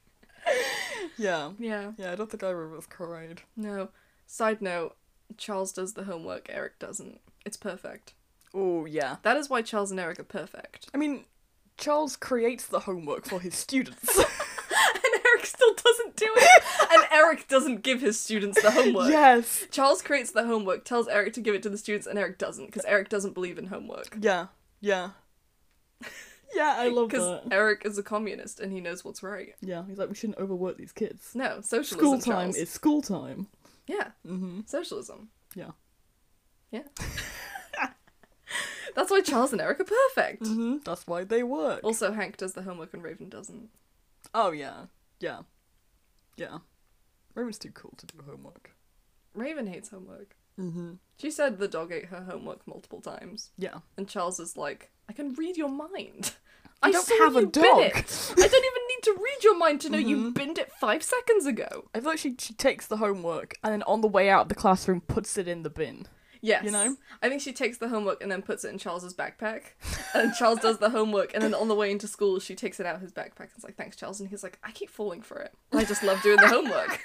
Speaker 2: Yeah.
Speaker 1: Yeah,
Speaker 2: Yeah, I don't think I ever was cried.
Speaker 1: no. Side note Charles does the homework, Eric doesn't. It's perfect.
Speaker 2: Oh, yeah.
Speaker 1: That is why Charles and Eric are perfect. [LAUGHS]
Speaker 2: I mean, Charles creates the homework for his [LAUGHS] students.
Speaker 1: and Eric still doesn't do it.
Speaker 2: [LAUGHS]
Speaker 1: and Eric doesn't give his students the homework.
Speaker 2: yes.
Speaker 1: Charles creates the homework, tells Eric to give it to the students, and Eric doesn't because Eric doesn't believe in homework.
Speaker 2: Yeah. Yeah. [LAUGHS] Yeah, I love
Speaker 1: Because
Speaker 2: that.
Speaker 1: Eric is a communist and he knows what's right.
Speaker 2: Yeah, he's like, we shouldn't overwork these kids.
Speaker 1: No, socialism.
Speaker 2: School time
Speaker 1: Charles.
Speaker 2: is school time.
Speaker 1: Yeah,
Speaker 2: Mm-hmm.
Speaker 1: socialism.
Speaker 2: Yeah.
Speaker 1: Yeah. [LAUGHS] That's why Charles and Eric are perfect.
Speaker 2: Mm-hmm. That's why they work.
Speaker 1: Also, Hank does the homework and Raven doesn't.
Speaker 2: Oh, yeah. Yeah. Yeah. Raven's too cool to do homework.
Speaker 1: Raven hates homework.
Speaker 2: Mm-hmm.
Speaker 1: She said the dog ate her homework multiple times.
Speaker 2: Yeah.
Speaker 1: And Charles is like, I can read your mind.
Speaker 2: I don't have a
Speaker 1: you bin
Speaker 2: dog." Mm-hmm.
Speaker 1: it. I don't even need to read your mind to know you binned it five seconds ago.
Speaker 2: [LAUGHS] I feel like she, she takes the homework and then on the way out of the classroom puts it in the bin.
Speaker 1: Yes.
Speaker 2: You know?
Speaker 1: I think she takes the homework and then puts it in Charles's backpack.
Speaker 2: [LAUGHS]
Speaker 1: And Charles does the homework and then on the way into school she takes it out of his backpack and is like, Thanks, Charles and he's like, I keep falling for it. I just love
Speaker 2: [LAUGHS]
Speaker 1: doing the homework.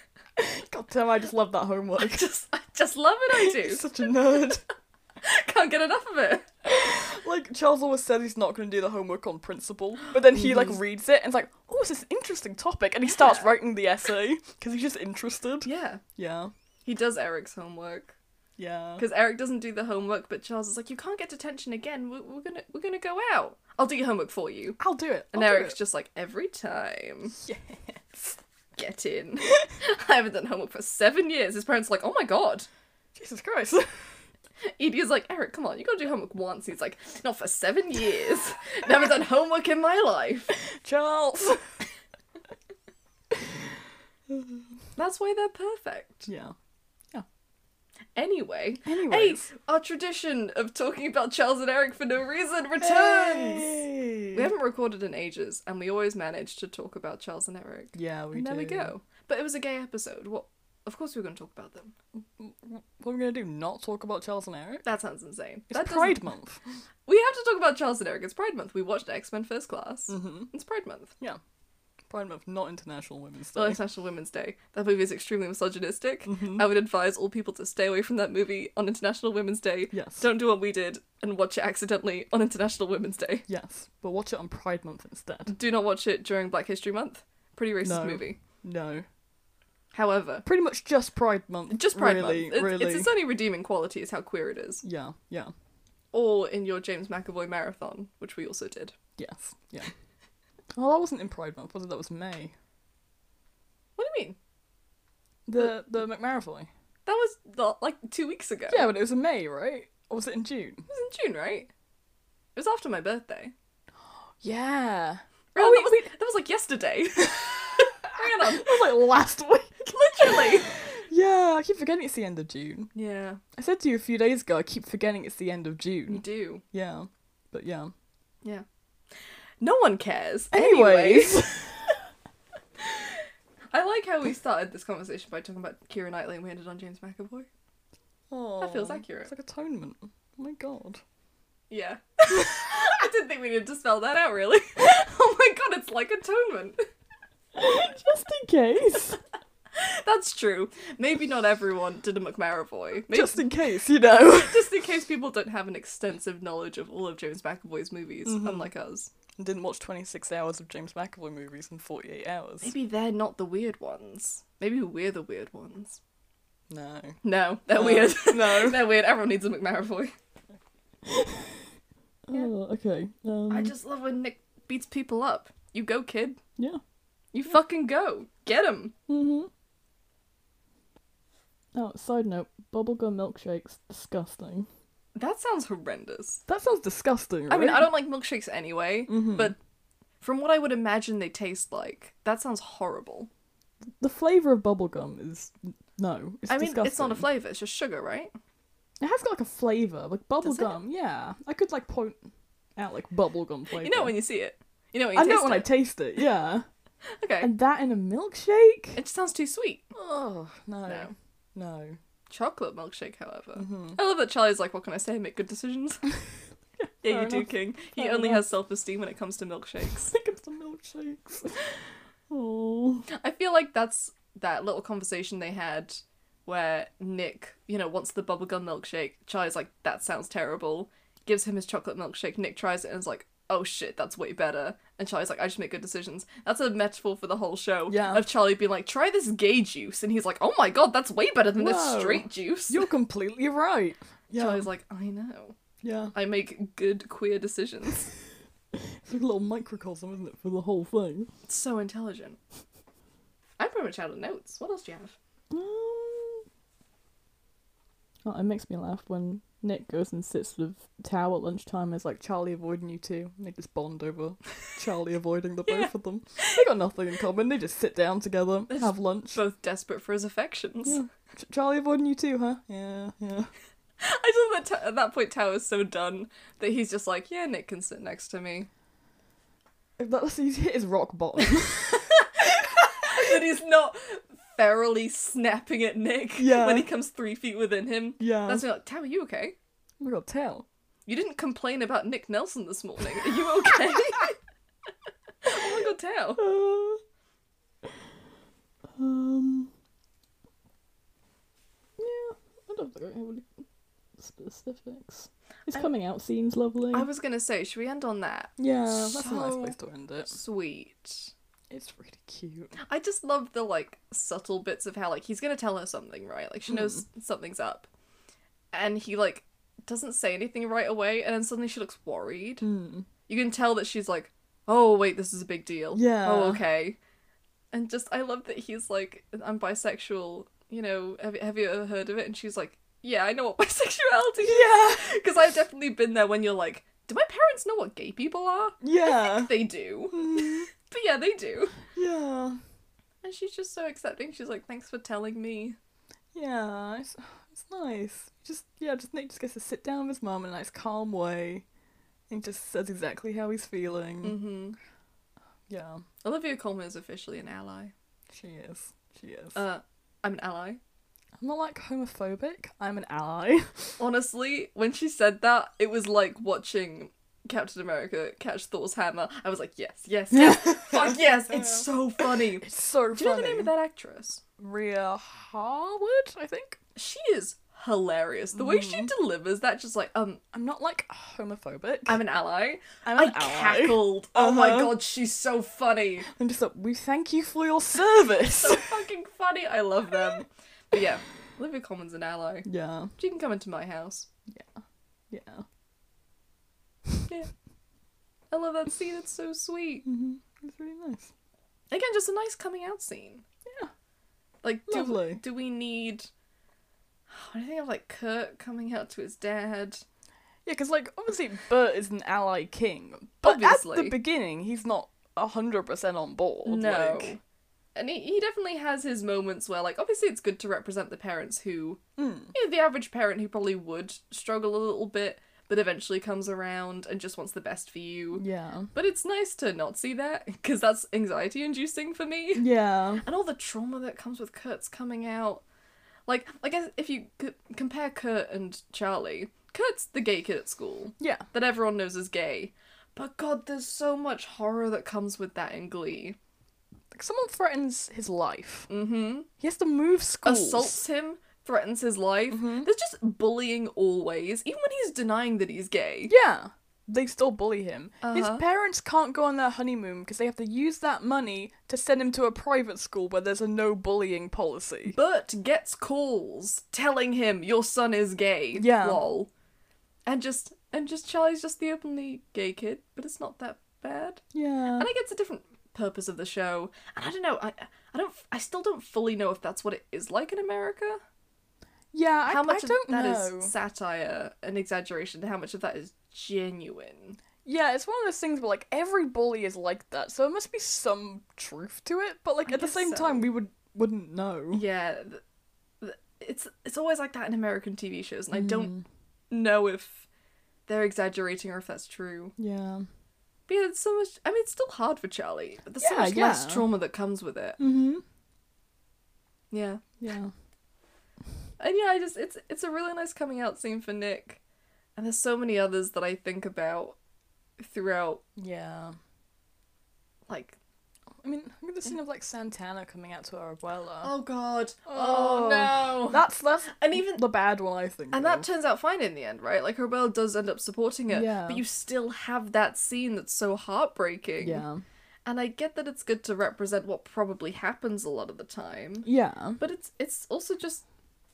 Speaker 2: God damn, I just love that
Speaker 1: I
Speaker 2: [LAUGHS] homework.
Speaker 1: just I just love it, I do.
Speaker 2: He's [LAUGHS] such a nerd.
Speaker 1: Can't get enough of it.
Speaker 2: like Charles always said he's not going to do the homework on principle, but then he like reads it and is like, "Oh, it's an interesting topic," and he starts
Speaker 1: Yeah.
Speaker 2: writing the essay because he's just interested.
Speaker 1: Yeah.
Speaker 2: Yeah,
Speaker 1: He does Eric's homework.
Speaker 2: yeah,
Speaker 1: Because Eric doesn't do the homework, but Charles is like, You can't get detention again. We're, we're gonna we're gonna go out. I'll do your homework for you.
Speaker 2: I'll do it.
Speaker 1: And
Speaker 2: I'll do
Speaker 1: Eric's
Speaker 2: it.
Speaker 1: just like, Every
Speaker 2: [LAUGHS]
Speaker 1: time.
Speaker 2: yes.
Speaker 1: Get in. [LAUGHS] I haven't done homework for seven years. His parents are like, Oh my god.
Speaker 2: Jesus Christ. [LAUGHS]
Speaker 1: Edie is like, Eric, come on, you gotta do homework once. He's like, not for seven years. [LAUGHS] Never done homework in my life.
Speaker 2: Charles. [LAUGHS]
Speaker 1: That's why they're perfect.
Speaker 2: Yeah.
Speaker 1: Anyway. Hey,
Speaker 2: Anyways.
Speaker 1: our tradition of talking about Charles and Eric for no reason returns. We haven't recorded in ages, and we always manage to talk about Charles and Eric.
Speaker 2: Yeah, we
Speaker 1: and there we
Speaker 2: do.
Speaker 1: go. But it was a gay episode. What? Of course we were going to talk about them.
Speaker 2: What are we gonna do? Not talk about Charles and Eric?
Speaker 1: That sounds insane.
Speaker 2: It's
Speaker 1: that doesn't-
Speaker 2: Pride [LAUGHS] Month.
Speaker 1: We have to talk about Charles and Eric. It's Pride Month. We watched X Men First Class.
Speaker 2: Mm-hmm.
Speaker 1: It's Pride Month.
Speaker 2: Yeah. Pride Month, not International Women's Day.
Speaker 1: Well, International Women's Day. That movie is extremely misogynistic.
Speaker 2: Mm-hmm.
Speaker 1: I would advise all people to stay away from that movie on International Women's Day.
Speaker 2: Yes.
Speaker 1: Don't do what we did and watch it accidentally on International Women's Day.
Speaker 2: Yes, but watch it on Pride Month instead.
Speaker 1: Do not watch it during Black History Month. Pretty racist
Speaker 2: No.
Speaker 1: movie.
Speaker 2: No,
Speaker 1: However,
Speaker 2: pretty much just Pride Month.
Speaker 1: just Pride
Speaker 2: really,
Speaker 1: Month. It's,
Speaker 2: Really,
Speaker 1: it's its only redeeming quality is how queer it is.
Speaker 2: [LAUGHS] yeah, yeah,
Speaker 1: Or in your James McAvoy marathon, which we also did.
Speaker 2: yes, yeah. [LAUGHS] well, that wasn't in Pride Month, was it? That was May.
Speaker 1: What do you mean?
Speaker 2: The the McMarathon.
Speaker 1: That was not, like two weeks ago.
Speaker 2: Yeah, but it was in May, right? Or was it in June?
Speaker 1: It was in June, right? It was after my birthday.
Speaker 2: Oh, Yeah. [LAUGHS]
Speaker 1: Oh,
Speaker 2: Oh,
Speaker 1: that,
Speaker 2: wait,
Speaker 1: was,
Speaker 2: wait.
Speaker 1: that was like yesterday.
Speaker 2: [LAUGHS]
Speaker 1: Hang on.
Speaker 2: It was like last week.
Speaker 1: Literally.
Speaker 2: [LAUGHS] Yeah, I keep forgetting it's the end of June.
Speaker 1: [LAUGHS] Yeah,
Speaker 2: I said to you a few days ago, I keep forgetting it's the end of
Speaker 1: you
Speaker 2: June.
Speaker 1: do.
Speaker 2: Yeah, but yeah.
Speaker 1: Yeah. No one cares. Anyway,
Speaker 2: Anyways,
Speaker 1: [LAUGHS]
Speaker 2: [LAUGHS]
Speaker 1: I like how we started this conversation by talking about Kira Knightley and we ended on James McAvoy.
Speaker 2: that
Speaker 1: feels accurate.
Speaker 2: It's like atonement. Oh my god.
Speaker 1: Yeah. [LAUGHS] I didn't think we needed to spell that out, really. [LAUGHS] oh my god, it's like atonement.
Speaker 2: [LAUGHS] Just in case.
Speaker 1: [LAUGHS] That's true. Maybe not everyone did a McMaravoy. Maybe, just...
Speaker 2: Just in case, you know.
Speaker 1: in case people don't have an extensive knowledge of all of James McAvoy's movies, unlike us.
Speaker 2: Didn't watch 26 hours of James McAvoy movies in 48 hours.
Speaker 1: Maybe they're not the weird ones. Maybe we're the weird ones.
Speaker 2: No.
Speaker 1: No, they're weird.
Speaker 2: [LAUGHS]
Speaker 1: [LAUGHS]
Speaker 2: No.
Speaker 1: they're weird. Everyone needs a McMaravoy. Yeah.
Speaker 2: Oh, okay. Um,
Speaker 1: I just love when Nick beats people up. You go, kid.
Speaker 2: Yeah.
Speaker 1: You fucking go. Get him.
Speaker 2: Mm-hmm. Oh, side note, bubblegum milkshakes, disgusting.
Speaker 1: That sounds horrendous.
Speaker 2: That sounds disgusting, right?
Speaker 1: I mean, I don't like milkshakes anyway,
Speaker 2: Mhm.
Speaker 1: but from what I would imagine they taste like, that sounds horrible.
Speaker 2: The flavour of bubblegum is... No, it's
Speaker 1: I mean, it's not a
Speaker 2: disgusting.
Speaker 1: flavour, it's just sugar, right?
Speaker 2: It has got like a flavour, like
Speaker 1: Does it?
Speaker 2: bubblegum, yeah. I could like point out like bubblegum flavour.
Speaker 1: You know when you see it. You know when you
Speaker 2: I
Speaker 1: taste
Speaker 2: know when I
Speaker 1: it.
Speaker 2: taste
Speaker 1: [LAUGHS]
Speaker 2: it, yeah.
Speaker 1: okay.
Speaker 2: And that in a milkshake?
Speaker 1: It just sounds too sweet.
Speaker 2: Oh, no.
Speaker 1: No.
Speaker 2: No.
Speaker 1: Chocolate milkshake, however.
Speaker 2: Mhm.
Speaker 1: I love that Charlie's like, what can I say? Make good
Speaker 2: [LAUGHS]
Speaker 1: decisions. yeah, you
Speaker 2: fair
Speaker 1: do,
Speaker 2: enough.
Speaker 1: King. he
Speaker 2: Fair
Speaker 1: only
Speaker 2: enough.
Speaker 1: has self esteem when it comes to milkshakes.
Speaker 2: Think of the [LAUGHS] milkshakes. oh.
Speaker 1: I feel like that's that little conversation they had where Nick, you know, wants the bubblegum milkshake. Charlie's like, that sounds terrible. Gives him his chocolate milkshake. Nick tries it and is like, oh shit, that's way better. And Charlie's like, I just make good decisions. That's a metaphor for the whole show.
Speaker 2: Yeah.
Speaker 1: Of Charlie being like, try this gay juice. And he's like, oh my god, that's way better than this
Speaker 2: Whoa.
Speaker 1: straight juice.
Speaker 2: You're completely right. Yeah.
Speaker 1: Charlie's like, I know.
Speaker 2: Yeah.
Speaker 1: I make good queer decisions.
Speaker 2: It's like a little microcosm, isn't it, for the whole thing?
Speaker 1: It's so intelligent. I'm pretty much out of notes. What else do you have?
Speaker 2: Um, oh, it makes me laugh when Nick goes and sits with Tao at lunchtime. It's like Charlie avoiding you two. And they just bond over [LAUGHS] Charlie avoiding the
Speaker 1: Yeah.
Speaker 2: both of them. They got nothing in common. They just sit down together,
Speaker 1: They
Speaker 2: have lunch.
Speaker 1: Both desperate for his affections.
Speaker 2: Yeah. Ch- Charlie avoiding you too, huh? Yeah, yeah.
Speaker 1: I just love that Ta- at that point Tao is so done that he's just like, yeah, Nick can sit next to me. [LAUGHS]
Speaker 2: If That's he's hit his rock bottom.
Speaker 1: that he's not ferally snapping at Nick [LAUGHS]
Speaker 2: Yeah.
Speaker 1: when he comes three feet within him.
Speaker 2: [LAUGHS] yeah.
Speaker 1: That's me like, Tao, are you okay?
Speaker 2: Oh my god, Tao.
Speaker 1: You didn't complain about Nick Nelson this morning. Are you okay? [LAUGHS] oh my god,
Speaker 2: [LAUGHS]
Speaker 1: Tao.
Speaker 2: Uh, um. Yeah, I don't think I have any specifics. It's
Speaker 1: I-
Speaker 2: coming out seems lovely.
Speaker 1: I was gonna say, should we end on that?
Speaker 2: yeah, that's a nice
Speaker 1: so-
Speaker 2: place to end it.
Speaker 1: Sweet.
Speaker 2: It's really cute.
Speaker 1: I just love the like subtle bits of how like he's gonna tell her something, right? Like she
Speaker 2: Hmm.
Speaker 1: knows something's up, and he like doesn't say anything right away, and then suddenly she looks worried.
Speaker 2: Hmm,
Speaker 1: You can tell that she's like, "Oh wait, this is a big deal."
Speaker 2: Yeah.
Speaker 1: Oh okay. And just I love that he's like, "I'm bisexual." You know, have have you ever heard of it? And she's like, "Yeah, I know what [LAUGHS] bisexuality is."
Speaker 2: Yeah,
Speaker 1: Because I've definitely been there when you're like, "Do my parents know what gay people are?" [LAUGHS]
Speaker 2: yeah,
Speaker 1: They do.
Speaker 2: Mm,
Speaker 1: But yeah, they do.
Speaker 2: yeah,
Speaker 1: And she's just so accepting. She's like, "Thanks for telling me."
Speaker 2: yeah. It's, it's nice. Just yeah, just Nate just gets to sit down with his mum in a nice, calm way, and just says exactly how he's feeling.
Speaker 1: Mm-hmm.
Speaker 2: Yeah,
Speaker 1: Olivia Colman is officially an ally.
Speaker 2: she is. She is.
Speaker 1: Uh, I'm an ally.
Speaker 2: I'm not like
Speaker 1: [LAUGHS]
Speaker 2: homophobic. I'm an ally.
Speaker 1: Honestly, when she said that, it was like watching Captain America catch Thor's hammer, I was like, yes, yes,
Speaker 2: [LAUGHS]
Speaker 1: yes, fuck yes, it's so funny.
Speaker 2: It's so
Speaker 1: Do you know the name of that actress?
Speaker 2: Rhea Harwood, I think.
Speaker 1: She is hilarious. The way she
Speaker 2: Mm-hmm.
Speaker 1: delivers that, just like, um,
Speaker 2: I'm not like homophobic.
Speaker 1: I'm an ally.
Speaker 2: I'm
Speaker 1: I
Speaker 2: an ally.
Speaker 1: cackled. Oh my
Speaker 2: Uh-huh.
Speaker 1: god, she's so funny.
Speaker 2: [LAUGHS] I'm just like, we thank you for
Speaker 1: [LAUGHS]
Speaker 2: your service. [LAUGHS]
Speaker 1: So fucking funny. I love them. But yeah, Olivia Commons an ally.
Speaker 2: yeah,
Speaker 1: She can come into my house.
Speaker 2: yeah.
Speaker 1: Yeah. I love that scene. It's so sweet.
Speaker 2: Mm-hmm. It's really nice.
Speaker 1: Again, just a nice coming out scene.
Speaker 2: Yeah.
Speaker 1: Like, do,
Speaker 2: Lovely.
Speaker 1: do we need. [SIGHS] I think of like Kurt coming out to his dad.
Speaker 2: Yeah, because like obviously Bert is an ally king, but at
Speaker 1: Obviously.
Speaker 2: the beginning he's not hundred percent on board.
Speaker 1: No.
Speaker 2: like-
Speaker 1: And he, he definitely has his moments where, like, obviously it's good to represent the parents who,
Speaker 2: Mm.
Speaker 1: you know, the average parent who probably would struggle a little bit, but eventually comes around and just wants the best for you.
Speaker 2: Yeah.
Speaker 1: But it's nice to not see that, because that's anxiety inducing for me.
Speaker 2: Yeah.
Speaker 1: And all the trauma that comes with Kurt's coming out. Like, I guess if you c- compare Kurt and Charlie, Kurt's the gay kid at school
Speaker 2: Yeah.
Speaker 1: that everyone knows is gay. But god, there's so much horror that comes with that in Glee.
Speaker 2: Like someone threatens his life.
Speaker 1: Mm hmm.
Speaker 2: He has to move schools.
Speaker 1: assaults him, threatens his life.
Speaker 2: Mhm.
Speaker 1: There's just bullying always, even when he's denying that he's gay.
Speaker 2: Yeah. They still bully him. His
Speaker 1: Uh-huh.
Speaker 2: parents can't go on their honeymoon because they have to use that money to send him to a private school where there's a no bullying policy.
Speaker 1: Bert gets calls telling him your son is gay.
Speaker 2: Yeah.
Speaker 1: Lol. And just and just Charlie's just the openly gay kid, but it's not that bad.
Speaker 2: Yeah.
Speaker 1: And I think it's a different purpose of the show. And I don't know, I I don't I still don't fully know if that's what it is like in America.
Speaker 2: Yeah. I,
Speaker 1: How much
Speaker 2: I don't
Speaker 1: of that is
Speaker 2: know.
Speaker 1: satire and exaggeration, and how much of that is genuine.
Speaker 2: Yeah, it's one of those things where like every bully is like that, so there must be some truth to it. But like
Speaker 1: I
Speaker 2: at the
Speaker 1: guess
Speaker 2: same
Speaker 1: so.
Speaker 2: time, we would wouldn't know.
Speaker 1: Yeah, th- th- it's it's always like that in American TV shows, and I
Speaker 2: Mm.
Speaker 1: don't know if they're exaggerating or if that's true.
Speaker 2: Yeah.
Speaker 1: But yeah, it's so much. I mean, it's still hard for Charlie. But there's so
Speaker 2: Yeah,
Speaker 1: much less
Speaker 2: yeah.
Speaker 1: trauma that comes with it.
Speaker 2: Mhm.
Speaker 1: Yeah,
Speaker 2: Yeah.
Speaker 1: and yeah, I just it's it's a really nice coming out scene for Nick, and there's so many others that I think about throughout.
Speaker 2: Yeah.
Speaker 1: Like,
Speaker 2: I mean, look at the scene of like Santana coming out to her abuela.
Speaker 1: oh god,
Speaker 2: Oh.
Speaker 1: oh, no,
Speaker 2: That's that's
Speaker 1: and even
Speaker 2: the bad one, I think.
Speaker 1: And
Speaker 2: though.
Speaker 1: that turns out fine in the end, right? Like her world does end up supporting it,
Speaker 2: Yeah.
Speaker 1: but you still have that scene that's so heartbreaking.
Speaker 2: yeah.
Speaker 1: And I get that it's good to represent what probably happens a lot of the time,
Speaker 2: Yeah.
Speaker 1: but it's it's also just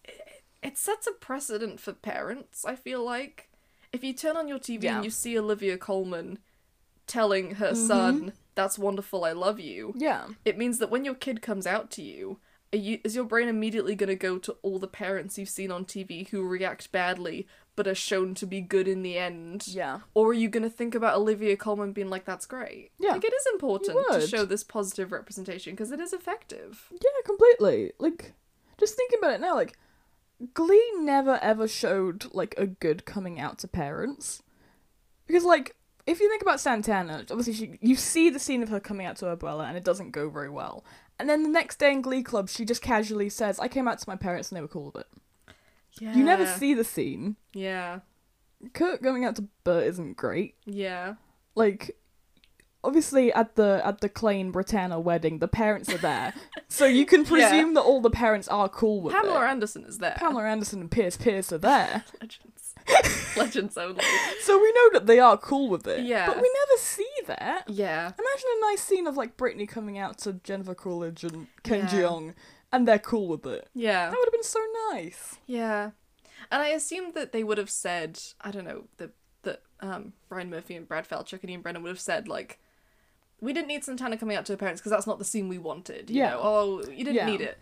Speaker 1: it, it sets a precedent for parents. I feel like if you turn on your TV
Speaker 2: Yeah. Mm-hmm.
Speaker 1: and you see Olivia Colman telling her son, "That's wonderful, I love you,"
Speaker 2: Yeah.
Speaker 1: it means that when your kid comes out to you, are you is your brain immediately going to go to all the parents you've seen on TV who react badly but are shown to be good in the end?
Speaker 2: Yeah.
Speaker 1: Or are you going to think about Olivia Colman being like, that's great?
Speaker 2: Yeah.
Speaker 1: Like, it is important
Speaker 2: You
Speaker 1: to
Speaker 2: would.
Speaker 1: show this positive representation because it is effective.
Speaker 2: Yeah, completely. Like, just thinking about it now, like, Glee never ever showed, like, a good coming out to parents. Because, like, if you think about Santana, obviously she, you see the scene of her coming out to her abuela and it doesn't go very well. And then the next day in Glee Club, she just casually says, I came out to my parents and they were cool with it.
Speaker 1: Yeah.
Speaker 2: You never see the scene.
Speaker 1: Yeah.
Speaker 2: Kurt going out to Bert isn't great.
Speaker 1: Yeah.
Speaker 2: Like, obviously at the at the Klein Britannia wedding, the parents
Speaker 1: [LAUGHS]
Speaker 2: are there. so you can presume that all the parents are cool with it.
Speaker 1: Pamela Anderson is there. [LAUGHS]
Speaker 2: Pamela Anderson and Pierce Pierce are there.
Speaker 1: Legends. Legends only.
Speaker 2: so we know that they are cool with it.
Speaker 1: Yeah.
Speaker 2: But we never see that.
Speaker 1: Yeah.
Speaker 2: Imagine a nice scene of like Britney coming out to Jennifer Coolidge and Ken
Speaker 1: Yeah.
Speaker 2: Jeong and they're cool with it.
Speaker 1: Yeah.
Speaker 2: That would have been so nice.
Speaker 1: Yeah. And I assume that they would have said, I don't know, that that um Brian Murphy and Brad Falchuk and Ian Brennan would have said like we didn't need Santana coming out to her parents because that's not the scene we wanted. You
Speaker 2: Yeah.
Speaker 1: know, oh you didn't
Speaker 2: Yeah.
Speaker 1: need it.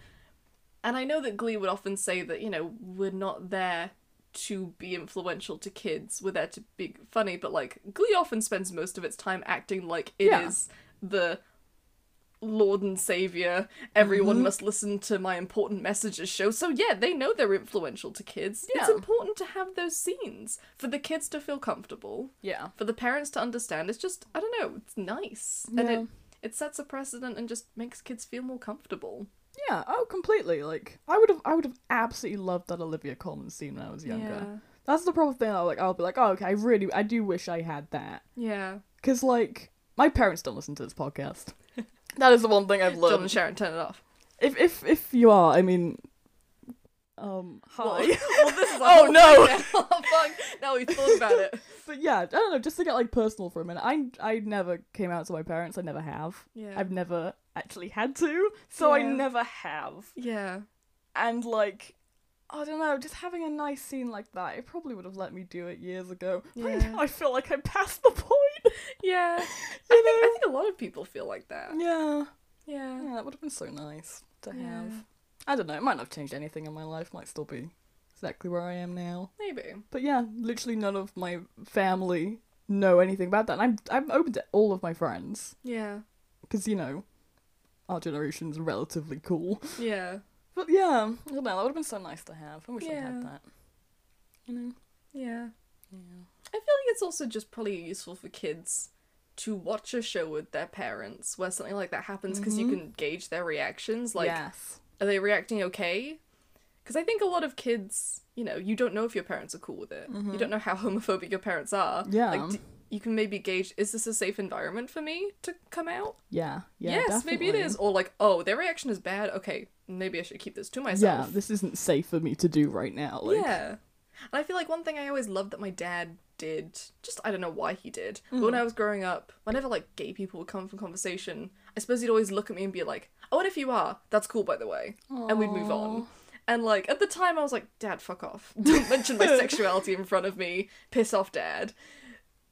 Speaker 1: And I know that Glee would often say that, you know, we're not there to be influential to kids, we're there to be funny, but like Glee often spends most of its time acting like it is
Speaker 2: Yeah.
Speaker 1: the Lord and Savior, everyone
Speaker 2: Mm-hmm.
Speaker 1: must listen to my important messages show. So yeah, they know they're influential to kids. It's
Speaker 2: Yeah.
Speaker 1: important to have those scenes for the kids to feel comfortable,
Speaker 2: Yeah.
Speaker 1: for the parents to understand. It's just I don't know, it's nice. And
Speaker 2: Yeah.
Speaker 1: it it sets a precedent and just makes kids feel more comfortable.
Speaker 2: Yeah, oh completely. Like I would have I would have absolutely loved that Olivia Colman scene when I was younger. That's the problem thing. I'll like I'll be like, oh okay, I really I do wish I had that
Speaker 1: Yeah.
Speaker 2: because like my parents don't listen to this podcast. [LAUGHS] that is the one thing I've
Speaker 1: John and
Speaker 2: learned.
Speaker 1: Sharon, turn it off.
Speaker 2: If if if you are, I mean, um,
Speaker 1: Well,
Speaker 2: hi. [LAUGHS]
Speaker 1: well, this is a
Speaker 2: Oh,
Speaker 1: whole
Speaker 2: no.
Speaker 1: thing [LAUGHS] now. Fuck. Now we've thought about it.
Speaker 2: but yeah, I don't know. Just to get like personal for a minute, I I never came out to my parents. I never have.
Speaker 1: Yeah.
Speaker 2: I've never actually had to, so I
Speaker 1: Yeah.
Speaker 2: never have.
Speaker 1: Yeah.
Speaker 2: And like, I don't know, just having a nice scene like that, it probably would have let me do it years ago. But
Speaker 1: Yeah.
Speaker 2: now I feel like I passed the point. [LAUGHS]
Speaker 1: Yeah. I,
Speaker 2: You
Speaker 1: think, I
Speaker 2: know?
Speaker 1: think a lot of people feel like that.
Speaker 2: Yeah,
Speaker 1: Yeah.
Speaker 2: yeah, that would have been so nice to
Speaker 1: Yeah.
Speaker 2: have. I don't know. It might not have changed anything in my life. Might still be exactly where I am now.
Speaker 1: Maybe.
Speaker 2: But yeah, literally none of my family know anything about that. And I'm I'm open to all of my friends.
Speaker 1: Yeah.
Speaker 2: because you know, our generation's relatively cool.
Speaker 1: Yeah.
Speaker 2: But yeah, I don't know, that would have been so nice to have. I wish I
Speaker 1: Yeah.
Speaker 2: had that. You know,
Speaker 1: Yeah.
Speaker 2: yeah,
Speaker 1: I feel like it's also just probably useful for kids to watch a show with their parents where something like that happens because
Speaker 2: Mhm.
Speaker 1: you can gauge their reactions. Like,
Speaker 2: yes,
Speaker 1: are they reacting okay? Because I think a lot of kids, you know, you don't know if your parents are cool with it. You don't know how [LAUGHS] homophobic your parents are.
Speaker 2: Mm-hmm. Yeah.
Speaker 1: Like, d- you can maybe gauge is this a safe environment for me to come out?
Speaker 2: yeah, yeah.
Speaker 1: yes, maybe it
Speaker 2: definitely.
Speaker 1: is. Or like, oh, their reaction is bad. Okay, maybe I should keep this to
Speaker 2: Yeah,
Speaker 1: myself.
Speaker 2: this isn't safe for me to do right now. Like,
Speaker 1: Yeah. And I feel like one thing I always loved that my dad did, just I don't know why he did, but
Speaker 2: Mm.
Speaker 1: when I was growing up, whenever like gay people would come from conversation, I suppose he'd always look at me and be like, Oh, and if you are, that's cool by the way. And we'd move
Speaker 2: Aw.
Speaker 1: on. And like at the time I was like, Dad, fuck off. [LAUGHS] Don't mention
Speaker 2: [LAUGHS]
Speaker 1: my sexuality in front of me. Piss off, Dad.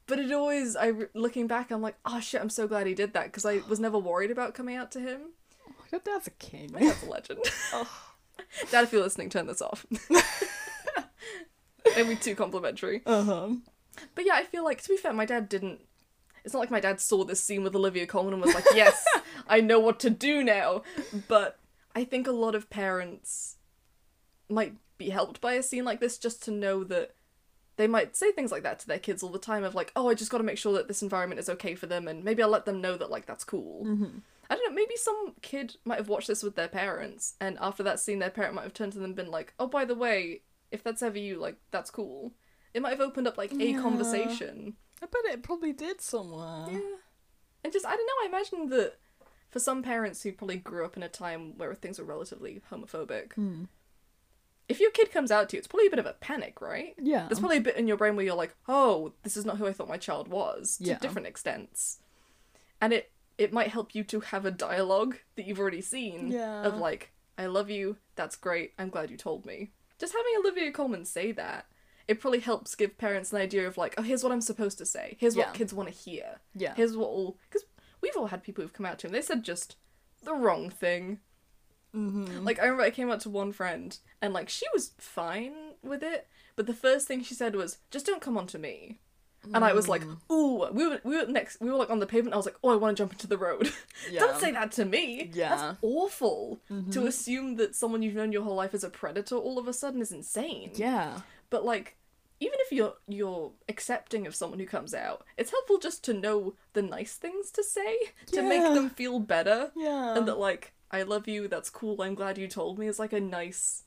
Speaker 1: But it always, I re- looking back, I'm like, oh shit, I'm so glad he did that because I was never worried about coming out to him.
Speaker 2: Your dad's a king.
Speaker 1: [LAUGHS] My dad's a legend. Dad, if you're listening, turn this off. Maybe too complimentary.
Speaker 2: uh huh.
Speaker 1: But yeah, I feel like, to be fair, my dad didn't. It's not like my dad saw this scene with Olivia Colman and was like, yes, I know what to do now. But I think a lot of parents might be helped by a scene like this just to know that they might say things like that to their kids all the time of like, oh, I just got to make sure that this environment is okay for them and maybe I'll let them know that, like, that's cool. I don't know, maybe some kid might have watched this with their parents and after that scene, their parent might have turned to them and been like, oh, by the way, if that's ever you, like, that's cool. It might have opened up, like, a
Speaker 2: Yeah.
Speaker 1: conversation.
Speaker 2: I bet it probably did somewhere.
Speaker 1: Yeah. And just, I don't know, I imagine that for some parents who probably grew up in a time where things were relatively homophobic,
Speaker 2: Hmm.
Speaker 1: if your kid comes out to you, it's probably a bit of a panic, right?
Speaker 2: Yeah.
Speaker 1: There's probably a bit in your brain where you're like, oh, this is not who I thought my child was, to
Speaker 2: Yeah.
Speaker 1: different extents. And it it might help you to have a dialogue that you've already seen
Speaker 2: Yeah.
Speaker 1: of like, I love you, that's great, I'm glad you told me. Just having Olivia Coleman say that, it probably helps give parents an idea of like, oh, here's what I'm supposed to say, here's
Speaker 2: Yeah.
Speaker 1: what kids want to hear,
Speaker 2: Yeah.
Speaker 1: here's what all. Because we've all had people who've come out to him, they said just the wrong thing.
Speaker 2: mm-hmm.
Speaker 1: Mm. Like I remember I came up to one friend and like she was fine with it, but the first thing she said was, "Just don't come onto me." And I was like,
Speaker 2: Mm.
Speaker 1: "Ooh, we were we were next we were like on the pavement. I was like, "Oh, I want to jump into the road." [LAUGHS]
Speaker 2: Yeah.
Speaker 1: don't say that to me.
Speaker 2: Yeah. Mm-hmm.
Speaker 1: That's awful. To assume that someone you've known your whole life is a predator all of a sudden is insane.
Speaker 2: Yeah.
Speaker 1: But like even if you're you're accepting of someone who comes out, it's helpful just to know the nice things to say to make
Speaker 2: Yeah.
Speaker 1: them feel better
Speaker 2: Yeah.
Speaker 1: and that like i love you that's cool i'm glad you told me is like a nice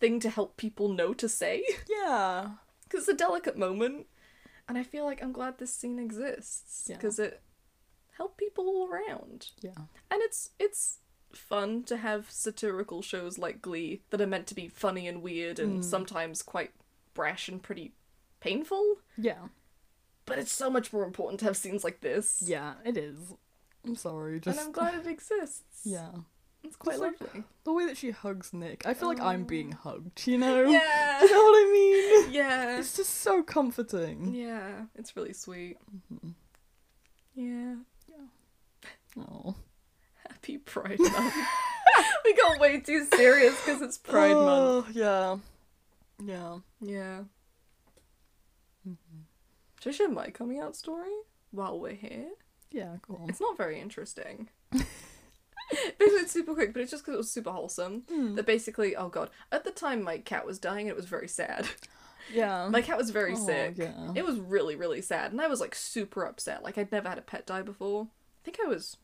Speaker 1: thing to help people know to say [LAUGHS]
Speaker 2: yeah.
Speaker 1: because it's a delicate moment and i feel like i'm glad this scene exists
Speaker 2: Yeah.
Speaker 1: because it helped people all around
Speaker 2: Yeah.
Speaker 1: and it's it's fun to have satirical shows like glee that are meant to be funny and weird
Speaker 2: Mm.
Speaker 1: and sometimes quite brash and pretty painful
Speaker 2: Yeah.
Speaker 1: but it's so much more important to have scenes like this
Speaker 2: Yeah. It is. I'm sorry. Just
Speaker 1: and i'm glad it exists
Speaker 2: [LAUGHS] yeah.
Speaker 1: it's quite
Speaker 2: Just like-
Speaker 1: lovely
Speaker 2: The way that she hugs Nick, I feel like I'm being hugged, you know?
Speaker 1: Oh. yeah
Speaker 2: [LAUGHS] You know what I
Speaker 1: [LAUGHS]
Speaker 2: mean?
Speaker 1: yeah
Speaker 2: [LAUGHS] It's just so comforting.
Speaker 1: Yeah, it's really sweet.
Speaker 2: Mm-hmm. Oh.
Speaker 1: Yeah, happy Pride Month. [LAUGHS] we got way too serious because it's Pride Month.
Speaker 2: Oh. Yeah. Yeah.
Speaker 1: Yeah.
Speaker 2: Mm-hmm.
Speaker 1: Should I share my coming out story while we're here?
Speaker 2: Yeah, go on.
Speaker 1: It's not very interesting.
Speaker 2: [LAUGHS]
Speaker 1: [LAUGHS] basically, it's super quick, but it's just because it was super wholesome.
Speaker 2: Hmm.
Speaker 1: That basically, oh god, at the time my cat was dying, and it was very sad.
Speaker 2: Yeah.
Speaker 1: My cat was very
Speaker 2: Oh,
Speaker 1: sick.
Speaker 2: yeah.
Speaker 1: It was really, really sad. And I was like super upset. Like, I'd never had a pet die before. I think I was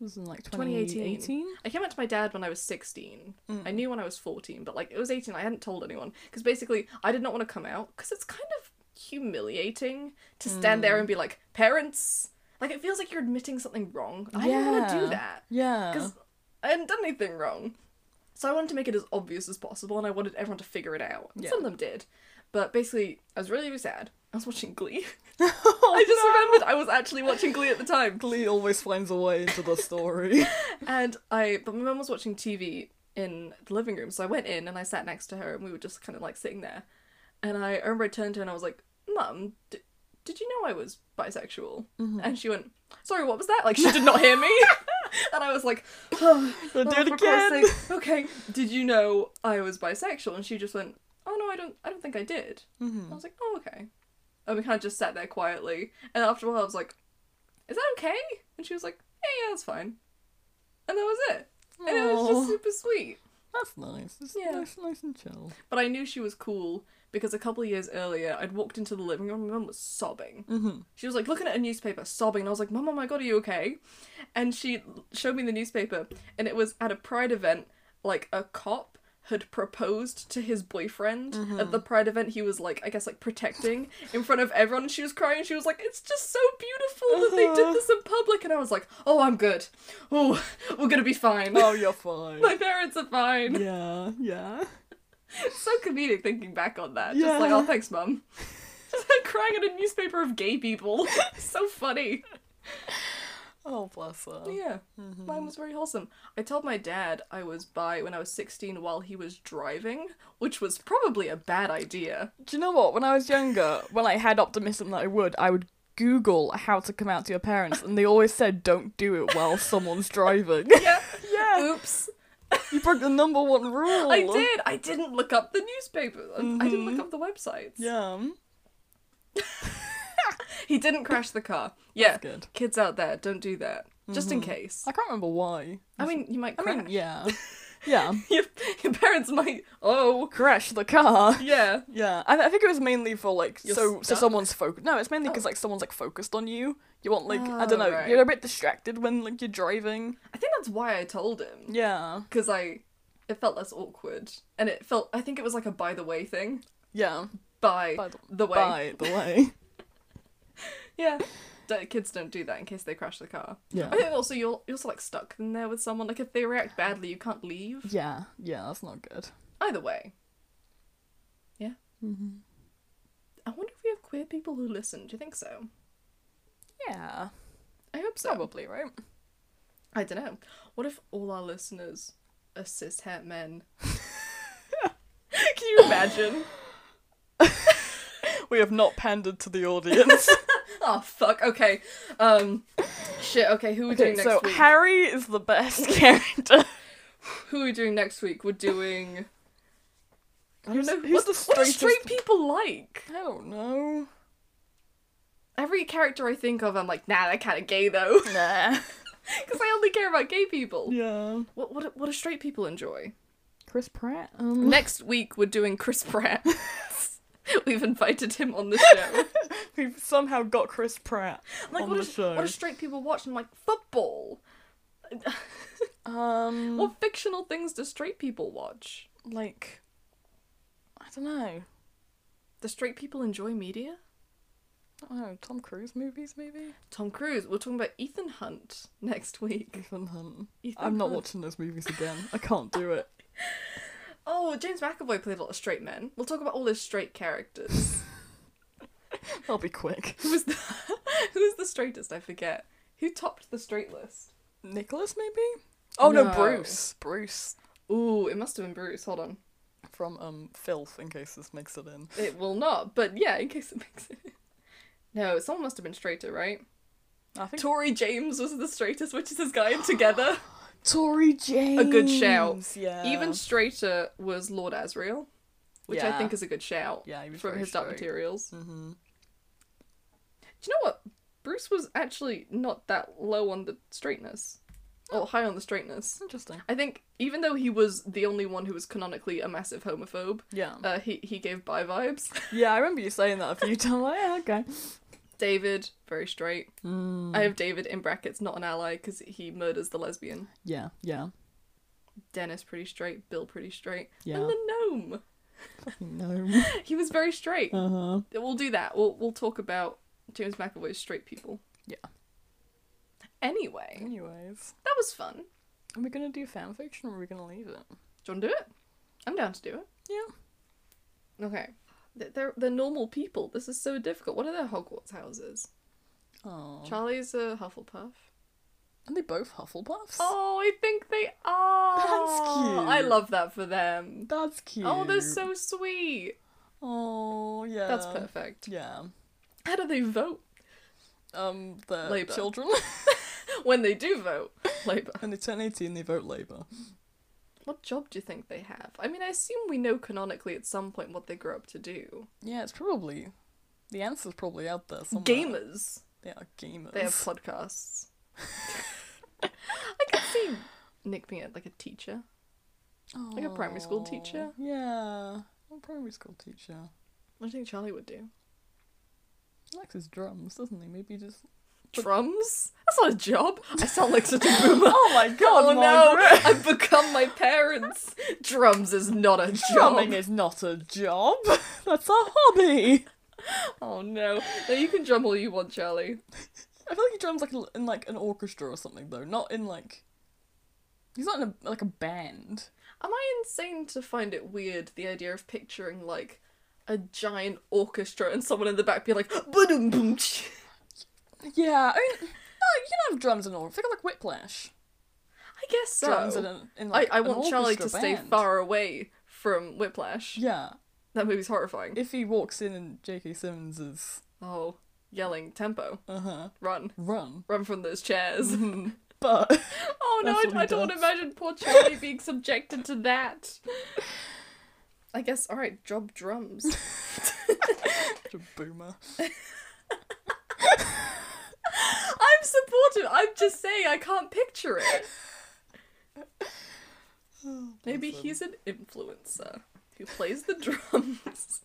Speaker 2: was in like
Speaker 1: 2018.
Speaker 2: 2018.
Speaker 1: I came out to my dad when I was 16.
Speaker 2: Mm.
Speaker 1: I knew when I was 14, but like it was 18, I hadn't told anyone. Because basically, I did not want to come out because it's kind of humiliating to stand
Speaker 2: Mm.
Speaker 1: there and be like, parents! Like it feels like you're admitting something wrong. I didn't want to do
Speaker 2: Yeah. Uh-huh.
Speaker 1: that.
Speaker 2: Yeah.
Speaker 1: [LAUGHS] Because
Speaker 2: [LAUGHS]
Speaker 1: I hadn't done anything wrong. So I wanted to make it as obvious as possible and I wanted everyone to figure it out.
Speaker 2: Yeah.
Speaker 1: Some of them did. But basically, I was really, really sad. I was watching Glee. [LAUGHS]
Speaker 2: oh,
Speaker 1: I just remembered I was actually watching Glee at the time.
Speaker 2: Glee always finds a way into
Speaker 1: [LAUGHS]
Speaker 2: the story.
Speaker 1: And I, but my mum was watching TV in the living room, so I went in and I sat next to her, and we were just kind of like sitting there. And I, I remember I turned to her and I was like, "Mum, d- did you know I was bisexual?" And she went, "Sorry, what was that?" Like she did not hear me. and I was like, "Oh,
Speaker 2: They
Speaker 1: oh,
Speaker 2: did
Speaker 1: for Christ's
Speaker 2: again. [LAUGHS]
Speaker 1: sake. Okay, did you know I was bisexual? And she just went, "Oh no, I don't. I don't think I did."
Speaker 2: Mm-hmm.
Speaker 1: I was like, "Oh okay." And we kind of just sat there quietly. And after a while, I was like, "Is that okay?" And she was like, "Yeah, yeah, that's fine." And that was it. And it was
Speaker 2: Aw.
Speaker 1: just super sweet.
Speaker 2: That's nice. It's
Speaker 1: Yeah.
Speaker 2: nice, nice and chill.
Speaker 1: But I knew she was cool because a couple of years earlier, I'd walked into the living room and my mum was sobbing.
Speaker 2: Mhm.
Speaker 1: She was like looking at a newspaper, sobbing, and I was like, "Mum, oh my god, are you okay?" And she showed me the newspaper, and it was at a pride event. Like a cop had proposed to his boyfriend at the pride event. He was like, I guess, like protecting in front of everyone. And she was crying. She was like, "It's just so beautiful that they
Speaker 2: Uh-huh.
Speaker 1: did this in public." And I was like, "Oh, I'm good. Oh, we're gonna be fine.
Speaker 2: Oh, you're
Speaker 1: [LAUGHS]
Speaker 2: fine.
Speaker 1: my parents are fine."
Speaker 2: [LAUGHS] yeah, yeah.
Speaker 1: It's so comedic thinking back on that.
Speaker 2: Yeah.
Speaker 1: Just like, oh, thanks, mum. [LAUGHS] Just like crying at a newspaper of gay people. [LAUGHS] so funny.
Speaker 2: Oh, bless her.
Speaker 1: Yeah,
Speaker 2: Mm-hmm.
Speaker 1: mine was very wholesome. I told my dad I was bi when I was 16 while he was driving, which was probably a bad idea.
Speaker 2: Do you know what? When I was younger, when I had optimism that I would, I would Google how to come out to your parents, and they always said don't do it while someone's
Speaker 1: [LAUGHS]
Speaker 2: driving.
Speaker 1: Yeah.
Speaker 2: yeah, Oh,
Speaker 1: Oops.
Speaker 2: you broke the number one rule.
Speaker 1: I did. I didn't look up the newspaper. I didn't look up the websites.
Speaker 2: Mm-hmm. Yeah.
Speaker 1: He didn't crash the car. Yeah.
Speaker 2: good. Mm-hmm.
Speaker 1: Kids out there, don't do that. Just in case.
Speaker 2: I can't remember why.
Speaker 1: I mean, you might
Speaker 2: I
Speaker 1: crash.
Speaker 2: mean, yeah,
Speaker 1: [LAUGHS]
Speaker 2: yeah.
Speaker 1: your, [LAUGHS] your parents might. Oh.
Speaker 2: Crash the car.
Speaker 1: Yeah.
Speaker 2: Yeah, I, I think it was mainly for like
Speaker 1: You're
Speaker 2: so so
Speaker 1: stuck?
Speaker 2: someone's focused. No, it's mainly because like someone's like focused on you. You want like I don't
Speaker 1: Oh,
Speaker 2: know.
Speaker 1: right.
Speaker 2: You're a bit distracted when like you're driving.
Speaker 1: I think that's why I told him.
Speaker 2: Yeah,
Speaker 1: Because I. It felt less awkward. And it felt. I think it was like a by the way thing.
Speaker 2: yeah.
Speaker 1: By,
Speaker 2: By the-
Speaker 1: the way.
Speaker 2: By the way,
Speaker 1: [LAUGHS] Yeah. D- kids don't do that in case they crash the car.
Speaker 2: yeah,
Speaker 1: I think also you're, you're also like stuck in there with someone. Like if they react badly, you can't leave.
Speaker 2: [LAUGHS] yeah, yeah. That's not good.
Speaker 1: Either way. Yeah.
Speaker 2: Mm-hmm.
Speaker 1: I wonder if we have queer people who listen. Do you think so?
Speaker 2: Yeah,
Speaker 1: I hope so.
Speaker 2: probably right.
Speaker 1: I don't know. What if all our listeners are cis het
Speaker 2: [LAUGHS]
Speaker 1: men? [LAUGHS] Can you imagine?
Speaker 2: We have not pandered to the [LAUGHS] audience.
Speaker 1: Oh fuck. Okay. Um. Shit. Okay. Who are we
Speaker 2: okay,
Speaker 1: doing next
Speaker 2: so
Speaker 1: week?
Speaker 2: Harry is the best [LAUGHS] character.
Speaker 1: who are we doing next week? We're doing. I don't
Speaker 2: Who's-
Speaker 1: know.
Speaker 2: who's
Speaker 1: what, what
Speaker 2: the
Speaker 1: do straight
Speaker 2: straightest-
Speaker 1: people like?
Speaker 2: I don't know.
Speaker 1: Every character I think of, I'm like, nah, they're kind of gay though, [LAUGHS]
Speaker 2: Nah.
Speaker 1: because I only care about gay people.
Speaker 2: Yeah.
Speaker 1: What what what do straight people enjoy?
Speaker 2: Chris Pratt. Um.
Speaker 1: Next week we're doing Chris Pratt. [LAUGHS] We've invited him on the
Speaker 2: [LAUGHS]
Speaker 1: show.
Speaker 2: [LAUGHS] We've somehow got Chris Pratt
Speaker 1: I'm like,
Speaker 2: on
Speaker 1: what
Speaker 2: the
Speaker 1: do-
Speaker 2: show.
Speaker 1: what do straight people watch? I'm like, football. [LAUGHS]
Speaker 2: um.
Speaker 1: What fictional things do straight people watch?
Speaker 2: like I don't know.
Speaker 1: Do straight people enjoy media?
Speaker 2: I don't know, Tom Cruise movies maybe?
Speaker 1: Tom Cruise. We're talking about Ethan Hunt [LAUGHS] next week.
Speaker 2: Ethan Hunt.
Speaker 1: Ethan
Speaker 2: I'm not
Speaker 1: Hunt.
Speaker 2: watching those movies again. I can't do [LAUGHS] it.
Speaker 1: Oh, James McAvoy played a lot of straight men. We'll talk about all his straight
Speaker 2: [LAUGHS]
Speaker 1: characters.
Speaker 2: I'll be quick.
Speaker 1: who was the [LAUGHS] who was the straightest? I forget. Who topped the straight list?
Speaker 2: Nicholas maybe? Oh no,
Speaker 1: No.
Speaker 2: Bruce. Bruce
Speaker 1: Ooh, it must have been Bruce. Hold on.
Speaker 2: from um Filth in case this makes it in.
Speaker 1: It will not, but yeah, in case it makes it. No, someone must have been straighter, right?
Speaker 2: I think
Speaker 1: Tori James was the straightest, which is his guy in
Speaker 2: [GASPS]
Speaker 1: together. [LAUGHS]
Speaker 2: Tory James.
Speaker 1: good shout.
Speaker 2: Yeah.
Speaker 1: Even straighter was Lord Asriel, which I
Speaker 2: Yeah.
Speaker 1: think is a good shout.
Speaker 2: Yeah, he was
Speaker 1: from
Speaker 2: very
Speaker 1: his Dark
Speaker 2: straight.
Speaker 1: Materials. Mm-hmm. Do you know what? Bruce was actually not that low on the straightness, or high on the straightness.
Speaker 2: interesting.
Speaker 1: I think even though he was the only one who was canonically a massive homophobe,
Speaker 2: Yeah.
Speaker 1: uh, he he gave bi vibes.
Speaker 2: [LAUGHS] yeah, I remember you saying that a few times. Like, yeah, "Oh, okay.
Speaker 1: David, very straight.
Speaker 2: Mm,
Speaker 1: I have David in brackets, not an ally, because he murders the lesbian.
Speaker 2: Yeah, yeah.
Speaker 1: Dennis, pretty straight. Bill, pretty straight.
Speaker 2: Yeah.
Speaker 1: And the gnome.
Speaker 2: [LAUGHS] No.
Speaker 1: He was very straight.
Speaker 2: Uh huh.
Speaker 1: We'll do that. We'll we'll talk about James McAvoy's straight people.
Speaker 2: Yeah.
Speaker 1: Anyway,
Speaker 2: Anyways,
Speaker 1: that was fun.
Speaker 2: are we gonna do fan fiction or are we gonna leave it?
Speaker 1: Do you want to do it? I'm down to do it.
Speaker 2: Yeah.
Speaker 1: Okay. Th- They're they're normal people. This is so difficult. What are their Hogwarts houses?
Speaker 2: Oh.
Speaker 1: Charlie's a Hufflepuff.
Speaker 2: Are they both Hufflepuffs?
Speaker 1: Oh, I think they are.
Speaker 2: cute.
Speaker 1: I love that for them.
Speaker 2: that's cute.
Speaker 1: Oh, they're so sweet.
Speaker 2: Oh, yeah.
Speaker 1: That's perfect.
Speaker 2: Yeah.
Speaker 1: How do they vote
Speaker 2: Um, they're
Speaker 1: Labour.
Speaker 2: [LAUGHS] children.
Speaker 1: when they do vote?
Speaker 2: [LAUGHS]
Speaker 1: Labour.
Speaker 2: and they turn 18, they vote Labour.
Speaker 1: What job do you think they have? I mean, I assume we know canonically at some point what they grow up to do.
Speaker 2: Yeah, it's probably. The answer's probably out there somewhere.
Speaker 1: Gamers.
Speaker 2: They are gamers.
Speaker 1: [LAUGHS] They have podcasts. I could see Nick being like a teacher. like a primary school
Speaker 2: Aw,
Speaker 1: teacher.
Speaker 2: Yeah. A primary school teacher.
Speaker 1: What do you think Charlie would do?
Speaker 2: He likes his drums, doesn't he?
Speaker 1: [LAUGHS]
Speaker 2: Maybe just. [LAUGHS]
Speaker 1: Drums? That's not a job. I sound like such [LAUGHS] a boomer.
Speaker 2: Oh my
Speaker 1: oh
Speaker 2: god,
Speaker 1: no! I've become my parents. Drums is not a
Speaker 2: Drumming
Speaker 1: job.
Speaker 2: is not a job. [LAUGHS] That's a hobby.
Speaker 1: [LAUGHS] Oh no! No, you can drum all you want, Charlie.
Speaker 2: I feel like he drums like l- in like an orchestra or something though, not in like. He's not in a, like a band.
Speaker 1: Am I insane to find it weird the idea of picturing like a giant orchestra and someone in the back being like boom boom?
Speaker 2: Yeah, I mean, no, you can have drums and all. Think of like Whiplash.
Speaker 1: I guess so.
Speaker 2: Drums in, a, in
Speaker 1: I,
Speaker 2: like
Speaker 1: I
Speaker 2: an
Speaker 1: want Charlie to
Speaker 2: orchestra
Speaker 1: stay
Speaker 2: band.
Speaker 1: far away from Whiplash.
Speaker 2: Yeah,
Speaker 1: That movie's horrifying.
Speaker 2: if he walks in and J.K. Simmons is
Speaker 1: oh, yelling tempo,
Speaker 2: uh huh
Speaker 1: run,
Speaker 2: run,
Speaker 1: run from those
Speaker 2: [LAUGHS]
Speaker 1: chairs. [LAUGHS]
Speaker 2: but
Speaker 1: Oh no,
Speaker 2: That's what
Speaker 1: I,
Speaker 2: he
Speaker 1: I don't want to
Speaker 2: does.
Speaker 1: imagine poor Charlie being subjected to that. I guess, alright, job [LAUGHS] drums.
Speaker 2: Such a boomer.
Speaker 1: I'm supportive, I'm just saying I can't picture it. Maybe
Speaker 2: Awesome.
Speaker 1: he's an influencer who plays the [LAUGHS] drums.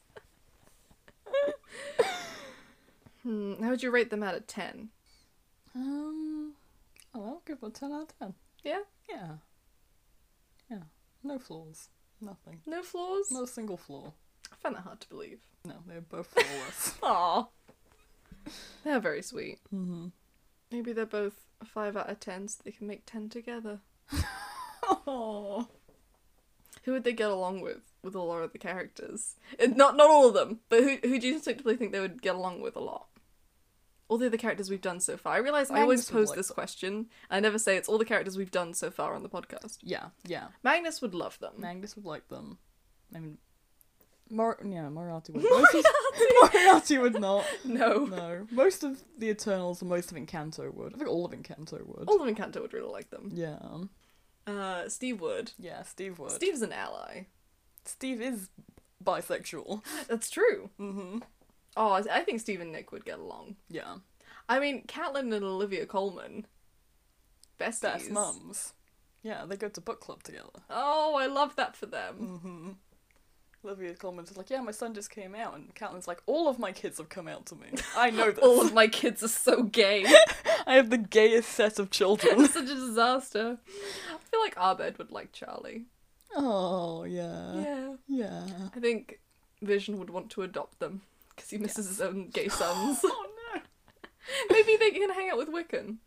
Speaker 1: hmm, how would you rate them out of 10?
Speaker 2: Um, oh, I'll give it a ten out of ten.
Speaker 1: Yeah?
Speaker 2: Yeah, yeah, no flaws, nothing,
Speaker 1: No flaws?
Speaker 2: not a single flaw.
Speaker 1: I find that hard to believe.
Speaker 2: No, they're both flawless.
Speaker 1: Aw. They're very sweet.
Speaker 2: mm-hmm.
Speaker 1: Maybe they're both a 5 out of 10 so they can make 10 together.
Speaker 2: Oh.
Speaker 1: Who would they get along with, with all our other characters? And not not all of them, but who, who do you instinctively think they would get along with a lot? All the other characters we've done so far. I realize I always
Speaker 2: Magnus would
Speaker 1: pose
Speaker 2: like
Speaker 1: this question. I never say it's all the characters we've done so far on the podcast.
Speaker 2: Yeah, yeah.
Speaker 1: Magnus would love them. [LAUGHS]
Speaker 2: Magnus would like them. I mean, Mor- yeah, Moriarty would. Most of- [LAUGHS] Moriarty would not.
Speaker 1: no.
Speaker 2: No, most of the Eternals and most of Encanto would. I think all of Encanto would.
Speaker 1: All of Encanto would really like them.
Speaker 2: Yeah,
Speaker 1: Uh, Steve would.
Speaker 2: yeah. Steve would.
Speaker 1: Steve's an ally.
Speaker 2: Steve is bisexual.
Speaker 1: That's true.
Speaker 2: Mm-hmm.
Speaker 1: Oh, I I think Steve and Nick would get along.
Speaker 2: Yeah.
Speaker 1: I mean, Catelyn and Olivia Coleman. Besties.
Speaker 2: Best mums. Yeah, they go to book club together.
Speaker 1: Oh, I love that for them.
Speaker 2: Mm-hmm. Olivia Coleman's is like, yeah, my son just came out, and Catelyn's like, all of my kids have come out to me. I [LAUGHS] know this.
Speaker 1: All of my kids are so gay. [LAUGHS]
Speaker 2: I have the gayest set of children.
Speaker 1: It's such a disaster. I feel like Abed would like Charlie.
Speaker 2: [LAUGHS] oh yeah.
Speaker 1: yeah.
Speaker 2: Yeah.
Speaker 1: Uh. I think Vision would want to adopt them because he misses his own gay sons.
Speaker 2: [LAUGHS] Oh no.
Speaker 1: [LAUGHS] Maybe they can hang out with Wiccan.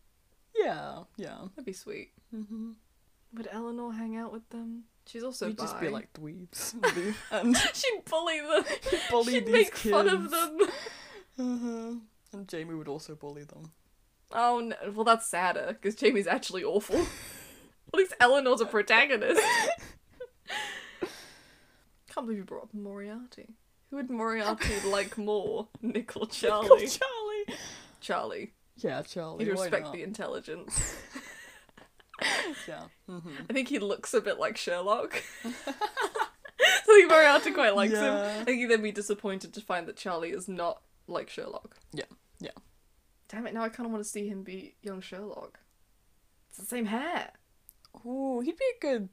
Speaker 2: Yeah, yeah.
Speaker 1: That'd be sweet.
Speaker 2: Mm-hmm.
Speaker 1: Would Eleanor hang out with them? She's also
Speaker 2: You'd just be
Speaker 1: bi.
Speaker 2: like [LAUGHS] dweebs and be- and
Speaker 1: [LAUGHS] She'd bully them.
Speaker 2: bully
Speaker 1: She'd
Speaker 2: these
Speaker 1: make
Speaker 2: kids.
Speaker 1: fun of them.
Speaker 2: Uh-huh. And Jamie would also bully them.
Speaker 1: Oh no! Well, that's sadder because Jamie's actually
Speaker 2: [LAUGHS]
Speaker 1: awful. At least Eleanor's a protagonist. Can't believe you brought up Moriarty. Who would
Speaker 2: [LAUGHS]
Speaker 1: Moriarty like more, Nick or Charlie?
Speaker 2: Oh, [LAUGHS] Charlie.
Speaker 1: Charlie.
Speaker 2: Yeah, Charlie.
Speaker 1: He'd
Speaker 2: why
Speaker 1: respect
Speaker 2: not?
Speaker 1: the intelligence.
Speaker 2: [LAUGHS] Yeah. Mm-hmm.
Speaker 1: I think he looks a bit like
Speaker 2: [LAUGHS]
Speaker 1: Sherlock. [LAUGHS] so I think Moriarty quite likes him.
Speaker 2: Yeah.
Speaker 1: I think he'd then be disappointed to find that Charlie is not like Sherlock.
Speaker 2: Yeah. Yeah.
Speaker 1: Damn it! Now I kind of want to see him be young Sherlock. It's the same hair.
Speaker 2: Ooh, he'd be a good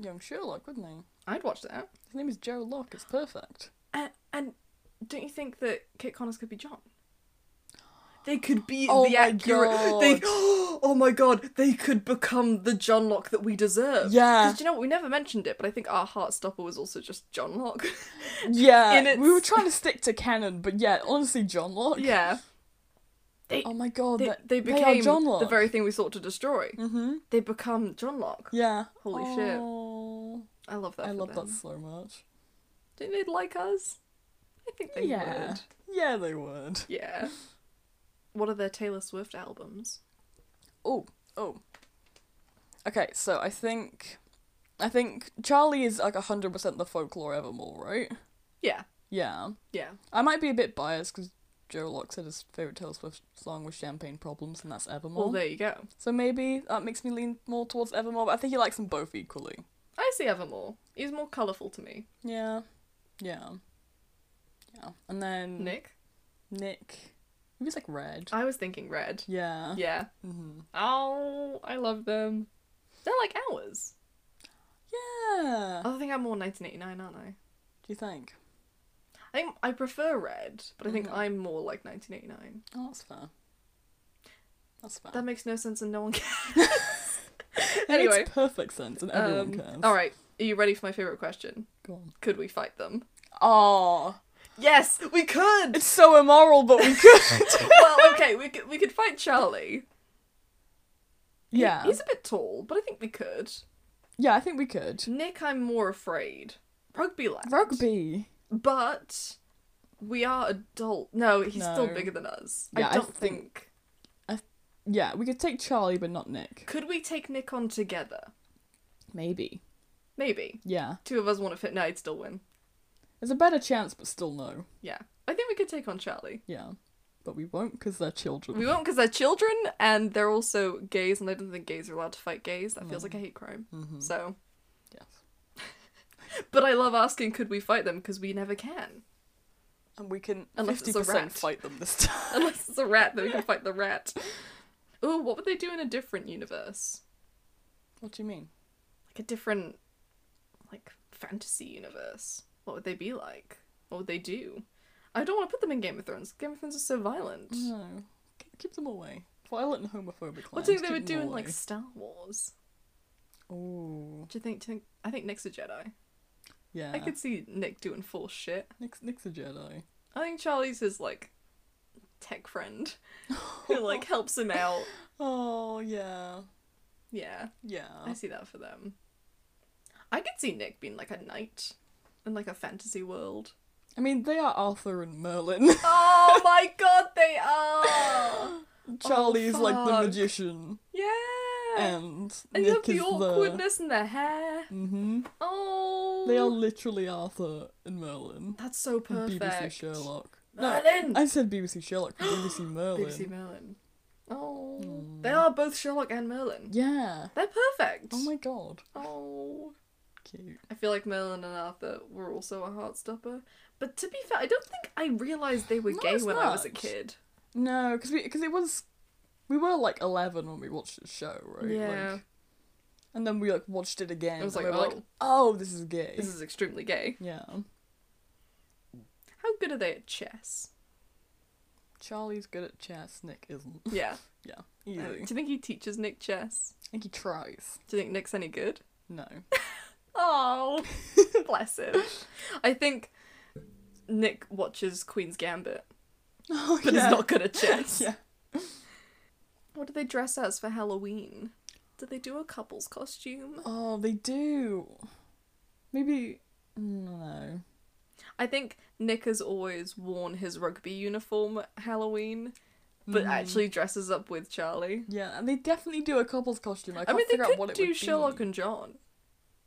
Speaker 2: young Sherlock, wouldn't he?
Speaker 1: I'd watch that.
Speaker 2: His name is Joe Locke. It's perfect.
Speaker 1: And, and don't you think that Kate Connors could be John? They could be
Speaker 2: Oh
Speaker 1: the
Speaker 2: my
Speaker 1: accurate. They, [GASPS] oh my god, they could become the John Locke that we deserve.
Speaker 2: Yeah.
Speaker 1: 'Cause you know what? We never mentioned it, but I think our Heartstopper was also just John
Speaker 2: [LAUGHS]
Speaker 1: Locke.
Speaker 2: Yeah,
Speaker 1: in its-
Speaker 2: we were trying to stick to canon, but yeah, honestly, John Locke.
Speaker 1: yeah. They,
Speaker 2: Oh my god,
Speaker 1: they,
Speaker 2: that-
Speaker 1: they
Speaker 2: are
Speaker 1: became
Speaker 2: John Locke.
Speaker 1: the very thing we sought to destroy.
Speaker 2: Mm-hmm.
Speaker 1: They become John Locke.
Speaker 2: Yeah.
Speaker 1: Holy shit.
Speaker 2: oh,
Speaker 1: I love that.
Speaker 2: I
Speaker 1: for
Speaker 2: love
Speaker 1: them.
Speaker 2: that so much.
Speaker 1: Don't they like us? I think they
Speaker 2: yeah.
Speaker 1: would.
Speaker 2: Yeah, they would.
Speaker 1: Yeah. What are their Taylor Swift albums?
Speaker 2: Oh, oh. Okay, so I think, I think Charlie is like hundred percent the folklore evermore, right?
Speaker 1: Yeah.
Speaker 2: Yeah.
Speaker 1: Yeah.
Speaker 2: I might be a bit biased because Joe Locke said his favorite Taylor Swift song was Champagne Problems, and that's Evermore.
Speaker 1: Well, there you go.
Speaker 2: so maybe that makes me lean more towards Evermore, but I think he likes them both equally.
Speaker 1: I see Evermore. He's more colourful to me.
Speaker 2: Yeah. Yeah. Yeah. And then
Speaker 1: Nick?
Speaker 2: Nick. He was like red.
Speaker 1: I was thinking Red.
Speaker 2: Yeah.
Speaker 1: Yeah.
Speaker 2: Mhm.
Speaker 1: Oh, I love them. They're like ours.
Speaker 2: Yeah.
Speaker 1: I think I'm more 1989, aren't I?
Speaker 2: Do you think?
Speaker 1: I think I prefer Red, but I think
Speaker 2: Mhm.
Speaker 1: I'm more like 1989.
Speaker 2: Oh, that's fair. That's fair.
Speaker 1: That makes no sense and no one cares. [LAUGHS]
Speaker 2: It
Speaker 1: anyway.
Speaker 2: makes perfect sense, and everyone
Speaker 1: Um,
Speaker 2: cares.
Speaker 1: all right. Are you ready for my favorite question?
Speaker 2: Go on.
Speaker 1: Could we fight them?
Speaker 2: Oh,
Speaker 1: Yes, we could.
Speaker 2: it's so immoral, but we could.
Speaker 1: [LAUGHS] well, okay, we could, we could fight Charlie. He-
Speaker 2: [LAUGHS] yeah.
Speaker 1: he's a bit tall, but I think we could.
Speaker 2: Yeah, I think we could.
Speaker 1: Nick, I'm more afraid. Rugby lad.
Speaker 2: Rugby.
Speaker 1: But we are adult. No, he's still
Speaker 2: No.
Speaker 1: bigger than us.
Speaker 2: Yeah,
Speaker 1: I
Speaker 2: I
Speaker 1: don't think...
Speaker 2: think- Yeah, we could take Charlie, but not Nick.
Speaker 1: Could we take Nick on together?
Speaker 2: Maybe.
Speaker 1: Maybe.
Speaker 2: Yeah.
Speaker 1: Two of us want to fit. No, I'd still win.
Speaker 2: There's a better chance, but still no.
Speaker 1: Yeah. I think we could take on Charlie.
Speaker 2: Yeah. But we won't because they're children.
Speaker 1: We won't because they're children and they're also gays, and I don't think gays are allowed to fight gays. That feels like a hate crime.
Speaker 2: Mhm.
Speaker 1: So.
Speaker 2: Yes.
Speaker 1: But I love asking, could we fight them? Because we never can. [LAUGHS]
Speaker 2: And we can
Speaker 1: Unless it's a
Speaker 2: 50%
Speaker 1: rat.
Speaker 2: fight them
Speaker 1: [LAUGHS]
Speaker 2: this time.
Speaker 1: Unless it's a rat, then we can fight the rat. Ooh, what would they do in a different universe?
Speaker 2: What do you mean?
Speaker 1: like a different like fantasy universe what would they be like what would they do i don't want to put them in game of thrones game of thrones is so violent
Speaker 2: No. K- Keep them away. Violent and homophobic.
Speaker 1: what
Speaker 2: lines,
Speaker 1: do you think
Speaker 2: keep
Speaker 1: they would
Speaker 2: them
Speaker 1: do in
Speaker 2: away.
Speaker 1: like star wars
Speaker 2: Ooh.
Speaker 1: do you think, do you think i think nick's a jedi
Speaker 2: Yeah.
Speaker 1: i could see nick doing force shit
Speaker 2: Nick's, Nick's a
Speaker 1: [LAUGHS]
Speaker 2: Jedi.
Speaker 1: i think charlie's his like tech friend
Speaker 2: [LAUGHS]
Speaker 1: who like helps him out
Speaker 2: Oh, yeah.
Speaker 1: yeah i
Speaker 2: Yeah.
Speaker 1: see that for them i could see nick being like a knight in like a fantasy world
Speaker 2: I mean, they are Arthur and
Speaker 1: [LAUGHS]
Speaker 2: Merlin.
Speaker 1: oh my god they are
Speaker 2: [LAUGHS] Charlie's like the
Speaker 1: Oh, fuck.
Speaker 2: magician,
Speaker 1: Yeah.
Speaker 2: and,
Speaker 1: and you have
Speaker 2: Nick
Speaker 1: the
Speaker 2: is the.
Speaker 1: awkwardness in the hair.
Speaker 2: Mm-hmm.
Speaker 1: Oh.
Speaker 2: They are literally Arthur and Merlin.
Speaker 1: That's so
Speaker 2: and
Speaker 1: perfect.
Speaker 2: BBC Sherlock. No,
Speaker 1: Merlin.
Speaker 2: I said BBC Sherlock. BBC Merlin.
Speaker 1: BBC Merlin. Oh.
Speaker 2: Mm.
Speaker 1: They are both Sherlock and Merlin.
Speaker 2: Yeah.
Speaker 1: They're perfect.
Speaker 2: Oh my god.
Speaker 1: Oh.
Speaker 2: Cute.
Speaker 1: I feel like Merlin and Arthur were also a heartstopper. But to be fair, I don't think I realized they were
Speaker 2: Not
Speaker 1: gay
Speaker 2: as
Speaker 1: when I was a
Speaker 2: much.
Speaker 1: kid.
Speaker 2: No, because we because it was we were like eleven when we watched the show, right?
Speaker 1: Yeah.
Speaker 2: Like, and then we like watched it again.
Speaker 1: It was
Speaker 2: and
Speaker 1: like,
Speaker 2: we were
Speaker 1: oh.
Speaker 2: oh, this is gay.
Speaker 1: This is extremely gay.
Speaker 2: yeah.
Speaker 1: How good are they at
Speaker 2: [LAUGHS]
Speaker 1: chess?
Speaker 2: Charlie's good at chess. Nick isn't. [LAUGHS]
Speaker 1: Yeah.
Speaker 2: Yeah,
Speaker 1: Uh,
Speaker 2: easy.
Speaker 1: do you think he teaches Nick chess?
Speaker 2: I think he tries.
Speaker 1: Do you think Nick's any good? [LAUGHS]
Speaker 2: No. [LAUGHS]
Speaker 1: Oh, bless him. I think Nick watches Queen's Gambit,
Speaker 2: Oh,
Speaker 1: but he's not good at chess.
Speaker 2: [LAUGHS] Yeah.
Speaker 1: What do they dress as for Halloween? Do they do a couple's costume?
Speaker 2: Oh, they do. Maybe no.
Speaker 1: I think Nick has always worn his rugby uniform at Halloween, but
Speaker 2: Mm.
Speaker 1: actually dresses up with Charlie.
Speaker 2: Yeah, and they definitely do a couple's costume. I,
Speaker 1: I
Speaker 2: can't
Speaker 1: mean, they
Speaker 2: figure out what
Speaker 1: could
Speaker 2: it
Speaker 1: do
Speaker 2: would
Speaker 1: Sherlock
Speaker 2: be.
Speaker 1: and John.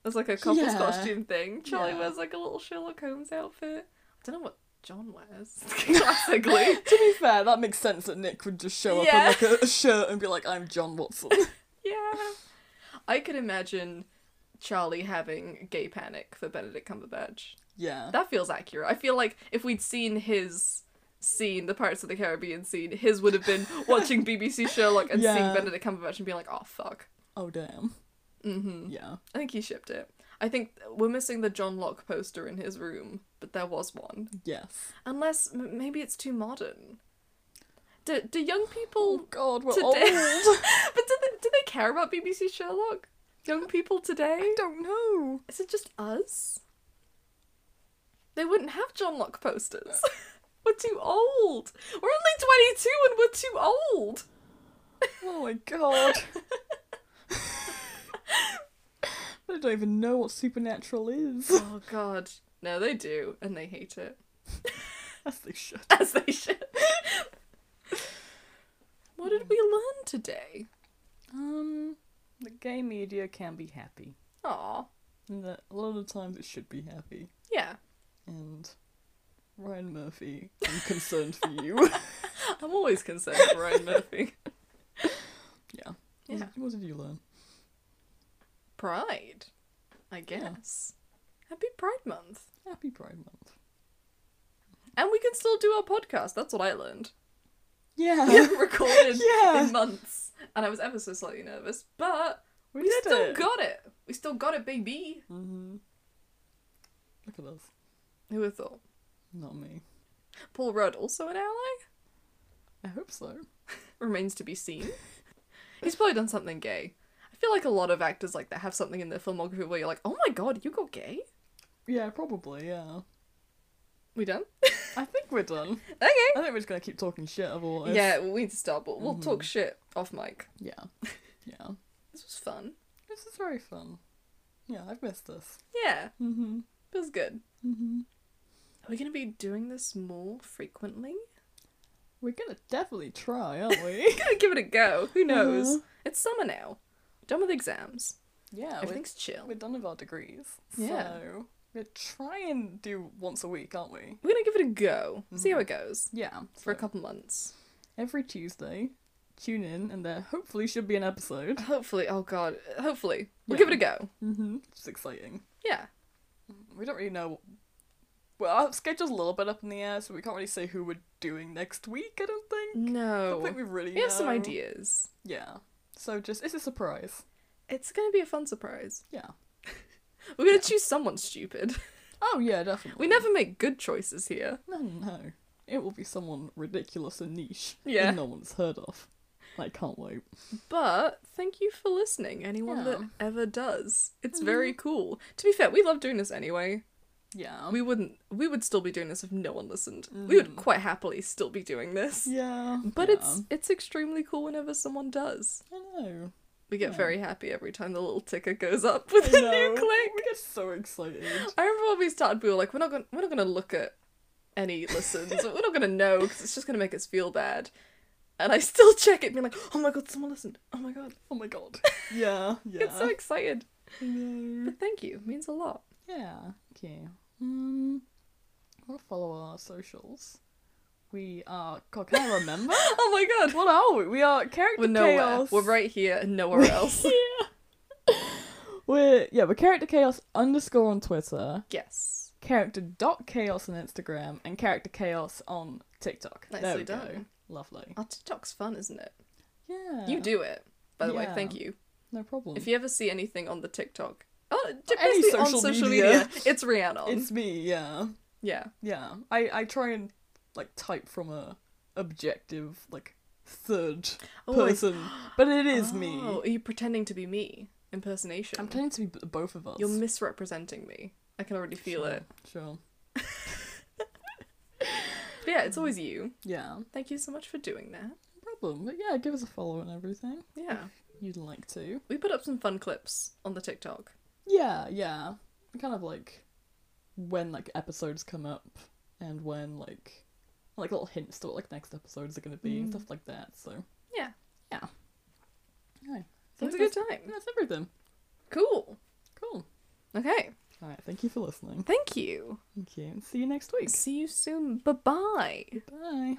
Speaker 1: It's like a couple's
Speaker 2: Yeah.
Speaker 1: costume thing. Charlie
Speaker 2: Yeah.
Speaker 1: wears like a little Sherlock Holmes outfit. I don't know what John
Speaker 2: [LAUGHS]
Speaker 1: wears [LAUGHS] classically.
Speaker 2: to be fair, that makes sense that Nick would just show up
Speaker 1: Yeah.
Speaker 2: in like a, a shirt and be like, "I'm John [LAUGHS] Watson."
Speaker 1: Yeah. I could imagine Charlie having gay panic for Benedict Cumberbatch.
Speaker 2: yeah.
Speaker 1: That feels accurate. I feel like if we'd seen his scene, the Pirates of the Caribbean scene, his would have
Speaker 2: [LAUGHS]
Speaker 1: been watching BBC Sherlock and seeing
Speaker 2: Yeah.
Speaker 1: Benedict Cumberbatch and being like, oh, fuck.
Speaker 2: oh damn.
Speaker 1: hmm
Speaker 2: Yeah.
Speaker 1: I think he shipped it. I think we're missing the John Locke poster in his room, but there was one.
Speaker 2: Yes.
Speaker 1: Unless m- maybe it's too modern. Do, do young people
Speaker 2: Oh, God, we're
Speaker 1: today,
Speaker 2: old.
Speaker 1: [LAUGHS] but do they, do they care about BBC Sherlock? Young people today?
Speaker 2: [LAUGHS] I don't know.
Speaker 1: Is it just us? They wouldn't have John Locke [LAUGHS] posters. we're too old. We're only 22 and we're too old.
Speaker 2: Oh my [LAUGHS] god. I don't even know what supernatural is.
Speaker 1: [LAUGHS] Oh god. No, they do, and they hate it.
Speaker 2: [LAUGHS] As they should.
Speaker 1: [LAUGHS] As they [LAUGHS] should. what did we learn today?
Speaker 2: Um, the gay media can be happy.
Speaker 1: Aw.
Speaker 2: And that a lot of times it should be happy.
Speaker 1: Yeah.
Speaker 2: And Ryan Murphy, I'm concerned for you.
Speaker 1: I'm always concerned for Ryan [LAUGHS] Murphy.
Speaker 2: [LAUGHS] yeah. What,
Speaker 1: Yeah.
Speaker 2: did, what did you learn?
Speaker 1: Pride. I guess. Happy Pride Month.
Speaker 2: Happy Pride Month.
Speaker 1: And we can still do our podcast. That's what I learned. We
Speaker 2: Yeah.
Speaker 1: haven't [LAUGHS] recorded
Speaker 2: Yeah.
Speaker 1: in months. And I was ever so slightly nervous, but
Speaker 2: we
Speaker 1: we still got it. We still got it, baby.
Speaker 2: hmm Look at us.
Speaker 1: Who would have thought?
Speaker 2: Not me.
Speaker 1: Paul Rudd, also an ally?
Speaker 2: I hope so.
Speaker 1: remains to be
Speaker 2: [LAUGHS]
Speaker 1: seen. He's probably done something gay. I feel like a lot of actors like that have something in their filmography where you're like, oh my god, you got gay?
Speaker 2: Yeah, probably, yeah.
Speaker 1: We done? [LAUGHS]
Speaker 2: I think we're done.
Speaker 1: Okay.
Speaker 2: I think we're just gonna keep talking shit otherwise.
Speaker 1: Yeah, we need to stop, but we'll
Speaker 2: Mm-hmm.
Speaker 1: talk shit off mic.
Speaker 2: Yeah. Yeah.
Speaker 1: This was fun.
Speaker 2: This is very fun. Yeah, I've missed this.
Speaker 1: Yeah,
Speaker 2: Mm-hmm.
Speaker 1: feels good.
Speaker 2: Mm-hmm.
Speaker 1: Are we gonna be doing this more frequently?
Speaker 2: We're gonna definitely try, aren't
Speaker 1: [LAUGHS]
Speaker 2: we?
Speaker 1: Gonna give it a go. Who knows?
Speaker 2: Mhm.
Speaker 1: It's summer now. Done with exams.
Speaker 2: yeah, we're,
Speaker 1: Everything's chill.
Speaker 2: we're done with our degrees.
Speaker 1: Yeah.
Speaker 2: So we're trying to do once a week, aren't we?
Speaker 1: We're gonna give it a go. See how it goes
Speaker 2: Yeah.
Speaker 1: for a
Speaker 2: so
Speaker 1: couple months.
Speaker 2: Every Tuesday, tune in, and there hopefully should be an episode.
Speaker 1: Hopefully. Oh god. Hopefully, we'll
Speaker 2: Yeah.
Speaker 1: give it a go.
Speaker 2: Mm-hmm. It's exciting.
Speaker 1: Yeah.
Speaker 2: We don't really know. Well, our schedule's a little bit up in the air, so we can't really say who we're doing next week. I don't think. I
Speaker 1: No.
Speaker 2: don't think we really.
Speaker 1: We have some
Speaker 2: know.
Speaker 1: ideas.
Speaker 2: Yeah. So just it's a surprise.
Speaker 1: It's gonna be a fun surprise.
Speaker 2: Yeah.
Speaker 1: [LAUGHS] We're gonna choose someone stupid. [LAUGHS]
Speaker 2: Oh yeah, definitely.
Speaker 1: We never make good choices here.
Speaker 2: No, no, no. It will be someone ridiculous and niche
Speaker 1: Yeah.
Speaker 2: that no one's heard of. I can't wait.
Speaker 1: But thank you for listening, anyone that
Speaker 2: Yeah.
Speaker 1: ever does. It's very cool. To be fair, we love doing this anyway.
Speaker 2: Yeah.
Speaker 1: We wouldn't we would still be doing this if no one listened. We would quite happily still be doing this.
Speaker 2: Mm. yeah.
Speaker 1: But
Speaker 2: yeah.
Speaker 1: it's it's extremely cool whenever someone does. [LAUGHS]
Speaker 2: I know.
Speaker 1: We get
Speaker 2: Yeah.
Speaker 1: very happy every time the little ticker goes up with
Speaker 2: I
Speaker 1: a
Speaker 2: know.
Speaker 1: new click.
Speaker 2: We get so excited.
Speaker 1: I remember when we started, we were like, we're not gonna, we're not gonna look at any
Speaker 2: [LAUGHS]
Speaker 1: listens. we're not gonna know because it's just gonna make us feel bad. And I still check it, being like, oh my god, someone listened. Oh my god,
Speaker 2: Oh
Speaker 1: [LAUGHS]
Speaker 2: my god. Yeah. Yeah.
Speaker 1: get so excited.
Speaker 2: I know.
Speaker 1: But thank you, it means a
Speaker 2: [LAUGHS]
Speaker 1: lot.
Speaker 2: Yeah. Okay. Um. I want to follow our socials. We are. God, can I remember? [LAUGHS]
Speaker 1: Oh my god,
Speaker 2: what are we? We are character
Speaker 1: we're nowhere.
Speaker 2: chaos.
Speaker 1: We're
Speaker 2: [LAUGHS]
Speaker 1: right here and nowhere else.
Speaker 2: We're yeah. We're character chaos underscore on Twitter.
Speaker 1: yes,
Speaker 2: character dot chaos on Instagram and character chaos on TikTok. there
Speaker 1: Nicely
Speaker 2: we Go.
Speaker 1: done.
Speaker 2: Lovely.
Speaker 1: our TikTok's fun, isn't it?
Speaker 2: Yeah.
Speaker 1: You do it, by the way.
Speaker 2: Yeah.
Speaker 1: Thank you.
Speaker 2: No problem.
Speaker 1: If you ever see anything on the TikTok, oh,
Speaker 2: any
Speaker 1: basically
Speaker 2: social
Speaker 1: on social
Speaker 2: media.
Speaker 1: media, it's Rihanna.
Speaker 2: it's me, yeah.
Speaker 1: yeah,
Speaker 2: Yeah. I I try and like type from a objective like third
Speaker 1: Oh, I-
Speaker 2: person, but it is me.
Speaker 1: Oh, are you pretending to be me? Impersonation.
Speaker 2: I'm tending to be b- both of us.
Speaker 1: You're misrepresenting me. I can already feel
Speaker 2: Sure,
Speaker 1: it.
Speaker 2: Sure.
Speaker 1: But yeah, it's always you.
Speaker 2: Yeah. No
Speaker 1: Thank you so much for doing that.
Speaker 2: problem. But yeah, give us a follow and everything.
Speaker 1: Yeah.
Speaker 2: You'd like to.
Speaker 1: We put up some fun clips on the TikTok.
Speaker 2: Yeah, yeah. Kind of like when like episodes come up and when like like little hints to what like next episodes are gonna be and stuff like that. So
Speaker 1: Yeah.
Speaker 2: yeah. Anyway,
Speaker 1: It
Speaker 2: so
Speaker 1: was a
Speaker 2: that's-
Speaker 1: good time.
Speaker 2: That's everything.
Speaker 1: Cool.
Speaker 2: Cool.
Speaker 1: Okay.
Speaker 2: All right. Thank you for listening.
Speaker 1: Thank you.
Speaker 2: Thank you. and See you next week.
Speaker 1: See you soon. Bye bye.
Speaker 2: Bye.